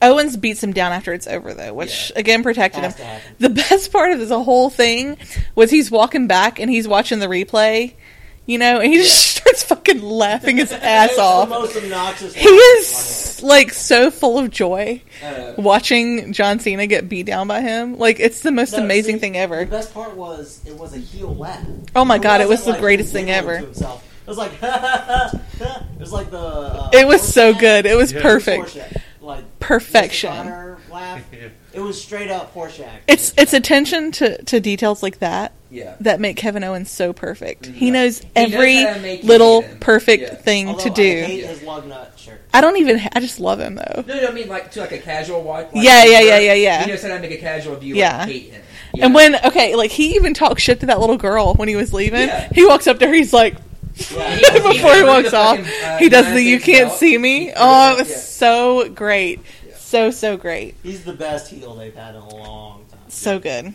S3: Owens beats him down after it's over, though, which again protected him.
S5: Has
S3: <laughs>
S5: to happen.
S3: the best part of this whole thing was he's walking back and he's watching the replay, you know, and he just <laughs> starts fucking laughing his ass
S5: It's The
S3: off.
S5: most obnoxious.
S3: He is like so full of joy
S6: Uh,
S3: watching John Cena get beat down by him. Like it's the most
S5: No,
S3: amazing
S5: see,
S3: thing
S5: The
S3: ever.
S5: best part was it was a heel laugh.
S3: Oh my
S5: It
S3: God, it was
S5: wasn't
S3: the
S5: like
S3: greatest
S5: he
S3: thing
S5: giggled
S3: ever.
S5: to himself. It was like, <laughs> it was like the. Uh,
S3: It was so
S5: Horseshack.
S3: good. It was
S4: Yeah.
S3: perfect.
S5: Horseshack. Like
S3: Perfection.
S5: Mr. Connor
S4: <laughs>
S5: laugh.
S4: Yeah.
S5: It was straight up Horseshack.
S3: It's it's attention to, to details like that
S6: Yeah.
S3: that make Kevin Owens so perfect. He
S6: Yeah.
S3: knows
S6: knows
S3: every
S6: how to make you
S3: little
S6: hate him.
S3: perfect
S6: Yeah.
S3: thing
S5: Although
S3: to
S5: I
S3: do. I,
S5: hate
S6: Yeah.
S5: his lug nut shirt.
S3: don't even. I just love him though.
S6: No, no, I mean like to like a casual watch. Like,
S3: Yeah, yeah,
S6: viewer,
S3: yeah, yeah, yeah.
S6: He knows how to make a casual viewer
S3: Yeah.
S6: hate him.
S3: And when okay, like he even talked shit to that little girl when he was leaving.
S6: Yeah.
S3: He walks up to her. He's like, <laughs> before he walks off,
S6: Uh,
S3: he does the "you can't see me." Oh, it was so great,
S6: Yeah.
S3: so so great,
S5: He's the best heel they've had in a long time.
S3: so good.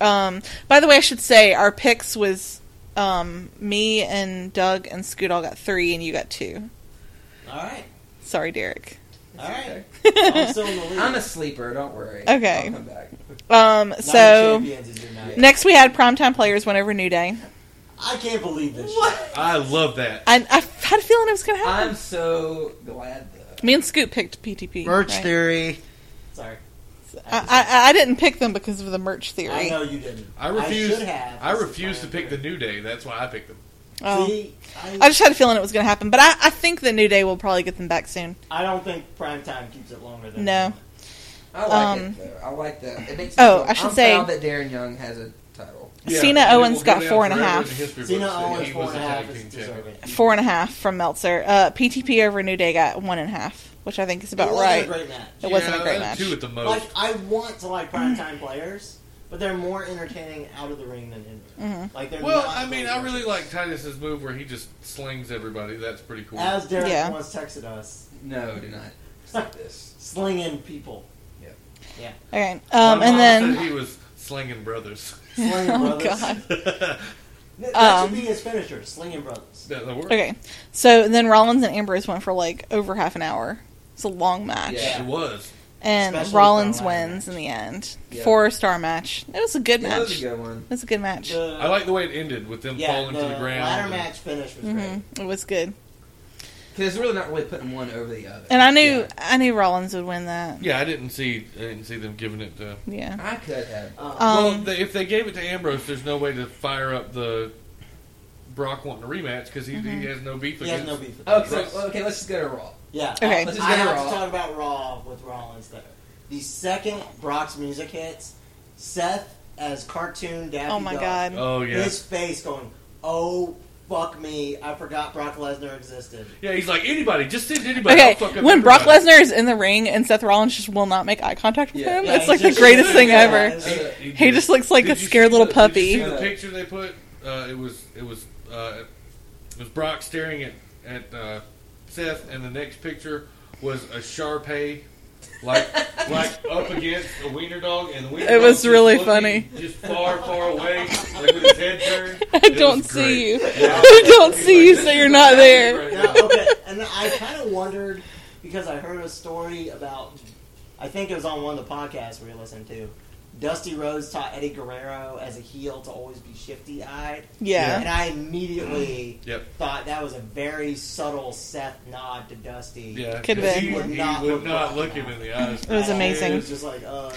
S3: Um, by the way, I should say our picks was um, me and Doug and Scoot all got three, and you got two.
S5: All right,
S3: Sorry, Derek. <laughs>
S5: all right. I'm still in the lead.
S6: I'm a sleeper. Don't worry.
S3: Okay.
S6: I'll come back.
S3: Um,
S5: Not
S3: so
S5: champions is united.
S3: next we had primetime players won over New Day.
S5: I can't believe this. Shit.
S4: I love that.
S3: I, I had a feeling it was going to happen.
S6: I'm so glad though.
S3: me and Scoot picked PTP. right?
S5: Theory. Sorry,
S3: I, I, I didn't pick them because of the merch theory.
S5: I know you didn't.
S4: I refuse.
S5: should have.
S4: I
S5: This is
S4: refuse
S5: my
S4: to pick the New Day. That's why I picked them.
S3: Oh.
S5: See, I,
S3: I just had a feeling it was going to happen, but I, I think the New Day will probably get them back soon.
S5: I don't think prime time keeps it longer than
S3: No.
S6: I like
S3: Um,
S6: it though. I like that. It makes me
S3: oh,
S6: feel-
S3: I should
S6: I'm
S3: say-
S6: proud that Darren Young has a title.
S3: Cena
S4: and it
S3: Owens
S4: will
S3: got
S4: go down
S3: four and a
S4: forever
S3: half.
S4: in the history
S5: Cena
S4: books that he
S5: Owens four
S4: was
S5: and a
S4: the
S5: half
S4: tag
S5: is
S4: team champion.
S5: deserving.
S3: Four and a half from Meltzer. Uh, PTP over New Day got one and a half, which I think is
S5: it
S3: about
S5: wasn't
S3: right.
S5: A great match.
S3: It wasn't
S4: Yeah,
S3: a great
S4: uh,
S3: match.
S4: Two at the most.
S5: Like I want to like prime
S3: Mm-hmm.
S5: time players, but they're more entertaining out of the ring than in. the ring.
S3: Mm-hmm.
S5: Like they're
S4: well,
S5: not
S4: I mean,
S5: great
S4: I
S5: matches.
S4: really like Titus's move where he just slings everybody. That's pretty cool.
S5: As Derek
S3: Yeah.
S5: once texted us, <laughs>
S6: No, do not. Stop this.
S5: slinging people,
S3: Okay.
S4: My
S3: Um,
S4: mom
S3: and then,
S4: said he was slinging brothers. <laughs>
S5: slinging
S3: <laughs> oh
S5: brothers. <laughs>
S3: god.
S4: that
S5: Th- That
S3: Um,
S5: should be his finisher, slinging brothers.
S4: that worked.
S3: Okay. So then Rollins and Ambrose went for like over half an hour. It's a long match,
S6: Yeah.
S4: It was.
S3: and
S5: Especially for
S3: Rollins
S5: a ladder
S3: wins in
S5: match.
S3: the end.
S6: Yeah.
S3: Four star match. It was a good
S6: That was
S3: match.
S6: a good one.
S3: It was a good match.
S5: The,
S4: I like the way it ended with them
S5: yeah,
S4: falling
S5: the
S4: to the ground.
S5: ladder
S4: and-
S5: match finish was great.
S3: Mhm. It was good,
S6: Because it's really not really putting one over the other.
S3: and I knew
S6: Yeah.
S3: I knew Rollins would win that.
S4: Yeah, I didn't see. I didn't see them giving it to.
S3: Yeah.
S6: I could have.
S5: Um,
S4: well,
S3: Um,
S4: they, if they gave it to Ambrose, there's no way to fire up the Brock wanting a rematch because he,
S3: Mm-hmm.
S4: he has no beef
S5: he has
S4: against.
S5: no beef with
S6: Oh,
S5: that.
S6: so, well, okay, let's just go to Raw.
S5: Yeah.
S3: Okay.
S6: Let's just
S5: I
S6: go to
S5: have
S6: Raw.
S5: to talk about Raw with Rollins though. The second Brock's music hits, Seth as cartoon Daffy
S3: Oh my
S5: Duck,
S3: god.
S4: Oh yeah,
S5: His face going, oh fuck me, I forgot Brock Lesnar existed.
S4: yeah. He's like anybody. Just send anybody. I'll
S3: Okay,
S4: fuck up
S3: when Brock
S4: everybody."
S3: Lesnar is in the ring and Seth Rollins just will not make eye contact with
S6: Yeah.
S3: him,
S5: Yeah,
S3: it's
S5: he
S3: like the
S5: just-
S3: greatest thing
S5: yeah,
S3: ever.
S5: it's- Lesnar-
S3: He just looks like
S4: Did
S3: a
S4: you
S3: scared
S4: see
S3: little
S4: the-
S3: puppy.
S4: Did you see the picture they put? Uh, it was it was uh, it was Brock staring at at uh, Seth, and the next picture was a Sharpei. Like,
S3: <laughs>
S4: like up against a wiener dog, and the wiener
S3: It
S4: dog
S3: was
S4: just
S3: really
S4: looking
S3: funny.
S4: Just far, far away, like with his head turned.
S3: <laughs> <laughs> I
S4: It
S3: don't
S4: was great.
S3: see you.
S4: Yeah.
S3: <laughs> I don't see you, so you're
S4: <laughs>
S3: not there.
S5: Now, okay, and I kind of wondered because I heard a story about, I think it was on one of the podcasts we listened to. Dusty Rhodes taught Eddie Guerrero as a heel to always be shifty eyed.
S3: Yeah.
S5: And I immediately
S4: Mm. Yep.
S5: thought that was a very subtle Seth nod to Dusty.
S4: Yeah,
S3: Could
S4: 'cause
S3: have
S4: He,
S3: been.
S4: would
S5: Would
S4: not,
S5: not
S4: he would
S5: look
S4: not
S5: Brock
S4: look
S5: in
S4: him
S5: that.
S4: in the eyes.
S3: It was
S5: And
S3: amazing.
S5: It was just like, uh,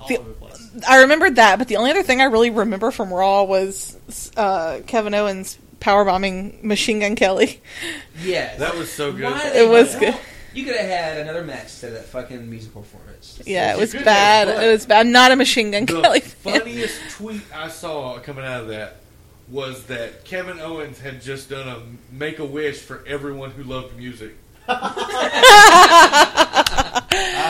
S5: all
S3: The-
S5: over
S3: <laughs>
S5: the place.
S3: I remembered that, but the only other thing I really remember from Raw was uh, Kevin Owens powerbombing Machine Gun Kelly. <laughs>
S6: Yes.
S4: That was so good.
S6: Why did
S4: It
S6: they
S3: was
S6: do
S3: good.
S6: that? You could have had another match to that fucking musical performance.
S3: Yeah, it
S4: You
S3: was
S4: could
S3: bad.
S4: have, but-
S3: It was bad. I'm not a Machine Gun Kelly
S4: The
S3: fan.
S4: funniest tweet I saw coming out of that was that Kevin Owens had just done a make a wish for everyone who loved music.
S5: Uh,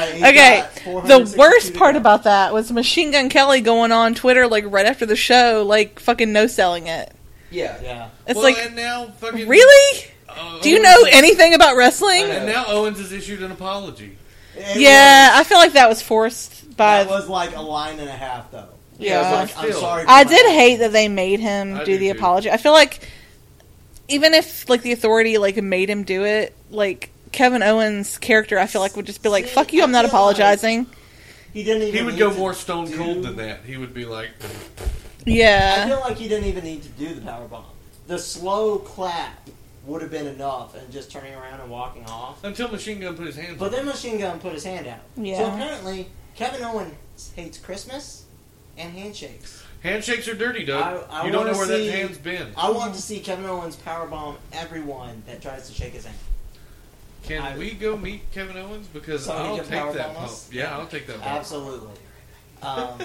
S5: he
S3: Okay,
S5: got
S3: the
S5: 462
S3: worst part
S5: to go.
S3: about that was Machine Gun Kelly going on Twitter like right after the show, like fucking no selling it.
S6: Yeah.
S5: Yeah.
S3: It's
S4: well,
S3: like,
S4: and now fucking
S3: really?
S4: uh,
S3: Do you
S4: Owens-
S3: know anything about wrestling?
S6: I
S4: And now Owens has issued an apology.
S5: It
S3: Yeah, I feel like that was forced by.
S5: That was like a line and a half, though.
S3: Yeah.
S5: It was like, I'm
S4: Still.
S5: sorry. for
S3: I
S5: my-
S3: did hate that they made him
S4: I
S3: do
S4: do
S3: the
S4: too.
S3: apology. I feel like even if like the authority like made him do it, like Kevin Owens' character, I feel like would just be like,
S5: See,
S3: "Fuck you,
S5: I
S3: I'm not
S5: feel like-
S3: apologizing."
S5: He didn't even.
S4: He would
S5: need
S4: go
S5: to
S4: more stone
S5: do-
S4: cold than that. He would be like,
S5: I
S3: Yeah,
S5: feel like he didn't even need to do the power bomb. The slow clap would have been enough, and just turning around and walking off.
S4: until Machine Gun put his hands
S5: But
S4: up.
S5: then Machine Gun put his hand out.
S3: Yeah.
S5: So apparently, Kevin Owens hates Christmas and handshakes.
S4: Handshakes are dirty, Doug.
S5: I- I
S4: you don't
S5: wanna
S4: know where
S5: see-
S4: that hand's been.
S5: I want to see Kevin Owens powerbomb everyone that tries to shake his hand.
S4: Can
S5: I-
S4: we go meet Kevin Owens? Because
S5: Somebody
S4: I'll
S5: can
S4: take
S5: powerbomb
S4: that pump.
S5: us?
S4: Yeah, I'll take that pump.
S5: Absolutely.
S6: <laughs>
S5: Um,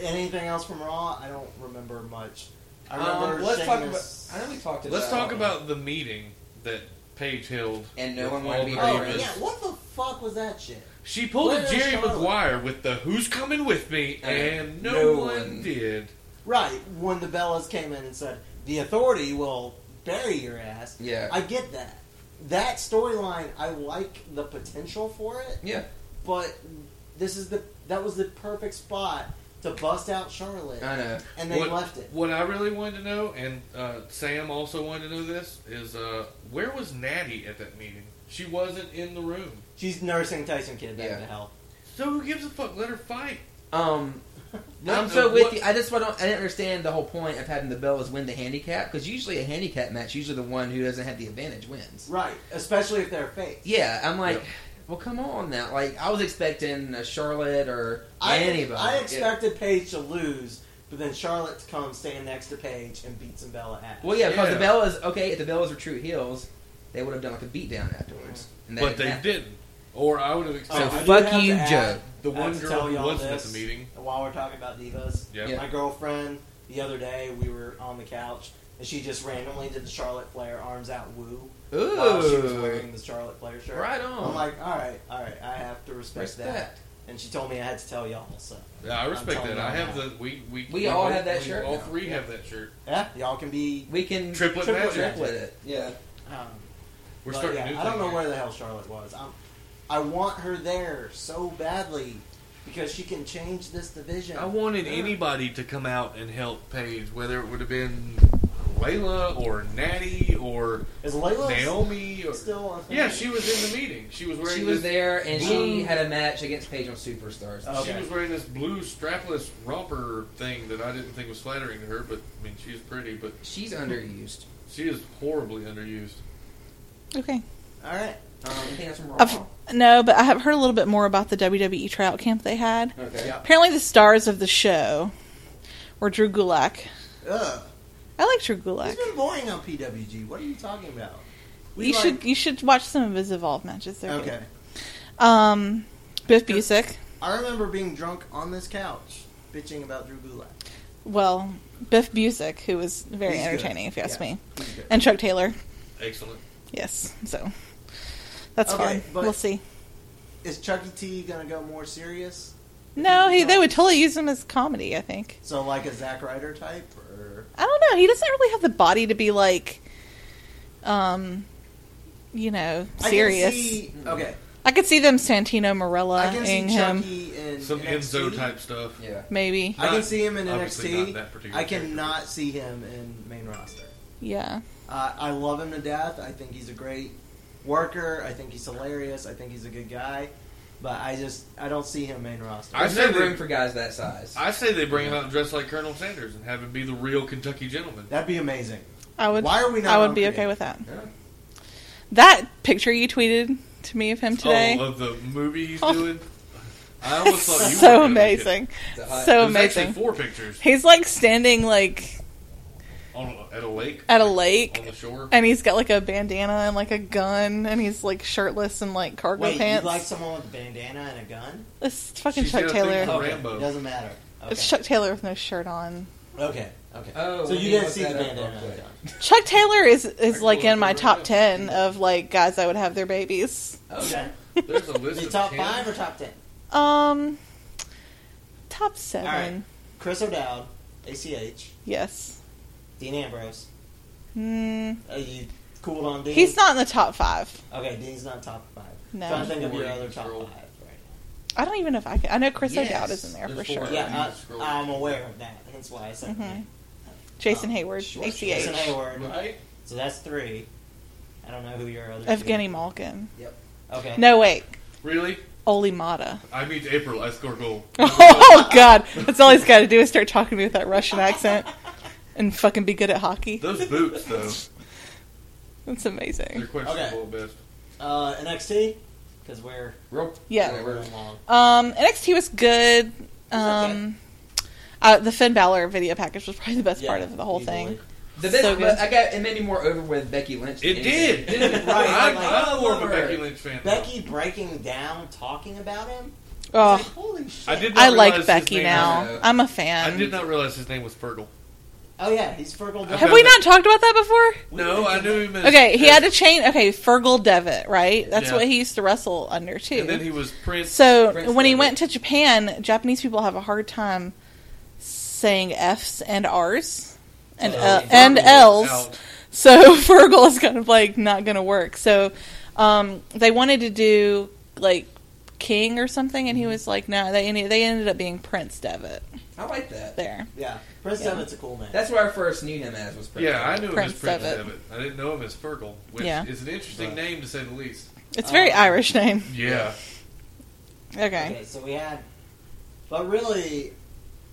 S5: anything else from Raw? I don't remember much. I remember
S6: Um, let's talk about.
S5: Sheamus-
S6: I know we talked about.
S4: Let's talk about the meeting that Paige held.
S6: And no
S4: with
S6: one wanted
S4: all
S6: to
S4: the
S6: be
S5: Oh
S6: there
S4: divas.
S6: is.
S5: yeah, what the fuck was that shit?
S4: She pulled a
S5: Where's
S4: Jerry
S5: Charlotte?
S4: Maguire with the "Who's coming with me?"
S6: Uh,
S4: and no,
S6: no
S4: one,
S6: one.
S4: did.
S5: Right when the Bellas came in and said the Authority will bury your ass.
S6: Yeah.
S5: I get that. That storyline, I like the potential for it,
S6: Yeah.
S5: but this is the that was the perfect spot to bust out Charlotte,
S6: I know.
S5: and they
S4: what,
S5: left it.
S4: What I really wanted to know, and uh, Sam also wanted to know this, is uh, where was Natty at that meeting? She wasn't in the room.
S5: She's nursing Tyson Kidd back
S6: Yeah.
S5: to hell.
S4: So who gives a fuck? Let her fight.
S6: <laughs> Um,
S4: Not
S6: I'm
S4: the-
S6: so with
S4: what-
S6: you. I just don't. I didn't understand the whole point of having the Bellas win the handicap because usually a handicap match, usually the one who doesn't have the advantage wins.
S5: Right, especially if they're fake.
S6: Yeah, I'm like,
S4: Yep.
S6: well, come on now. Like I was expecting a Charlotte or
S5: I,
S6: anybody.
S5: I expected Paige to lose, but then Charlotte to come stand next to Paige and beat some Bella ass.
S6: Yeah. Well, yeah, because
S4: Yeah.
S6: the Bellas. Okay, if the Bellas were true heels, they would have done like a beatdown afterwards. And that
S4: but they
S6: happen.
S4: didn't. Or I would have
S5: Oh, I
S4: expected
S5: do
S6: fuck
S5: have to
S6: you,
S5: add-
S6: Joe.
S4: the
S5: I
S4: one
S5: have to
S4: girl
S5: tell
S4: who
S5: y'all
S4: wasn't at
S5: this.
S4: the meeting.
S5: While we're talking about divas,
S4: Yeah.
S6: Yeah.
S5: my girlfriend the other day we were on the couch and she just randomly did the Charlotte Flair arms out woo while she was
S6: Ooh.
S5: wearing the Charlotte Flair shirt.
S6: Right on.
S5: I'm like, all right, all right, I have to respect, that.
S6: Respect.
S5: And she told me I had to tell y'all. So
S4: Yeah, I respect
S5: telling
S4: that.
S5: you
S4: I
S5: now.
S4: have the we we
S6: We all
S4: both-
S6: have that
S4: we
S6: shirt
S4: All
S6: now.
S4: three
S6: Yeah.
S4: have that shirt.
S5: yeah, y'all can be.
S6: We can
S4: Triplet
S6: triplet
S4: magic.
S6: with it. Yeah.
S5: Um,
S4: We're
S5: But,
S4: starting.
S5: yeah,
S4: a new
S5: I don't
S4: thing
S5: know
S4: here.
S5: where the hell Charlotte was. I'm, I want her there so badly because she can change this division.
S4: I wanted anybody to come out and help Paige, whether it would have been Layla or Natty or
S5: Is Layla
S4: Naomi or
S5: still on?
S4: yeah, she was in the meeting. She was wearing
S6: She was
S4: this,
S6: there, and
S5: Blue-
S6: she had a match against Paige on Superstars.
S5: Oh.
S4: She
S5: Okay.
S4: was wearing this blue strapless romper thing that I didn't think was flattering to her, but I mean she's pretty, but
S6: She's underused.
S4: she is horribly underused.
S3: Okay.
S5: All right.
S6: Um, I think that's from Raw.
S3: I've, no, but I have heard a little bit more about the WWE tryout camp they had.
S6: Okay.
S5: Yeah.
S3: Apparently, the stars of the show were Drew Gulak.
S5: Ugh.
S3: I like Drew Gulak.
S5: He's been boring on PWG. What are you talking about?
S3: You should you should watch some of his Evolve matches. They're
S5: Okay.
S3: good. Um, Biff Busick.
S5: I remember being drunk on this couch bitching about Drew Gulak.
S3: Well, Biff Busick, who was very
S5: He's good.
S3: entertaining, if you ask
S5: Yeah.
S3: me,
S5: He's good.
S3: and Chuck Taylor.
S4: Excellent.
S3: Yes, so that's
S5: Okay,
S3: fine.
S5: but-
S3: We'll see.
S5: Is Chucky T gonna go more serious?
S3: No, he,
S5: not-
S3: they would totally use him as comedy. I think.
S5: So like a Zack Ryder type, or
S3: I don't know. He doesn't really have the body to be like, um, you know, serious.
S5: I can see, okay,
S3: them Santino
S5: I can see E.
S3: Morella-ing him,
S5: Chucky in
S4: Some
S5: NXT.
S4: Enzo type stuff.
S6: Yeah.
S3: maybe.
S5: I can
S4: Not-
S5: see him in
S4: obviously not that
S5: NXT.
S4: particular
S5: I cannot
S4: character.
S5: see him in main roster.
S3: Yeah,
S5: Uh, I love him to death. I think he's a great worker. I think he's hilarious. I think he's a good guy. But I just I don't see him main roster.
S4: I
S6: There's
S4: say
S6: no
S4: they-
S6: room for guys that size.
S4: I say they bring him out dressed like Colonel Sanders and have him be the real Kentucky gentleman.
S5: That'd be amazing.
S3: I would.
S5: Why are we not
S3: I
S5: on
S3: would be
S5: creative?
S3: okay with that.
S6: Yeah.
S3: That picture you tweeted to me of him today.
S4: Oh, of the movie he's
S3: Oh. <laughs>
S4: doing. I
S3: It's <laughs>
S4: almost thought you were
S3: so
S4: gonna make it.
S3: amazing.
S6: It's a hot-
S3: So
S4: It was actually
S3: amazing.
S4: Four pictures
S3: He's like standing like
S4: on, at a lake
S3: at a
S4: on
S3: lake
S4: the shore.
S3: and he's got like a bandana and like a gun and he's like shirtless and like cargo
S5: Wait,
S3: pants.
S5: you like someone with a bandana and a gun?
S3: It's fucking
S4: She's
S3: Chuck
S4: got a thing
S3: Taylor.
S4: for
S5: Okay,
S4: Rambo.
S5: doesn't matter. Okay.
S3: It's Chuck Taylor with no shirt on.
S5: okay. Okay.
S6: Oh,
S5: so
S6: let
S5: you
S6: me
S5: didn't
S6: look
S5: see the
S6: that up
S5: bandana. and
S6: real
S5: a
S6: quick.
S5: gun.
S3: Chuck Taylor is is
S4: can
S3: like
S4: look
S3: in my
S4: over
S3: top
S4: it.
S3: ten of like guys that would have their babies.
S5: Okay.
S4: There's a
S5: Is
S4: list
S5: it
S4: of
S5: top
S4: 10.
S5: five or top ten?
S3: Um, top
S5: All
S3: seven.
S5: right. Chris O'Dowd, ACH,
S3: Yes.
S5: Dean Ambrose.
S3: Mm,
S5: Are you cooled on Dean?
S3: he's not in the top five.
S5: Okay, Dean's not top five.
S3: No.
S5: So I think of your
S4: Boring
S5: other top
S4: control.
S5: five. Right
S3: I don't even know if I can. I know Chris O'Dowd
S6: Yes.
S3: is in there
S4: There's
S3: for sure.
S4: four.
S5: now. Yeah,
S4: You scroll.
S5: I, I'm aware of that. That's why I said
S3: hmm Jason Hayward,
S6: sure,
S3: ACH,
S6: sure.
S5: Jason Hayward.
S4: Right?
S5: So that's three. I don't know who your other.
S3: Evgeny Malkin.
S5: Two. Okay.
S3: No, wait.
S4: Really?
S3: Oli Mata.
S4: I meet April. I
S3: <laughs>
S4: score goal.
S3: Oh God, that's all he's got to do is start talking to me with that Russian accent and fucking be good at hockey.
S4: Those boots, though,
S3: That's
S4: they're
S3: amazing.
S4: questionable at best.
S5: Uh, NXT, because we're
S6: Real,
S3: Yeah.
S5: we're
S6: we're-
S5: long.
S3: Um, NXT was good. Um, Uh, the Finn Balor video package was probably the best
S5: Yeah,
S3: part of the whole
S5: easily.
S3: thing.
S6: The best,
S3: So good.
S6: but I got it made me more over with Becky Lynch. than <laughs>
S4: It
S6: anything.
S4: did. <laughs> right.
S5: Right,
S4: I'm,
S5: like,
S4: I'm more of a
S6: over.
S4: Becky Lynch fan. now.
S5: Becky breaking down, talking about him. It's
S3: Oh,
S5: like, holy shit!
S4: I did. Not
S3: I
S4: realize
S3: like
S4: his
S3: Becky
S4: name
S3: now.
S6: Yeah.
S3: I'm a
S4: Was, I
S3: fan.
S4: did not realize his name was Fergal.
S5: Oh yeah, he's Fergal.
S4: Have
S3: Have we not talked about that before?
S4: No, I knew him. As,
S3: Okay, he had
S4: a.
S3: a chain. Okay, Fergal Devitt, right? That's
S4: Yeah.
S3: what he used to wrestle under too.
S4: And then he was Prince.
S3: So
S6: Prince
S3: when he
S6: Devitt.
S3: went to Japan, Japanese people have a hard time saying F's and R's and
S4: Oh,
S3: uh,
S4: Fergal
S3: and
S4: was
S3: L's.
S4: out.
S3: So <laughs> Fergal is kind of like not going to work. So um, they wanted to do like King or something, and he was like, "No." They ended, they ended up being Prince Devitt
S6: I like that.
S3: there.
S5: Yeah, Prince
S3: Yeah.
S5: Devitt's a cool man.
S6: That's where I first knew him as was. Prince.
S4: Yeah, I knew
S3: Prince
S4: him as Prince
S3: Devitt.
S4: Devitt. I didn't know him as Fergal, which
S3: Yeah.
S4: is an interesting
S5: Right.
S4: name to say the least.
S3: It's a very
S5: Um,
S3: Irish name. <laughs>
S4: Yeah.
S3: Okay.
S5: so we had, but really,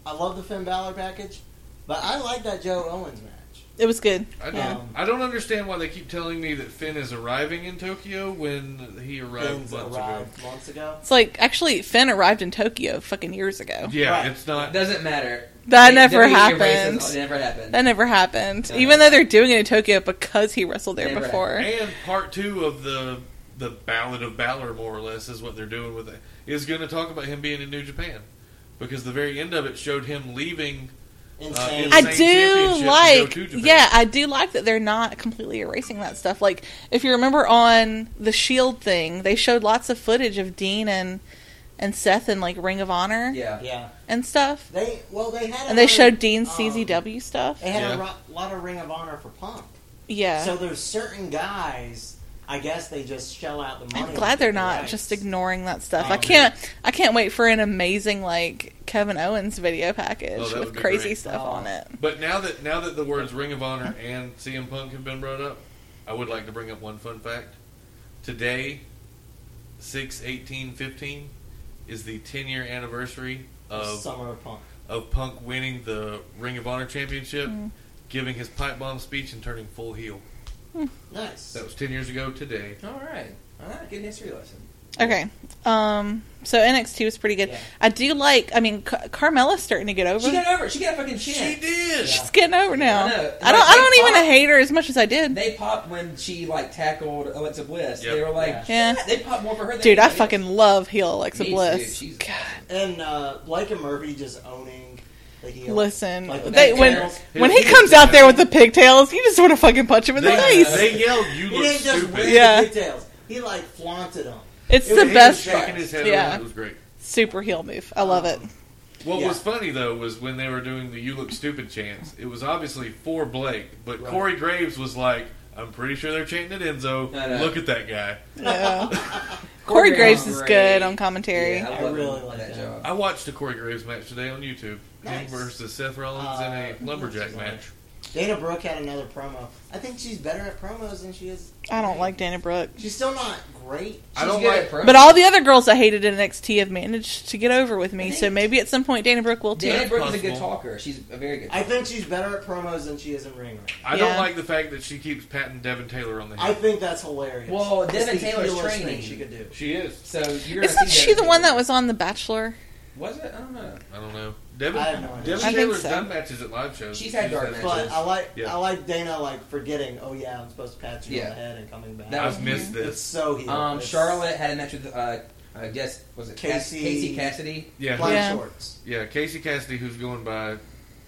S5: I love the Finn Balor package, but I like that Joe Owens match.
S3: It was good.
S4: I don't,
S3: Yeah.
S4: I don't understand why they keep telling me that Finn is arriving in Tokyo when he arrived
S5: Finn's
S4: months ago.
S5: arrived months ago.
S3: It's like actually Finn arrived in Tokyo fucking years ago.
S4: Yeah,
S5: Right.
S4: it's not.
S6: Doesn't matter.
S3: That
S6: They-
S3: never
S6: WWE
S3: happened.
S6: erases- It never happened.
S3: That never happened.
S6: No.
S3: Even though they're doing it in Tokyo because he wrestled there
S6: Never
S3: before.
S4: And part two of the the Ballad of Balor, more or less, is what they're doing with it. Is going to talk about him being in New Japan because the very end of it showed him leaving.
S5: Insane.
S4: Uh,
S3: I
S4: Same championship
S3: do
S4: to go
S3: like,
S4: to Japan.
S3: yeah, I do like that they're not completely erasing that stuff. Like, if you remember on the Shield E thing, they showed lots of footage of Dean and and Seth in like Ring of Honor
S6: Yeah.
S5: yeah,
S3: and stuff,
S5: they well they had a
S3: and they
S5: lot of,
S3: showed Dean's
S5: um,
S3: CZW stuff.
S5: They had
S4: Yeah.
S5: a ro- lot of Ring of Honor for Punk.
S3: Yeah,
S5: So there's certain guys. I guess they just shell out the money.
S3: I'm glad they're not
S5: Right.
S3: just ignoring that stuff.
S5: Oh,
S4: Um,
S3: I can't, I can't wait for an amazing like Kevin Owens video package
S4: Oh, that would
S3: with
S4: be
S3: crazy
S4: great.
S3: stuff
S5: Oh.
S3: on it.
S4: But now that now that the words Ring of Honor and CM Punk have been brought up, I would like to bring up one fun fact. Today, 6 18 15 is the 10 year anniversary of
S5: Summer of Punk.
S4: of Punk winning the Ring of Honor championship,
S3: Mm.
S4: giving his pipe bomb speech and turning full heel.
S5: Nice.
S4: That was 10 years ago today.
S6: All right. All right. Good history lesson.
S3: Okay. Um. So NXT was pretty good.
S5: Yeah.
S3: I do like. I mean, Car- Carmella's starting to get over.
S6: She got over. it. She got a fucking chance.
S4: She did.
S5: Yeah.
S3: She's getting over now. I,
S6: I know.
S3: don't.
S6: Like,
S3: I
S6: they
S3: don't even
S6: fought.
S3: hate her as much as I did.
S6: They popped when she like tackled Alexa Bliss.
S4: Yep.
S6: They were like,
S3: Yeah.
S6: "Shit." They popped more for her. Than
S3: Dude, I
S6: anybody
S3: fucking love heel Alexa
S6: Me too.
S3: Bliss.
S6: She's-
S3: God,
S5: And uh, Blake and Murphy just owning the heel.
S3: listen,
S5: Like the
S3: they, when
S5: pigtails.
S3: when he
S4: His
S3: comes
S4: heel-
S3: out there with the pigtails, you just want to fucking punch him in the
S4: They,
S3: face.
S4: they yelled,
S5: He
S4: "You look
S5: didn't just
S4: stupid."
S5: win
S3: Yeah.
S5: the details. He like flaunted them.
S3: it's
S5: it
S3: the
S4: He was
S3: best
S4: shaking his head.
S3: Yeah.
S4: around. It was great.
S3: super heel move. I love it.
S4: What
S5: Yeah.
S4: was funny though was when they were doing the "You look stupid" chants. It was obviously for Blake, but
S5: Right.
S4: Corey Graves was like, "I'm pretty sure they're chanting at Enzo.
S6: I know.
S4: Look at that guy."
S3: Yeah. Corey Graves is good on commentary.
S6: Yeah,
S5: I
S6: love
S5: really
S6: him.
S5: like
S6: that
S5: that.
S6: job.
S4: I watched a Corey Graves match today on YouTube. Him
S5: Nice.
S4: versus Seth Rollins
S5: Uh,
S4: in a lumberjack
S5: nice.
S4: match.
S5: Dana Brooke had another promo. I think she's better at promos than she is.
S3: I don't like Dana Brooke.
S5: She's still not great.
S4: I don't
S6: She's good
S4: like-
S6: at pro-
S3: But all the other girls I hated in NXT have managed to get over with me,
S6: Thanks.
S3: so maybe at some point Dana Brooke will too.
S6: Dana Brooke is a good
S4: Possible.
S6: talker. She's a very good.
S5: I think she's better at promos than she is in ring. Right.
S4: I
S3: Yeah.
S4: don't like the fact that she keeps patting Devin Taylor on the
S5: I
S4: head.
S5: think that's hilarious.
S6: Well,
S5: It's
S6: Devin
S5: the
S6: Taylor's
S5: heelest
S6: training.
S5: thing she could do.
S4: she is.
S6: So you're gonna
S3: Isn't
S6: see
S3: she the
S6: Devin
S3: one that
S6: Taylor.
S3: was on The Bachelor?
S6: Was it? I don't know.
S4: I don't know. Devin,
S5: I have no idea.
S4: Devin
S3: I think
S4: Taylor's
S3: so.
S4: done matches at live shows.
S6: She's had dark matches.
S5: But I like
S4: Yeah.
S5: I like Dana like forgetting. Oh yeah, I'm supposed to pat you on
S6: Yeah.
S5: the head and coming back.
S6: That was-
S4: I've missed
S5: it's
S4: this.
S5: so heel.
S6: Um,
S5: It's
S6: Charlotte had a match with uh, I guess was it Cass-
S5: Casey-
S6: Casey Cassidy?
S4: Yeah,
S5: Black
S4: who-
S3: Yeah.
S5: shorts.
S4: yeah. Casey Cassidy, who's going by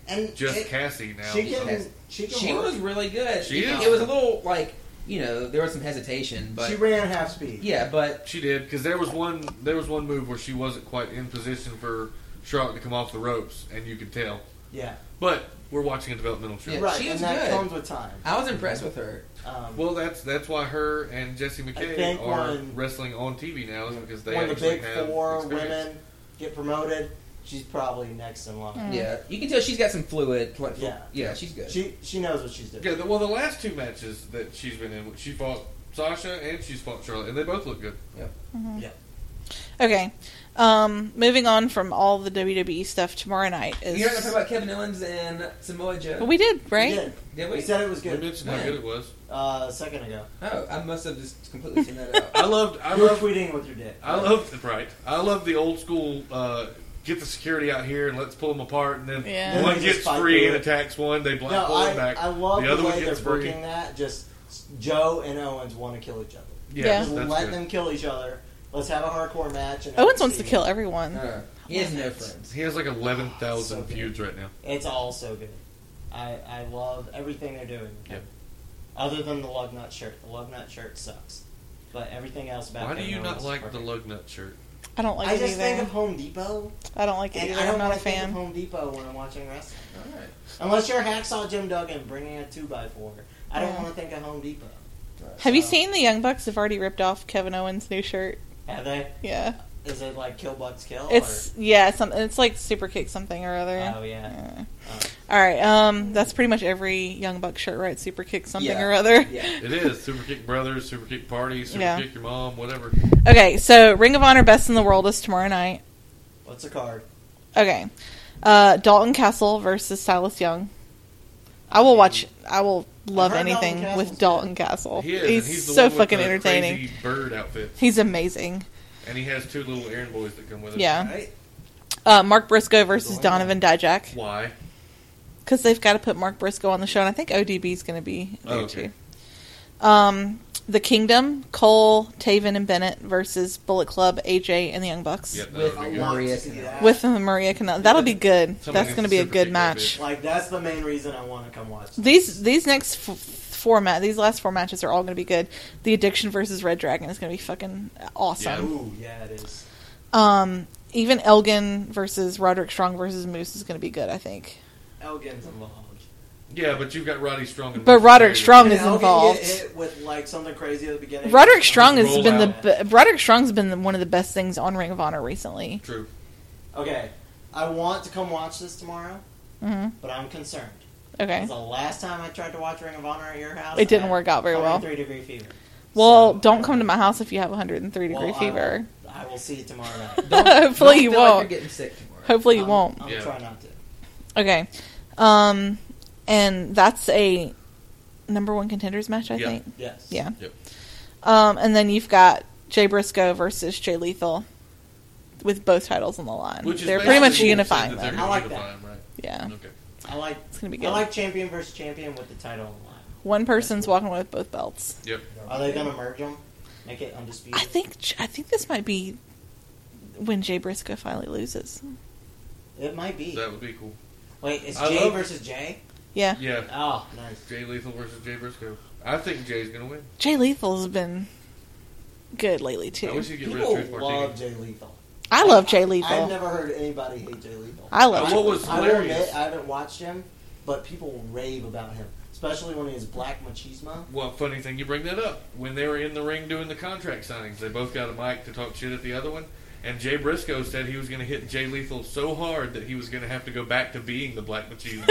S5: And
S4: just
S5: it-
S4: Cassie now.
S5: She can.
S6: Yes.
S5: She can.
S6: She
S5: work.
S6: was really good.
S4: She
S6: it,
S4: is.
S6: it was a little like you know there was some hesitation, but
S5: she ran at half speed.
S6: yeah, but
S4: She did because there was one there was one move where she wasn't quite in position for Charlotte to come off the ropes, and you could tell.
S5: Yeah.
S4: But we're watching a developmental show.
S6: Yeah.
S5: right.
S6: she was
S5: and that
S6: good.
S5: comes with time.
S6: I was impressed with her.
S5: Um,
S4: Well, that's that's why her and Jesse McKay
S5: think
S4: are
S5: when-
S4: wrestling on TV now is because they
S5: when the
S4: actually
S5: big
S4: have
S5: four
S4: experience.
S5: women get promoted, she's probably next in line.
S3: Mm.
S6: Yeah, you can tell she's got some fluid. Like, yeah,
S5: Yeah.
S6: yeah, she's good.
S5: She she knows what she's doing.
S4: Yeah, the, well, the last two matches that she's been in, she fought Sasha and she's fought Charlotte, and they both look good.
S3: Okay. Um, moving on from all the WWE stuff tomorrow night is.
S6: You're not gonna talk about Kevin Owens and Samoa Joe,
S3: But we did, right?
S5: We did.
S6: did
S5: We
S6: we?
S5: said it was
S4: We
S5: good
S4: mentioned how
S6: Man.
S4: good
S5: <laughs>
S4: it was.
S5: uh, a second ago.
S6: Oh, I must have just
S3: <laughs>
S6: completely seen that out.
S4: I loved. I
S5: You're
S4: loved.
S5: tweeting with your dick.
S4: I love right. I love the old school uh, get the security out here and let's pull them apart, and then
S3: Yeah.
S5: And
S4: one
S5: they just
S4: gets
S5: fight
S4: free
S5: through
S4: and
S5: it.
S4: attacks one. They black
S5: No,
S4: pull
S5: I,
S4: him back.
S5: I love
S4: the
S5: the,
S4: other one
S5: way they're
S4: gets free.
S5: booking that. Just Joe and Owens want to kill each other.
S3: Yeah.
S4: that's
S5: Just let
S4: good.
S5: them kill each other. Let's have a hardcore match. And
S3: Owens wants
S5: see.
S3: to kill everyone.
S6: Uh, he has no friends.
S4: He has like eleven thousand
S5: <sighs> So good.
S4: feuds right now.
S5: It's all so good. I, I love everything they're doing.
S4: Yep.
S5: Other than the lug nut shirt. The lug nut shirt sucks. But everything else about
S4: Why do
S5: Kevin
S4: you not
S5: Owens is
S4: like the
S5: perfect.
S4: lug nut shirt?
S3: I don't like
S5: I
S3: it
S5: just
S3: either.
S5: think of Home Depot,
S3: I don't like it
S5: and
S3: either.
S5: I
S3: I'm
S5: don't
S3: not
S5: want
S3: a
S5: to think of
S3: fan.
S5: Home Depot when I'm watching wrestling.
S6: All right.
S5: Unless you're Hacksaw Jim Duggan bringing a 2x4. I don't
S3: Yeah.
S5: want to think of Home Depot.
S3: Have you
S5: So-
S3: seen the Young Bucks have already ripped off Kevin Owens' new shirt?
S5: Have they?
S3: Yeah,
S5: Is it like Kill Bucks Kill?
S3: it's yeah, some it's like super kick something or other.
S5: Or, oh, yeah.
S3: Yeah.
S5: Oh.
S3: All right, um, that's pretty much every Young Buck shirt, right? Super kick something
S6: Yeah.
S3: or other.
S6: Yeah.
S4: It is super kick brothers, super kick party, super
S3: Yeah.
S4: kick your mom, whatever.
S3: Okay, so Ring of Honor Best in the World is tomorrow night.
S5: What's the card?
S3: Okay, uh, Dalton Castle versus Silas Young. I will watch. I will love
S5: heard Dalton
S3: anything
S5: Castle's
S3: with Dalton Castle.
S4: He is. and
S3: he's,
S4: he's the
S3: so
S4: one with
S3: fucking
S4: the
S3: entertaining.
S4: Crazy bird outfit,
S3: He's amazing.
S4: and he has two little errand boys that come with him.
S3: Yeah.
S5: Right?
S3: Uh, Mark Briscoe versus Donovan Dijak.
S4: Why?
S3: because they've got to put Mark Briscoe on the show, and I think ODB's going to be there
S4: Oh, okay.
S3: too. Um, the Kingdom, Cole, Taven, and Bennett versus Bullet Club, AJ, and the Young Bucks
S4: Yep, that
S6: With
S4: would be good.
S5: I want
S6: Maria
S5: to see
S6: Canales.
S5: that.
S3: with Maria Canal. That'll be good.
S4: Somebody
S3: That's going
S4: needs
S3: to
S4: to
S3: be a
S4: super
S3: good
S4: kick that
S3: match.
S5: Like that's the main reason I want to come watch. This.
S3: These these next f- four ma- these last four matches are all going to be good. The Addiction versus Red Dragon is going to be fucking awesome.
S5: Ooh, yeah, it is.
S3: Um, even Elgin versus Roderick Strong versus Moose is going to be good. I think,
S5: Elgin's involved.
S4: Yeah, but you've got Roddy Strong. And
S3: but Roderick Strong
S5: Did
S3: is
S5: Elgin
S3: involved.
S5: Get hit with like something crazy at the beginning.
S3: Roderick Strong
S4: Just
S3: has
S4: roll
S3: been
S4: out.
S3: the be- Roderick Strong's been the, one of the best things on Ring of Honor recently.
S4: True.
S5: Okay, I want to come watch this tomorrow,
S3: hmm
S5: but I'm concerned.
S3: Okay,
S5: It's The last time I tried to watch Ring of Honor at your house,
S3: It didn't
S5: I-
S3: work out very well.
S5: Three degree fever.
S3: well,
S5: So-
S3: don't come to my house if you have 103 degree
S5: Well, I
S3: fever.
S5: will- I will, see you tomorrow night.
S3: <laughs> <laughs> Hopefully
S6: Don't
S3: you
S6: feel like
S3: won't.
S6: you're getting sick tomorrow.
S3: Hopefully you
S5: I'm-
S3: won't.
S5: I'm
S4: Yeah.
S5: trying not to.
S3: Okay, um, and that's a number one contenders match, I
S4: Yeah.
S3: think.
S5: Yes.
S3: Yeah.
S4: Yep.
S3: Um, and then you've got Jay Briscoe versus Jay Lethal with both titles on the line.
S4: Which is
S3: they're pretty much
S4: basically what you said
S3: unifying
S4: that they're
S3: them.
S5: I
S4: gonna
S5: like
S4: unify them, right?
S3: Yeah,
S4: Okay.
S5: I like.
S3: it's gonna be
S5: I
S3: good.
S5: like champion versus champion with the title on the line.
S3: one person's walking away with both belts.
S4: Yep.
S5: Are they gonna merge them? Make it undisputed.
S3: I think I think this might be when Jay Briscoe finally loses.
S5: it might be.
S4: That would be cool.
S5: Wait, it's
S4: I
S5: Jay
S4: love-
S5: versus Jay.
S3: Yeah,
S4: Yeah.
S5: Oh, nice.
S4: Jay Lethal versus Jay Briscoe. I think Jay's gonna win.
S3: Jay Lethal's been good lately
S4: I
S3: too.
S4: wish he'd get rid of
S5: People
S4: Truth Martini.
S5: love Jay Lethal.
S3: I love Jay
S5: I've
S3: Lethal.
S5: never heard anybody hate Jay Lethal.
S3: I
S4: Uh,
S3: love.
S4: what
S3: Jay.
S4: was
S5: I will admit
S4: hilarious?
S5: I haven't watched him, but people rave about him, especially when he's Black Machismo.
S4: Well, funny thing you bring that up. When they were in the ring doing the contract signings, they both got a mic to talk shit at the other one. And Jay Briscoe said he was going to hit Jay Lethal so hard that he was going to have to go back to being the
S3: <laughs>
S4: Black Machismo.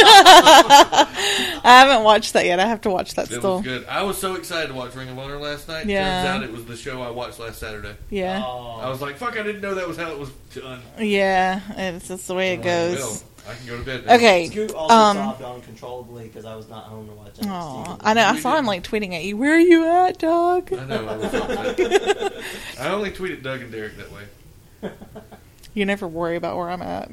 S3: I haven't watched that yet. I have to watch that
S4: it
S3: still.
S4: was good. I was so excited to watch Ring of Honor last night.
S3: Yeah.
S4: Turns out it was the show I watched last Saturday.
S3: Yeah,
S5: Oh.
S4: I was like, fuck, I didn't know that was how it was done.
S3: yeah. It's just the way it
S4: I'm like,
S3: goes.
S4: Oh. Well, I can go to bed now.
S3: Okay.
S5: Scoot also
S3: Um,
S5: sobbed uncontrollably because I was not home to watch NXT.
S3: Oh, I know. I saw him like tweeting at you. Where are you at, dog?
S4: I know. I, was upset.
S3: <laughs>
S4: I only tweet at Doug and Derek that way.
S3: You never worry about where I'm at.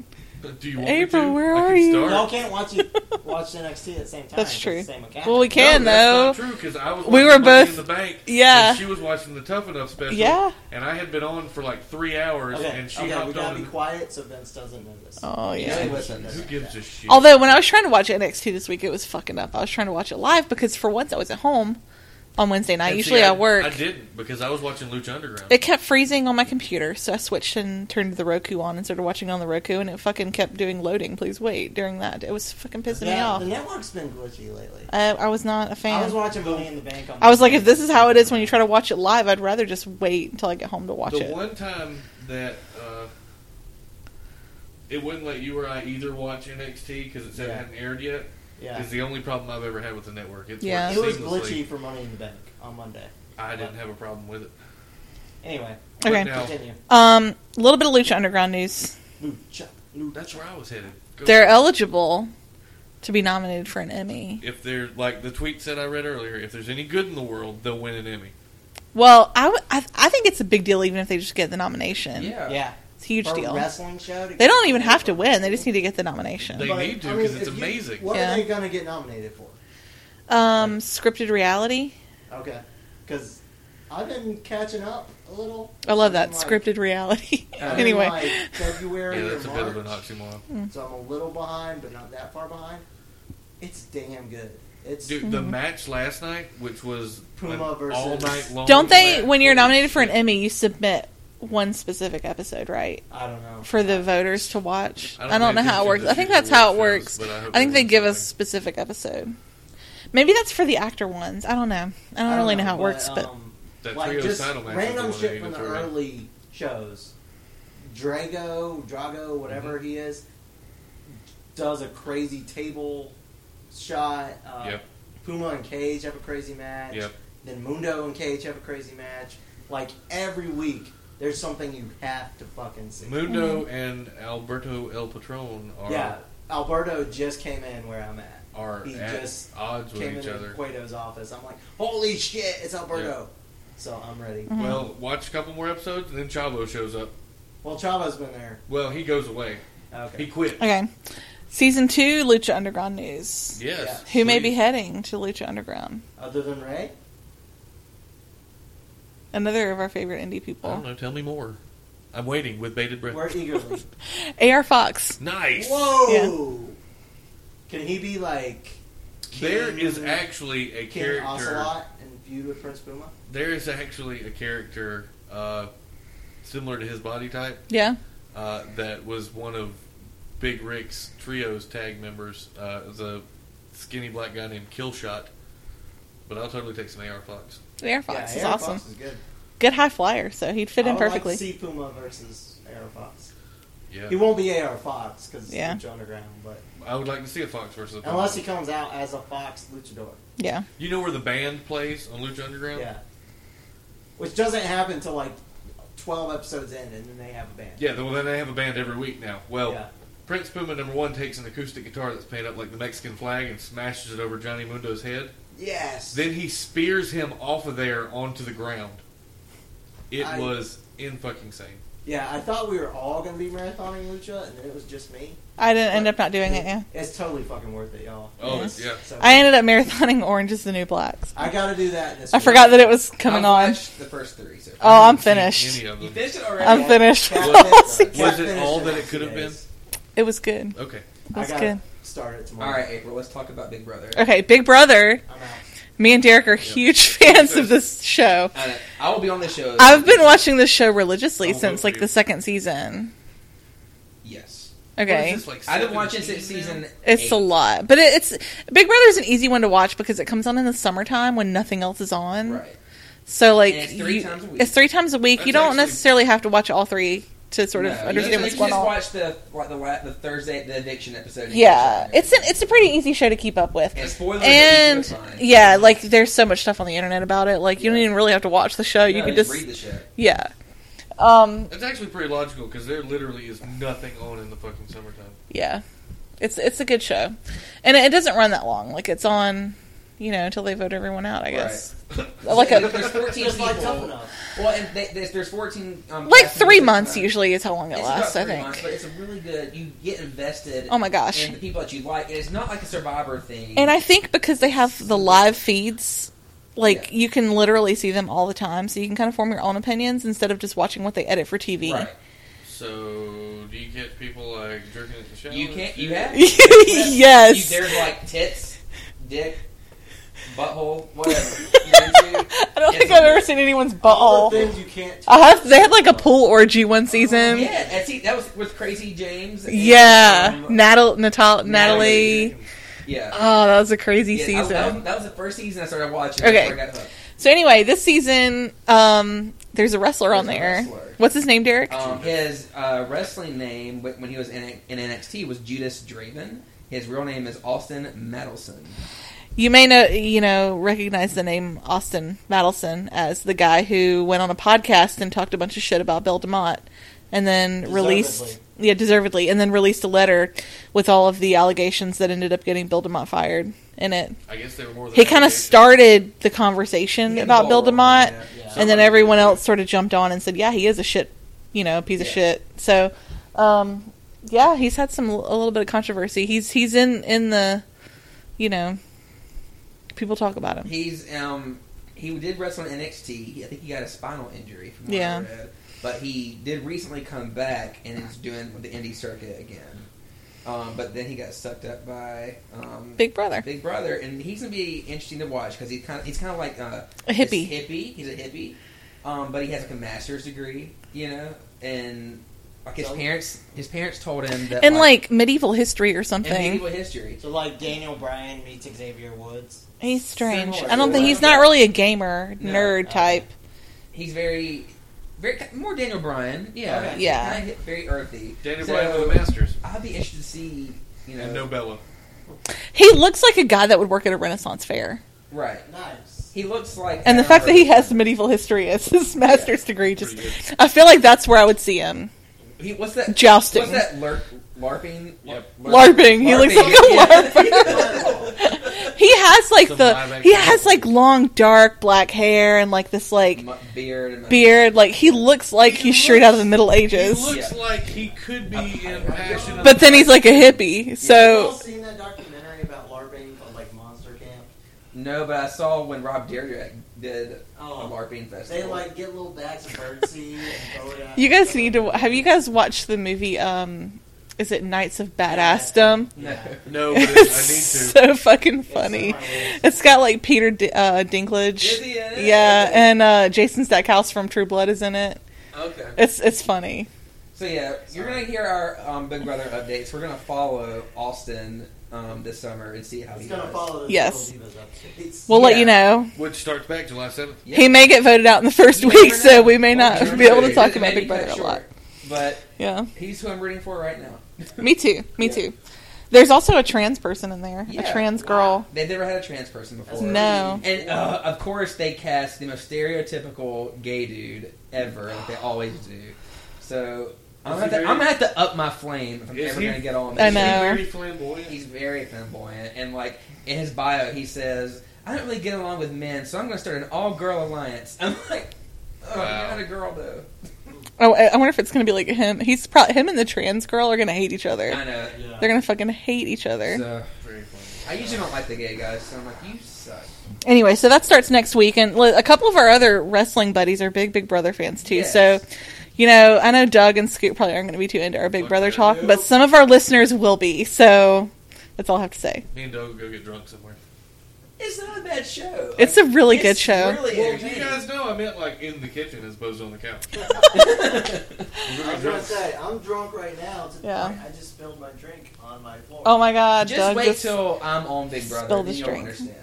S4: Do you want me
S3: April,
S4: to?
S3: where
S4: I can
S3: are you?
S4: start.
S5: Y'all can't watch it, watch NXT at the same time.
S3: That's
S5: It's
S3: true.
S5: the Same account.
S3: Well, we can
S4: no,
S3: though.
S4: That's not true because I was.
S3: We
S4: watching
S3: were
S4: Money
S3: both-
S4: in the bank.
S3: yeah.
S4: and she was watching the Tough Enough special.
S3: Yeah.
S4: and I had been on for like three hours,
S5: okay,
S4: and she
S5: okay, we
S4: hopped
S5: gotta
S4: on.
S5: be
S4: And,
S5: quiet so Vince doesn't know this.
S3: Oh yeah.
S6: Yeah.
S4: who gives a shit?
S3: Although when I was trying to watch NXT this week, it was fucking up. I was trying to watch it live because for once I was at home on Wednesday night.
S4: And see,
S3: Usually I, work.
S4: I didn't because I was watching Lucha Underground.
S3: it kept freezing on my computer, so I switched and turned the Roku on and started watching it on the Roku, and it fucking kept doing loading. Please wait during that. It was fucking pissing me
S5: Yeah,
S3: off.
S5: the network's been glitchy lately.
S3: I, I was not a fan.
S5: I was watching Money in the Bank. On
S3: like, if this is how it is when you try to watch it live, I'd rather just wait until I get home to watch
S4: the
S3: it.
S4: one time that uh, it wouldn't let you or I either watch NXT because it said
S5: Yeah.
S4: it hadn't aired yet.
S5: yeah,
S4: Is the only problem I've ever had with the network. It's
S3: Yeah.
S4: worked
S5: it was
S4: seamlessly.
S5: glitchy for Money in the Bank on Monday.
S4: I didn't have a problem with it.
S5: Anyway,
S4: But
S3: Okay.
S4: now-
S5: continue.
S3: Um, a little bit of Lucha Underground news.
S5: Lucha, Lucha.
S4: that's where I was headed. Go
S3: They're
S4: for it.
S3: eligible to be nominated for an Emmy.
S4: if they're like the tweet said I read earlier, if there's any good in the world, they'll win an Emmy.
S3: Well, I, w- I, I think it's a big deal even if they just get the nomination.
S6: Yeah.
S5: Yeah,
S3: It's a huge
S5: for a
S3: deal.
S5: wrestling show.
S3: They don't even have to win. They just need to get the nomination.
S4: They need to, 'cause it's
S5: if
S4: amazing.
S5: What
S3: Yeah.
S5: are they gonna get nominated for?
S3: Um, scripted reality.
S5: Okay, because I've been catching up a little.
S3: I love that
S5: Like,
S3: scripted
S5: <laughs>
S3: reality. <laughs>
S5: I've been,
S3: anyway,
S5: like February
S4: Yeah,
S5: or
S4: that's a bit of an
S5: March,
S4: oxymoron.
S5: so I'm a little behind, but not that far behind. It's damn good. It's
S4: Dude,
S3: Mm-hmm.
S4: the match last night, which was
S5: Puma
S4: an
S5: versus-
S4: all night long.
S3: don't they?
S4: match.
S3: When you're
S4: Holy
S3: nominated for an
S4: shit.
S3: Emmy, you submit one specific episode, right?
S5: I don't know.
S3: For the voters to watch. I
S4: I don't
S3: don't,
S4: think
S3: know
S4: they
S3: how it
S4: do
S3: works.
S4: the
S3: I think
S4: usual
S3: that's how it
S4: awards,
S3: works.
S4: but I hope
S3: I think
S4: they
S3: they
S4: win
S3: give us
S4: something.
S3: specific episode. Maybe that's for the actor ones. I don't know. I don't,
S5: I don't
S3: really know, how it
S5: but,
S3: works, but
S5: um,
S4: that
S5: like
S4: trio
S5: just
S4: title match is
S5: random
S4: the one
S5: shit
S4: they
S5: from the
S4: threw out.
S5: early shows. Drago, Drago, whatever
S4: Mm-hmm.
S5: he is, does a crazy table shot. Uh,
S4: Yep.
S5: Puma and Cage have a crazy match.
S4: Yep.
S5: Then Mundo and Cage have a crazy match. Like every week, there's something you have to fucking see.
S4: Mundo and Alberto El Patron are
S5: Mm-hmm. yeah, Alberto just came in where I'm at.
S4: are
S5: He
S4: at
S5: just
S4: odds with
S5: Came
S4: each
S5: in
S4: other.
S5: Cueto's office. I'm like, holy shit, it's Alberto. So I'm ready.
S3: Mm-hmm.
S4: Well, watch a couple more episodes, and then Chavo shows up.
S5: Well, Chavo's been there.
S4: Well, he goes away.
S5: Okay.
S4: He quit.
S3: okay. Season two, Lucha Underground news.
S4: Yes.
S3: Who may be
S4: please.
S3: heading to Lucha Underground?
S5: Other than Ray,
S3: Another of our favorite indie
S4: I don't
S3: people,
S4: know. Tell me more. I'm waiting with bated breath.
S5: we're
S4: <laughs>
S5: eagerly.
S3: AR Fox.
S4: Nice.
S5: Whoa! Can he be like
S4: There
S5: King-
S4: is actually a
S5: King
S4: character.
S5: Ocelot and feud with Prince Puma?
S4: There is actually a character uh, similar to his body type
S3: Yeah.
S4: uh, that was one of Big Rick's trio's tag members. Uh, it was a skinny black guy named Killshot. But I'll totally take some AR Fox.
S3: AR Fox is
S5: yeah, Air
S3: awesome.
S5: Fox is good.
S3: Good high flyer, so he'd fit
S5: I
S3: in
S5: would
S3: perfectly.
S5: Like to see Puma versus Air Fox.
S4: Yeah.
S5: He won't be AR Fox because
S3: Yeah.
S5: it's Lucha Underground, but
S4: I would like to see a Fox versus a Fox.
S5: unless he comes out as a Fox luchador,
S3: yeah.
S4: You know where the band plays on Lucha Underground?
S5: yeah, which doesn't happen till like twelve episodes in, and then they have a band.
S4: Yeah, well, then they have a band every week now. Well,
S5: Yeah.
S4: Prince Puma number one takes an acoustic guitar that's painted up like the Mexican flag and smashes it over Johnny Mundo's head.
S5: Yes.
S4: Then he spears him off of there onto the ground. It
S5: I-
S4: was in fucking sane.
S5: yeah, I thought we were all gonna be marathoning lucha, and then it was just me.
S3: I didn't end up not doing it, yeah.
S5: It's totally fucking worth it, y'all.
S4: Oh,
S3: Yes.
S4: yeah.
S5: So
S3: I ended up marathoning Orange is the New Black. so-
S5: I gotta do that. This
S3: I
S5: week.
S3: forgot that it was coming
S6: I've
S3: on.
S6: watched The first three. So
S3: Oh, I'm
S4: I haven't seen
S3: finished.
S4: Any of
S6: you
S4: them.
S6: finished it already?
S3: I'm finished. <laughs>
S5: Was
S4: Was it all that it could have been?
S3: It was good.
S4: Okay.
S3: It
S5: I
S3: was
S5: gotta
S3: good.
S5: start
S3: Oh.
S5: it tomorrow.
S6: All right, April. Let's talk about Big Brother.
S3: Okay, Big Brother.
S5: I'm out.
S3: Me and Derek are huge <laughs> fans of this show.
S6: Uh, I will be on the show.
S3: I've been watching this show religiously
S4: Oh,
S3: since like
S4: okay.
S3: the second season.
S6: Yes,
S4: What
S3: Okay.
S4: is this, like
S6: I've been
S4: 17
S6: watching since
S4: now?
S6: season.
S3: It's a
S6: eight.
S3: lot, but it, it's Big Brother's an easy one to watch because it comes on in the summertime when nothing else is on.
S6: Right.
S3: So like
S6: And it's three
S3: you-
S6: times a week.
S3: It's three times a week.
S4: That's
S3: you don't
S4: actually-
S3: necessarily have to watch all three to sort of
S6: No, you
S3: understand
S6: just-
S3: what's
S6: you
S3: going
S6: just
S3: on.
S6: Watch the like the, la- the Thursday the addiction episode. and
S3: Yeah,
S6: catch up.
S3: it's an, it's a pretty easy show to keep up with.
S6: And spoilers are
S3: And
S6: easy to find.
S3: yeah, like there's so much stuff on the internet about it. Like you don't
S6: Yeah.
S3: even really have to watch the show. you
S6: No,
S3: can just
S6: read the show.
S3: yeah. Um
S4: That's actually pretty logical because there literally is nothing on in the fucking summertime. <laughs>
S3: yeah. It's it's a good show. And it, it doesn't run that long. Like it's on, you know, until they vote everyone out, I guess. Like
S6: And if
S3: a
S6: there's 14
S5: Just
S6: people.
S5: like Tough Enough.
S6: Well, and they, there's, there's 14. Um,
S3: like
S6: cast
S3: three
S6: members.
S3: months usually is how long it
S6: It's
S3: lasts,
S6: about
S3: I
S6: three months, but
S3: think.
S6: it's a really good. You get invested.
S3: Oh my gosh.
S6: in the people that you like. And it's not like a Survivor thing.
S3: And I think because they have the live feeds, like
S6: Yeah.
S3: you can literally see them all the time, so you can kind of form your own opinions instead of just watching what they edit for TV.
S6: right.
S4: So, do you get people like jerking at the shower?
S6: You can't. You have.
S3: <laughs> <laughs> yes.
S6: You, there's like tits, dick, butthole, whatever. You know, dude.
S3: I don't
S6: It's
S3: think
S6: on
S3: I've
S6: there.
S3: ever seen anyone's
S5: All the
S3: butthole.
S5: things you can't.
S3: I have, they had like a pool orgy one <laughs> season.
S6: yeah, and see, that was with Crazy James. and,
S3: Yeah,
S6: um,
S3: Natal, Natal,
S6: Natalie.
S3: Natalie.
S6: yeah.
S3: Oh, that was a crazy
S6: Yeah, that, that was,
S3: season.
S6: that was the first season I started watching.
S3: Okay.
S6: Before I got hooked.
S3: So anyway, this season, um, there's a wrestler on
S6: There's a
S3: there.
S6: wrestler.
S3: What's his name, Derek?
S6: Um, his uh, wrestling name wh- when he was in, in NXT was Judas Draven. His real name is Austin Madelson.
S3: you may know, you know, recognize the name Austin Madison as the guy who went on a podcast and talked a bunch of shit about Bill Demott, and then released,
S5: Deservedly.
S3: yeah, deservedly, and then released a letter with all of the allegations that ended up getting Bill Demott fired in it.
S4: I guess they were more. Than
S3: He kind of
S4: allegations.
S3: started the conversation
S6: Yeah,
S3: about Bill
S6: well,
S3: Demott.
S6: yeah,
S5: Yeah.
S3: And then everyone else sort of jumped on and said, "Yeah, he is a shit you know, piece of
S6: Yeah.
S3: shit. So, um, yeah, he's had some a little bit of controversy. He's he's in in the, you know, people talk about him.
S6: He's um he did wrestle in NXT. I think he got a spinal injury from what I
S3: Yeah.
S6: read. But he did recently come back and is doing the indie circuit again. Um, but then he got sucked up by um,
S3: Big Brother.
S6: <laughs> Big Brother, and he's gonna be interesting to watch because he's kind of he's kind of like uh,
S3: A hippie.
S6: this hippie. He's a hippie, um, but he has like a master's degree, you know, and like his
S5: So-
S6: parents his parents told him that
S3: in like medieval history or
S6: in
S3: something.
S6: medieval history.
S5: So like Daniel Bryan meets Xavier Woods.
S3: He's strange.
S6: Similar.
S3: I don't think he's not really a gamer nerd
S5: uh,
S3: type.
S6: He's very, very more Daniel Bryan. Yeah,
S5: Okay.
S3: Yeah.
S6: Kinda hit- very earthy.
S4: Daniel
S6: So,
S4: Bryan with the Masters
S6: I'll be interested to see. You know,
S4: and no Bella.
S3: He looks like a guy that would work at a Renaissance fair.
S6: right?
S5: Nice.
S6: He looks like, uh,
S3: And the
S6: Adam
S3: fact that he
S6: Irvine.
S3: has medieval history as his master's degree just
S4: Pretty
S3: I feel like that's where I would see him.
S6: he what's that
S3: Jousting.
S6: What's that lurk, larping?
S4: Yep.
S3: LARPing. He looks like a
S6: <laughs>
S4: <laughs>
S6: larp.
S3: He has like
S4: Some live
S3: the
S4: action.
S3: he has like long dark black hair and like this like
S6: beard. And
S3: beard like he looks like he's straight out of the Middle
S4: He
S3: Ages.
S4: looks like he could be in Passion. of
S3: But then
S4: the-
S3: he's like a hippie.
S5: Have you all
S3: So
S5: seen that documentary about LARPing called like Monster Camp?
S6: No, but I saw when Rob Dyrdek did a
S5: Oh.
S6: larping festival.
S5: They like get little bags of birdseed and throw it out.
S3: you guys need to have you guys watched the movie um is it Knights of Badassdom?
S6: no.
S3: <laughs>
S4: no, but it-
S3: It's
S4: I need
S3: so
S4: to.
S3: fucking funny.
S5: It's on my list.
S3: It's got like Peter D- uh, Dinklage.
S6: Is he in it?
S3: Yeah, and uh, Jason Stackhouse from True Blood is in it.
S6: Okay.
S3: It's it's funny.
S6: So yeah, you're gonna hear our um, Big Brother updates. We're gonna follow Austin um, this summer and see how
S5: It's
S6: he
S5: gonna
S6: does.
S5: follow those
S3: Yes.
S5: Little Divas updates.
S3: We'll let
S6: Yeah.
S3: you know.
S4: Which starts back July 7th.
S6: Yeah.
S3: He may get voted out in the first
S6: You
S3: week, so
S6: never know.
S3: we may
S6: Or
S3: not
S6: Jordan
S3: be able to
S6: Bailey.
S3: talk
S6: It
S3: about
S6: may be
S3: Big Brother
S6: cut
S3: a lot.
S6: short, But
S3: Yeah,
S6: he's who I'm rooting for right now.
S3: me too. Me
S6: Yeah.
S3: too. There's also a trans person in there,
S6: Yeah.
S3: a trans girl.
S6: They've never had a trans person before.
S3: No.
S6: And uh, of course, they cast the most stereotypical gay dude ever, like they always do. So I'm gonna, have
S4: Is he
S6: to, I'm gonna have to up my flame if I'm
S4: Is
S6: ever
S4: he-
S6: gonna get on.
S3: I
S6: this.
S3: know.
S4: Very flamboyant.
S6: He's very flamboyant, and like in his bio, he says, "I don't really get along with men, so I'm gonna start an all-girl alliance." I'm like, "Oh,
S4: Wow.
S6: you're not a girl though."
S3: Oh, I I wonder if it's gonna be like him. He's probably him and the trans girl are gonna hate each
S6: I
S3: other.
S6: know.
S5: Yeah.
S3: They're gonna fucking hate each other.
S6: So
S4: Very flamboyant.
S6: I usually don't like the gay guys, so I'm like, "You suck."
S3: Anyway, so that starts next week, and li- a couple of our other wrestling buddies are big Big Brother fans too.
S6: Yes.
S3: So, you know, I know Doug and Scoot probably aren't going to be too into our Big
S4: Fuck
S3: Brother
S4: yeah.
S3: talk, but some of our listeners will be. So, that's all I have to say.
S4: Me and Doug will go get drunk somewhere.
S6: It's not a bad show.
S3: It's a really
S6: It's
S3: good show.
S6: Really
S4: Well, you
S6: entertaining.
S4: guys know I meant like in the kitchen as opposed to on the couch.
S6: <laughs>
S5: I was gonna say, I'm drunk right now. To the
S3: Yeah.
S5: point I just spilled my drink on my floor.
S3: Oh my God,
S6: just
S3: Doug!
S6: wait
S3: just-
S6: till I'm on Big Brother.
S3: spill
S6: then
S3: the
S6: you'll
S3: drink.
S6: understand.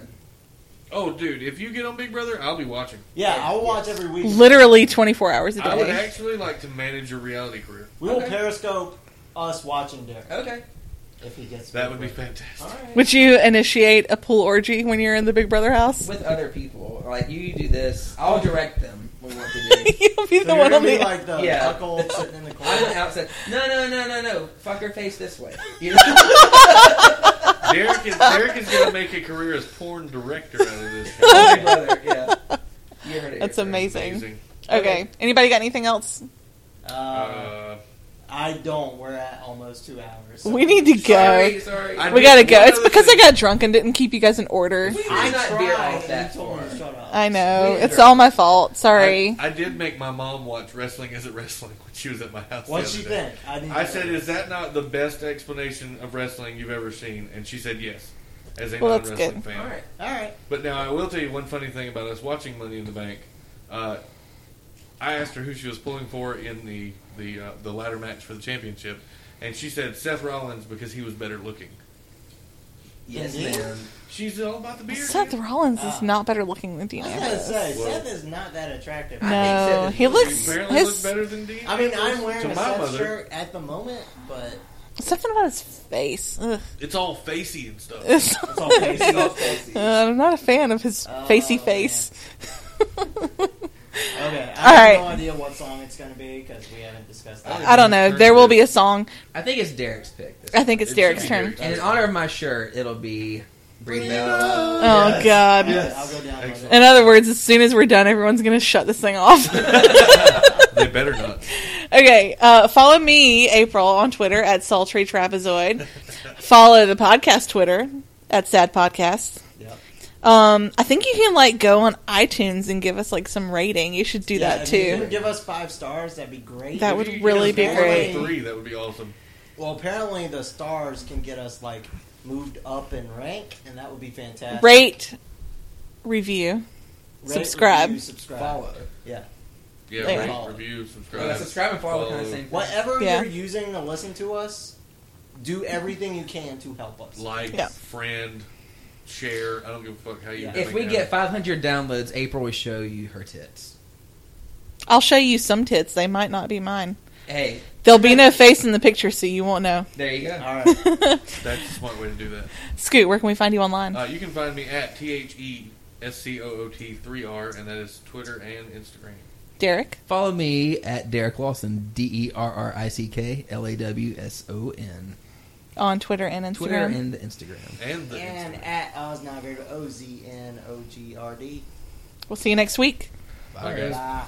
S4: Oh, dude, if you get on Big Brother, I'll be watching.
S5: Yeah, I'll watch every week.
S3: literally 24 hours a
S4: I would
S3: day.
S4: actually like to manage your reality career.
S5: we will
S6: Okay.
S5: Periscope us watching Derek
S6: Okay.
S5: if he gets.
S4: That would be
S5: fair.
S4: fantastic.
S6: All right.
S3: Would you initiate a pool orgy when you're in the Big Brother house? <laughs>
S6: With other people, like you do this, I'll direct them. What we want
S3: <laughs>
S6: to do.
S3: You'll be
S5: So
S3: the
S5: you're
S3: one
S5: gonna
S3: on
S5: be
S3: the.
S5: like the
S6: Yeah.
S5: cuckold
S4: <laughs>
S5: sitting in the
S6: I'm the
S5: corner.
S6: outside. No, no, no, no, no. Fuck her face this way. You know?
S4: Derek is Derek is gonna make a career as porn director out of this.
S6: Big Brother, yeah. You heard it.
S3: That's
S6: here
S3: <laughs>
S6: first.
S3: amazing. okay. Anybody got anything else?
S5: Uh,
S4: Uh,
S5: I don't. We're at almost two hours. so-
S3: We need to go.
S6: Sorry, sorry.
S4: I-
S3: we gotta
S4: One
S3: go. It's
S4: other
S3: because
S4: thing.
S3: I got drunk and didn't keep you guys in order.
S6: we
S5: I
S6: did not
S5: tried.
S6: veer off
S5: and
S6: that
S5: you told
S6: far.
S5: me to shut up.
S3: I know.
S6: Neither.
S3: It's all my fault. Sorry.
S4: I, I did make my mom watch Wrestling Isn't Wrestling when she was at my house. the
S5: What'd
S4: other
S5: you
S4: day.
S5: think? I, need
S4: I
S5: to-
S4: said, "Is that not the best explanation of wrestling you've ever seen?" And she said, "Yes." As a
S3: Well, that's
S4: non-wrestling
S3: good.
S4: fan.
S6: All right.
S5: All right.
S4: But now I will tell you one funny thing about us watching Money in the Bank. Uh, I asked her who she was pulling for in the the uh, the ladder match for the championship, and she said Seth Rollins because he was better looking.
S6: Yes,
S5: Indeed.
S6: ma'am.
S4: She's all about the beard.
S3: Seth
S4: man.
S3: Rollins
S5: Ah.
S3: is not better looking than Dean
S5: I was gonna
S3: Ambrose.
S5: say
S4: Whoa.
S5: Seth is not that attractive.
S3: no,
S6: Seth is-
S3: he
S4: You
S3: looks
S4: apparently look
S3: his
S4: better than Dean.
S5: I mean, I'm
S4: Ambrose.
S5: wearing
S4: to
S5: a
S4: my
S5: Seth
S4: mother.
S5: shirt at the moment, but
S3: something about his face. Ugh.
S4: It's all facey and stuff.
S3: <laughs> It's-
S5: it's all
S3: <laughs>
S5: crazy.
S6: Soft faces.
S3: Uh, I'm not a fan of his
S5: Oh,
S3: facey
S5: man.
S3: face.
S5: Okay, I
S3: All
S5: have no
S3: right.
S5: idea what song it's going to be because we haven't discussed that.
S3: I don't know. There will be a song.
S6: I think it's Derek's pick.
S3: <laughs>
S6: This
S3: I think it's
S4: It should
S3: Derek's
S4: be
S3: turn.
S6: And in
S4: Derek's.
S6: honor of my shirt, it'll be Brie Bella.
S3: Oh
S5: Yes.
S3: God.
S5: Alright, I'll go down. with it.
S3: In other words, as soon as we're done, everyone's gonna shut this thing off.
S4: They better not.
S3: Okay, uh, follow me, April, on Twitter at Sultry Trapezoid. follow the podcast Twitter at Sad Podcast.
S5: Yep.
S3: Um, I think you can like go on iTunes and give us like some rating. You should do
S5: Yeah,
S3: that
S5: if you
S3: too.
S5: could give us five stars, that'd be great.
S3: That
S4: If
S3: would
S4: you
S3: <laughs>
S4: could
S3: really
S4: get us
S5: be
S4: more
S5: great.
S4: than Three, that would be awesome.
S5: Well, apparently the stars can get us like moved up in rank, and that would be fantastic.
S3: Rate, review.
S5: Rate,
S3: subscribe.
S5: review, subscribe.
S6: Follow.
S5: Yeah.
S4: Yeah,
S3: There.
S4: rate, review, subscribe.
S6: Uh, subscribe and follow, kind of same. thing.
S5: Whatever
S3: Yeah.
S5: you're using to listen to us, do everything you can to help us.
S4: Like,
S3: Yeah.
S4: friend, share. I don't give a fuck how you.
S5: Yeah.
S6: If we
S4: think
S6: get
S4: that.
S6: 500 downloads, April will show you her tits.
S3: I'll show you some tits. They might not be mine.
S6: Hey,
S3: There'll be no face in the picture, so you won't know. <laughs>
S6: there you go.
S5: All right.
S4: that's a smart way to do that.
S3: Scoot, where can we find you online?
S4: Uh, you can find me at T H E S C O O T 3 R, and that is Twitter and Instagram.
S3: Derek.
S6: Follow me at Derek Lawson, D E R R I C K L A W S O N.
S3: on Twitter and Instagram.
S6: Twitter and Instagram.
S4: And the
S5: and
S4: Instagram.
S5: at Oznogard, O Z N O G R D.
S3: we'll see you next week.
S4: Bye, guys.
S5: Bye.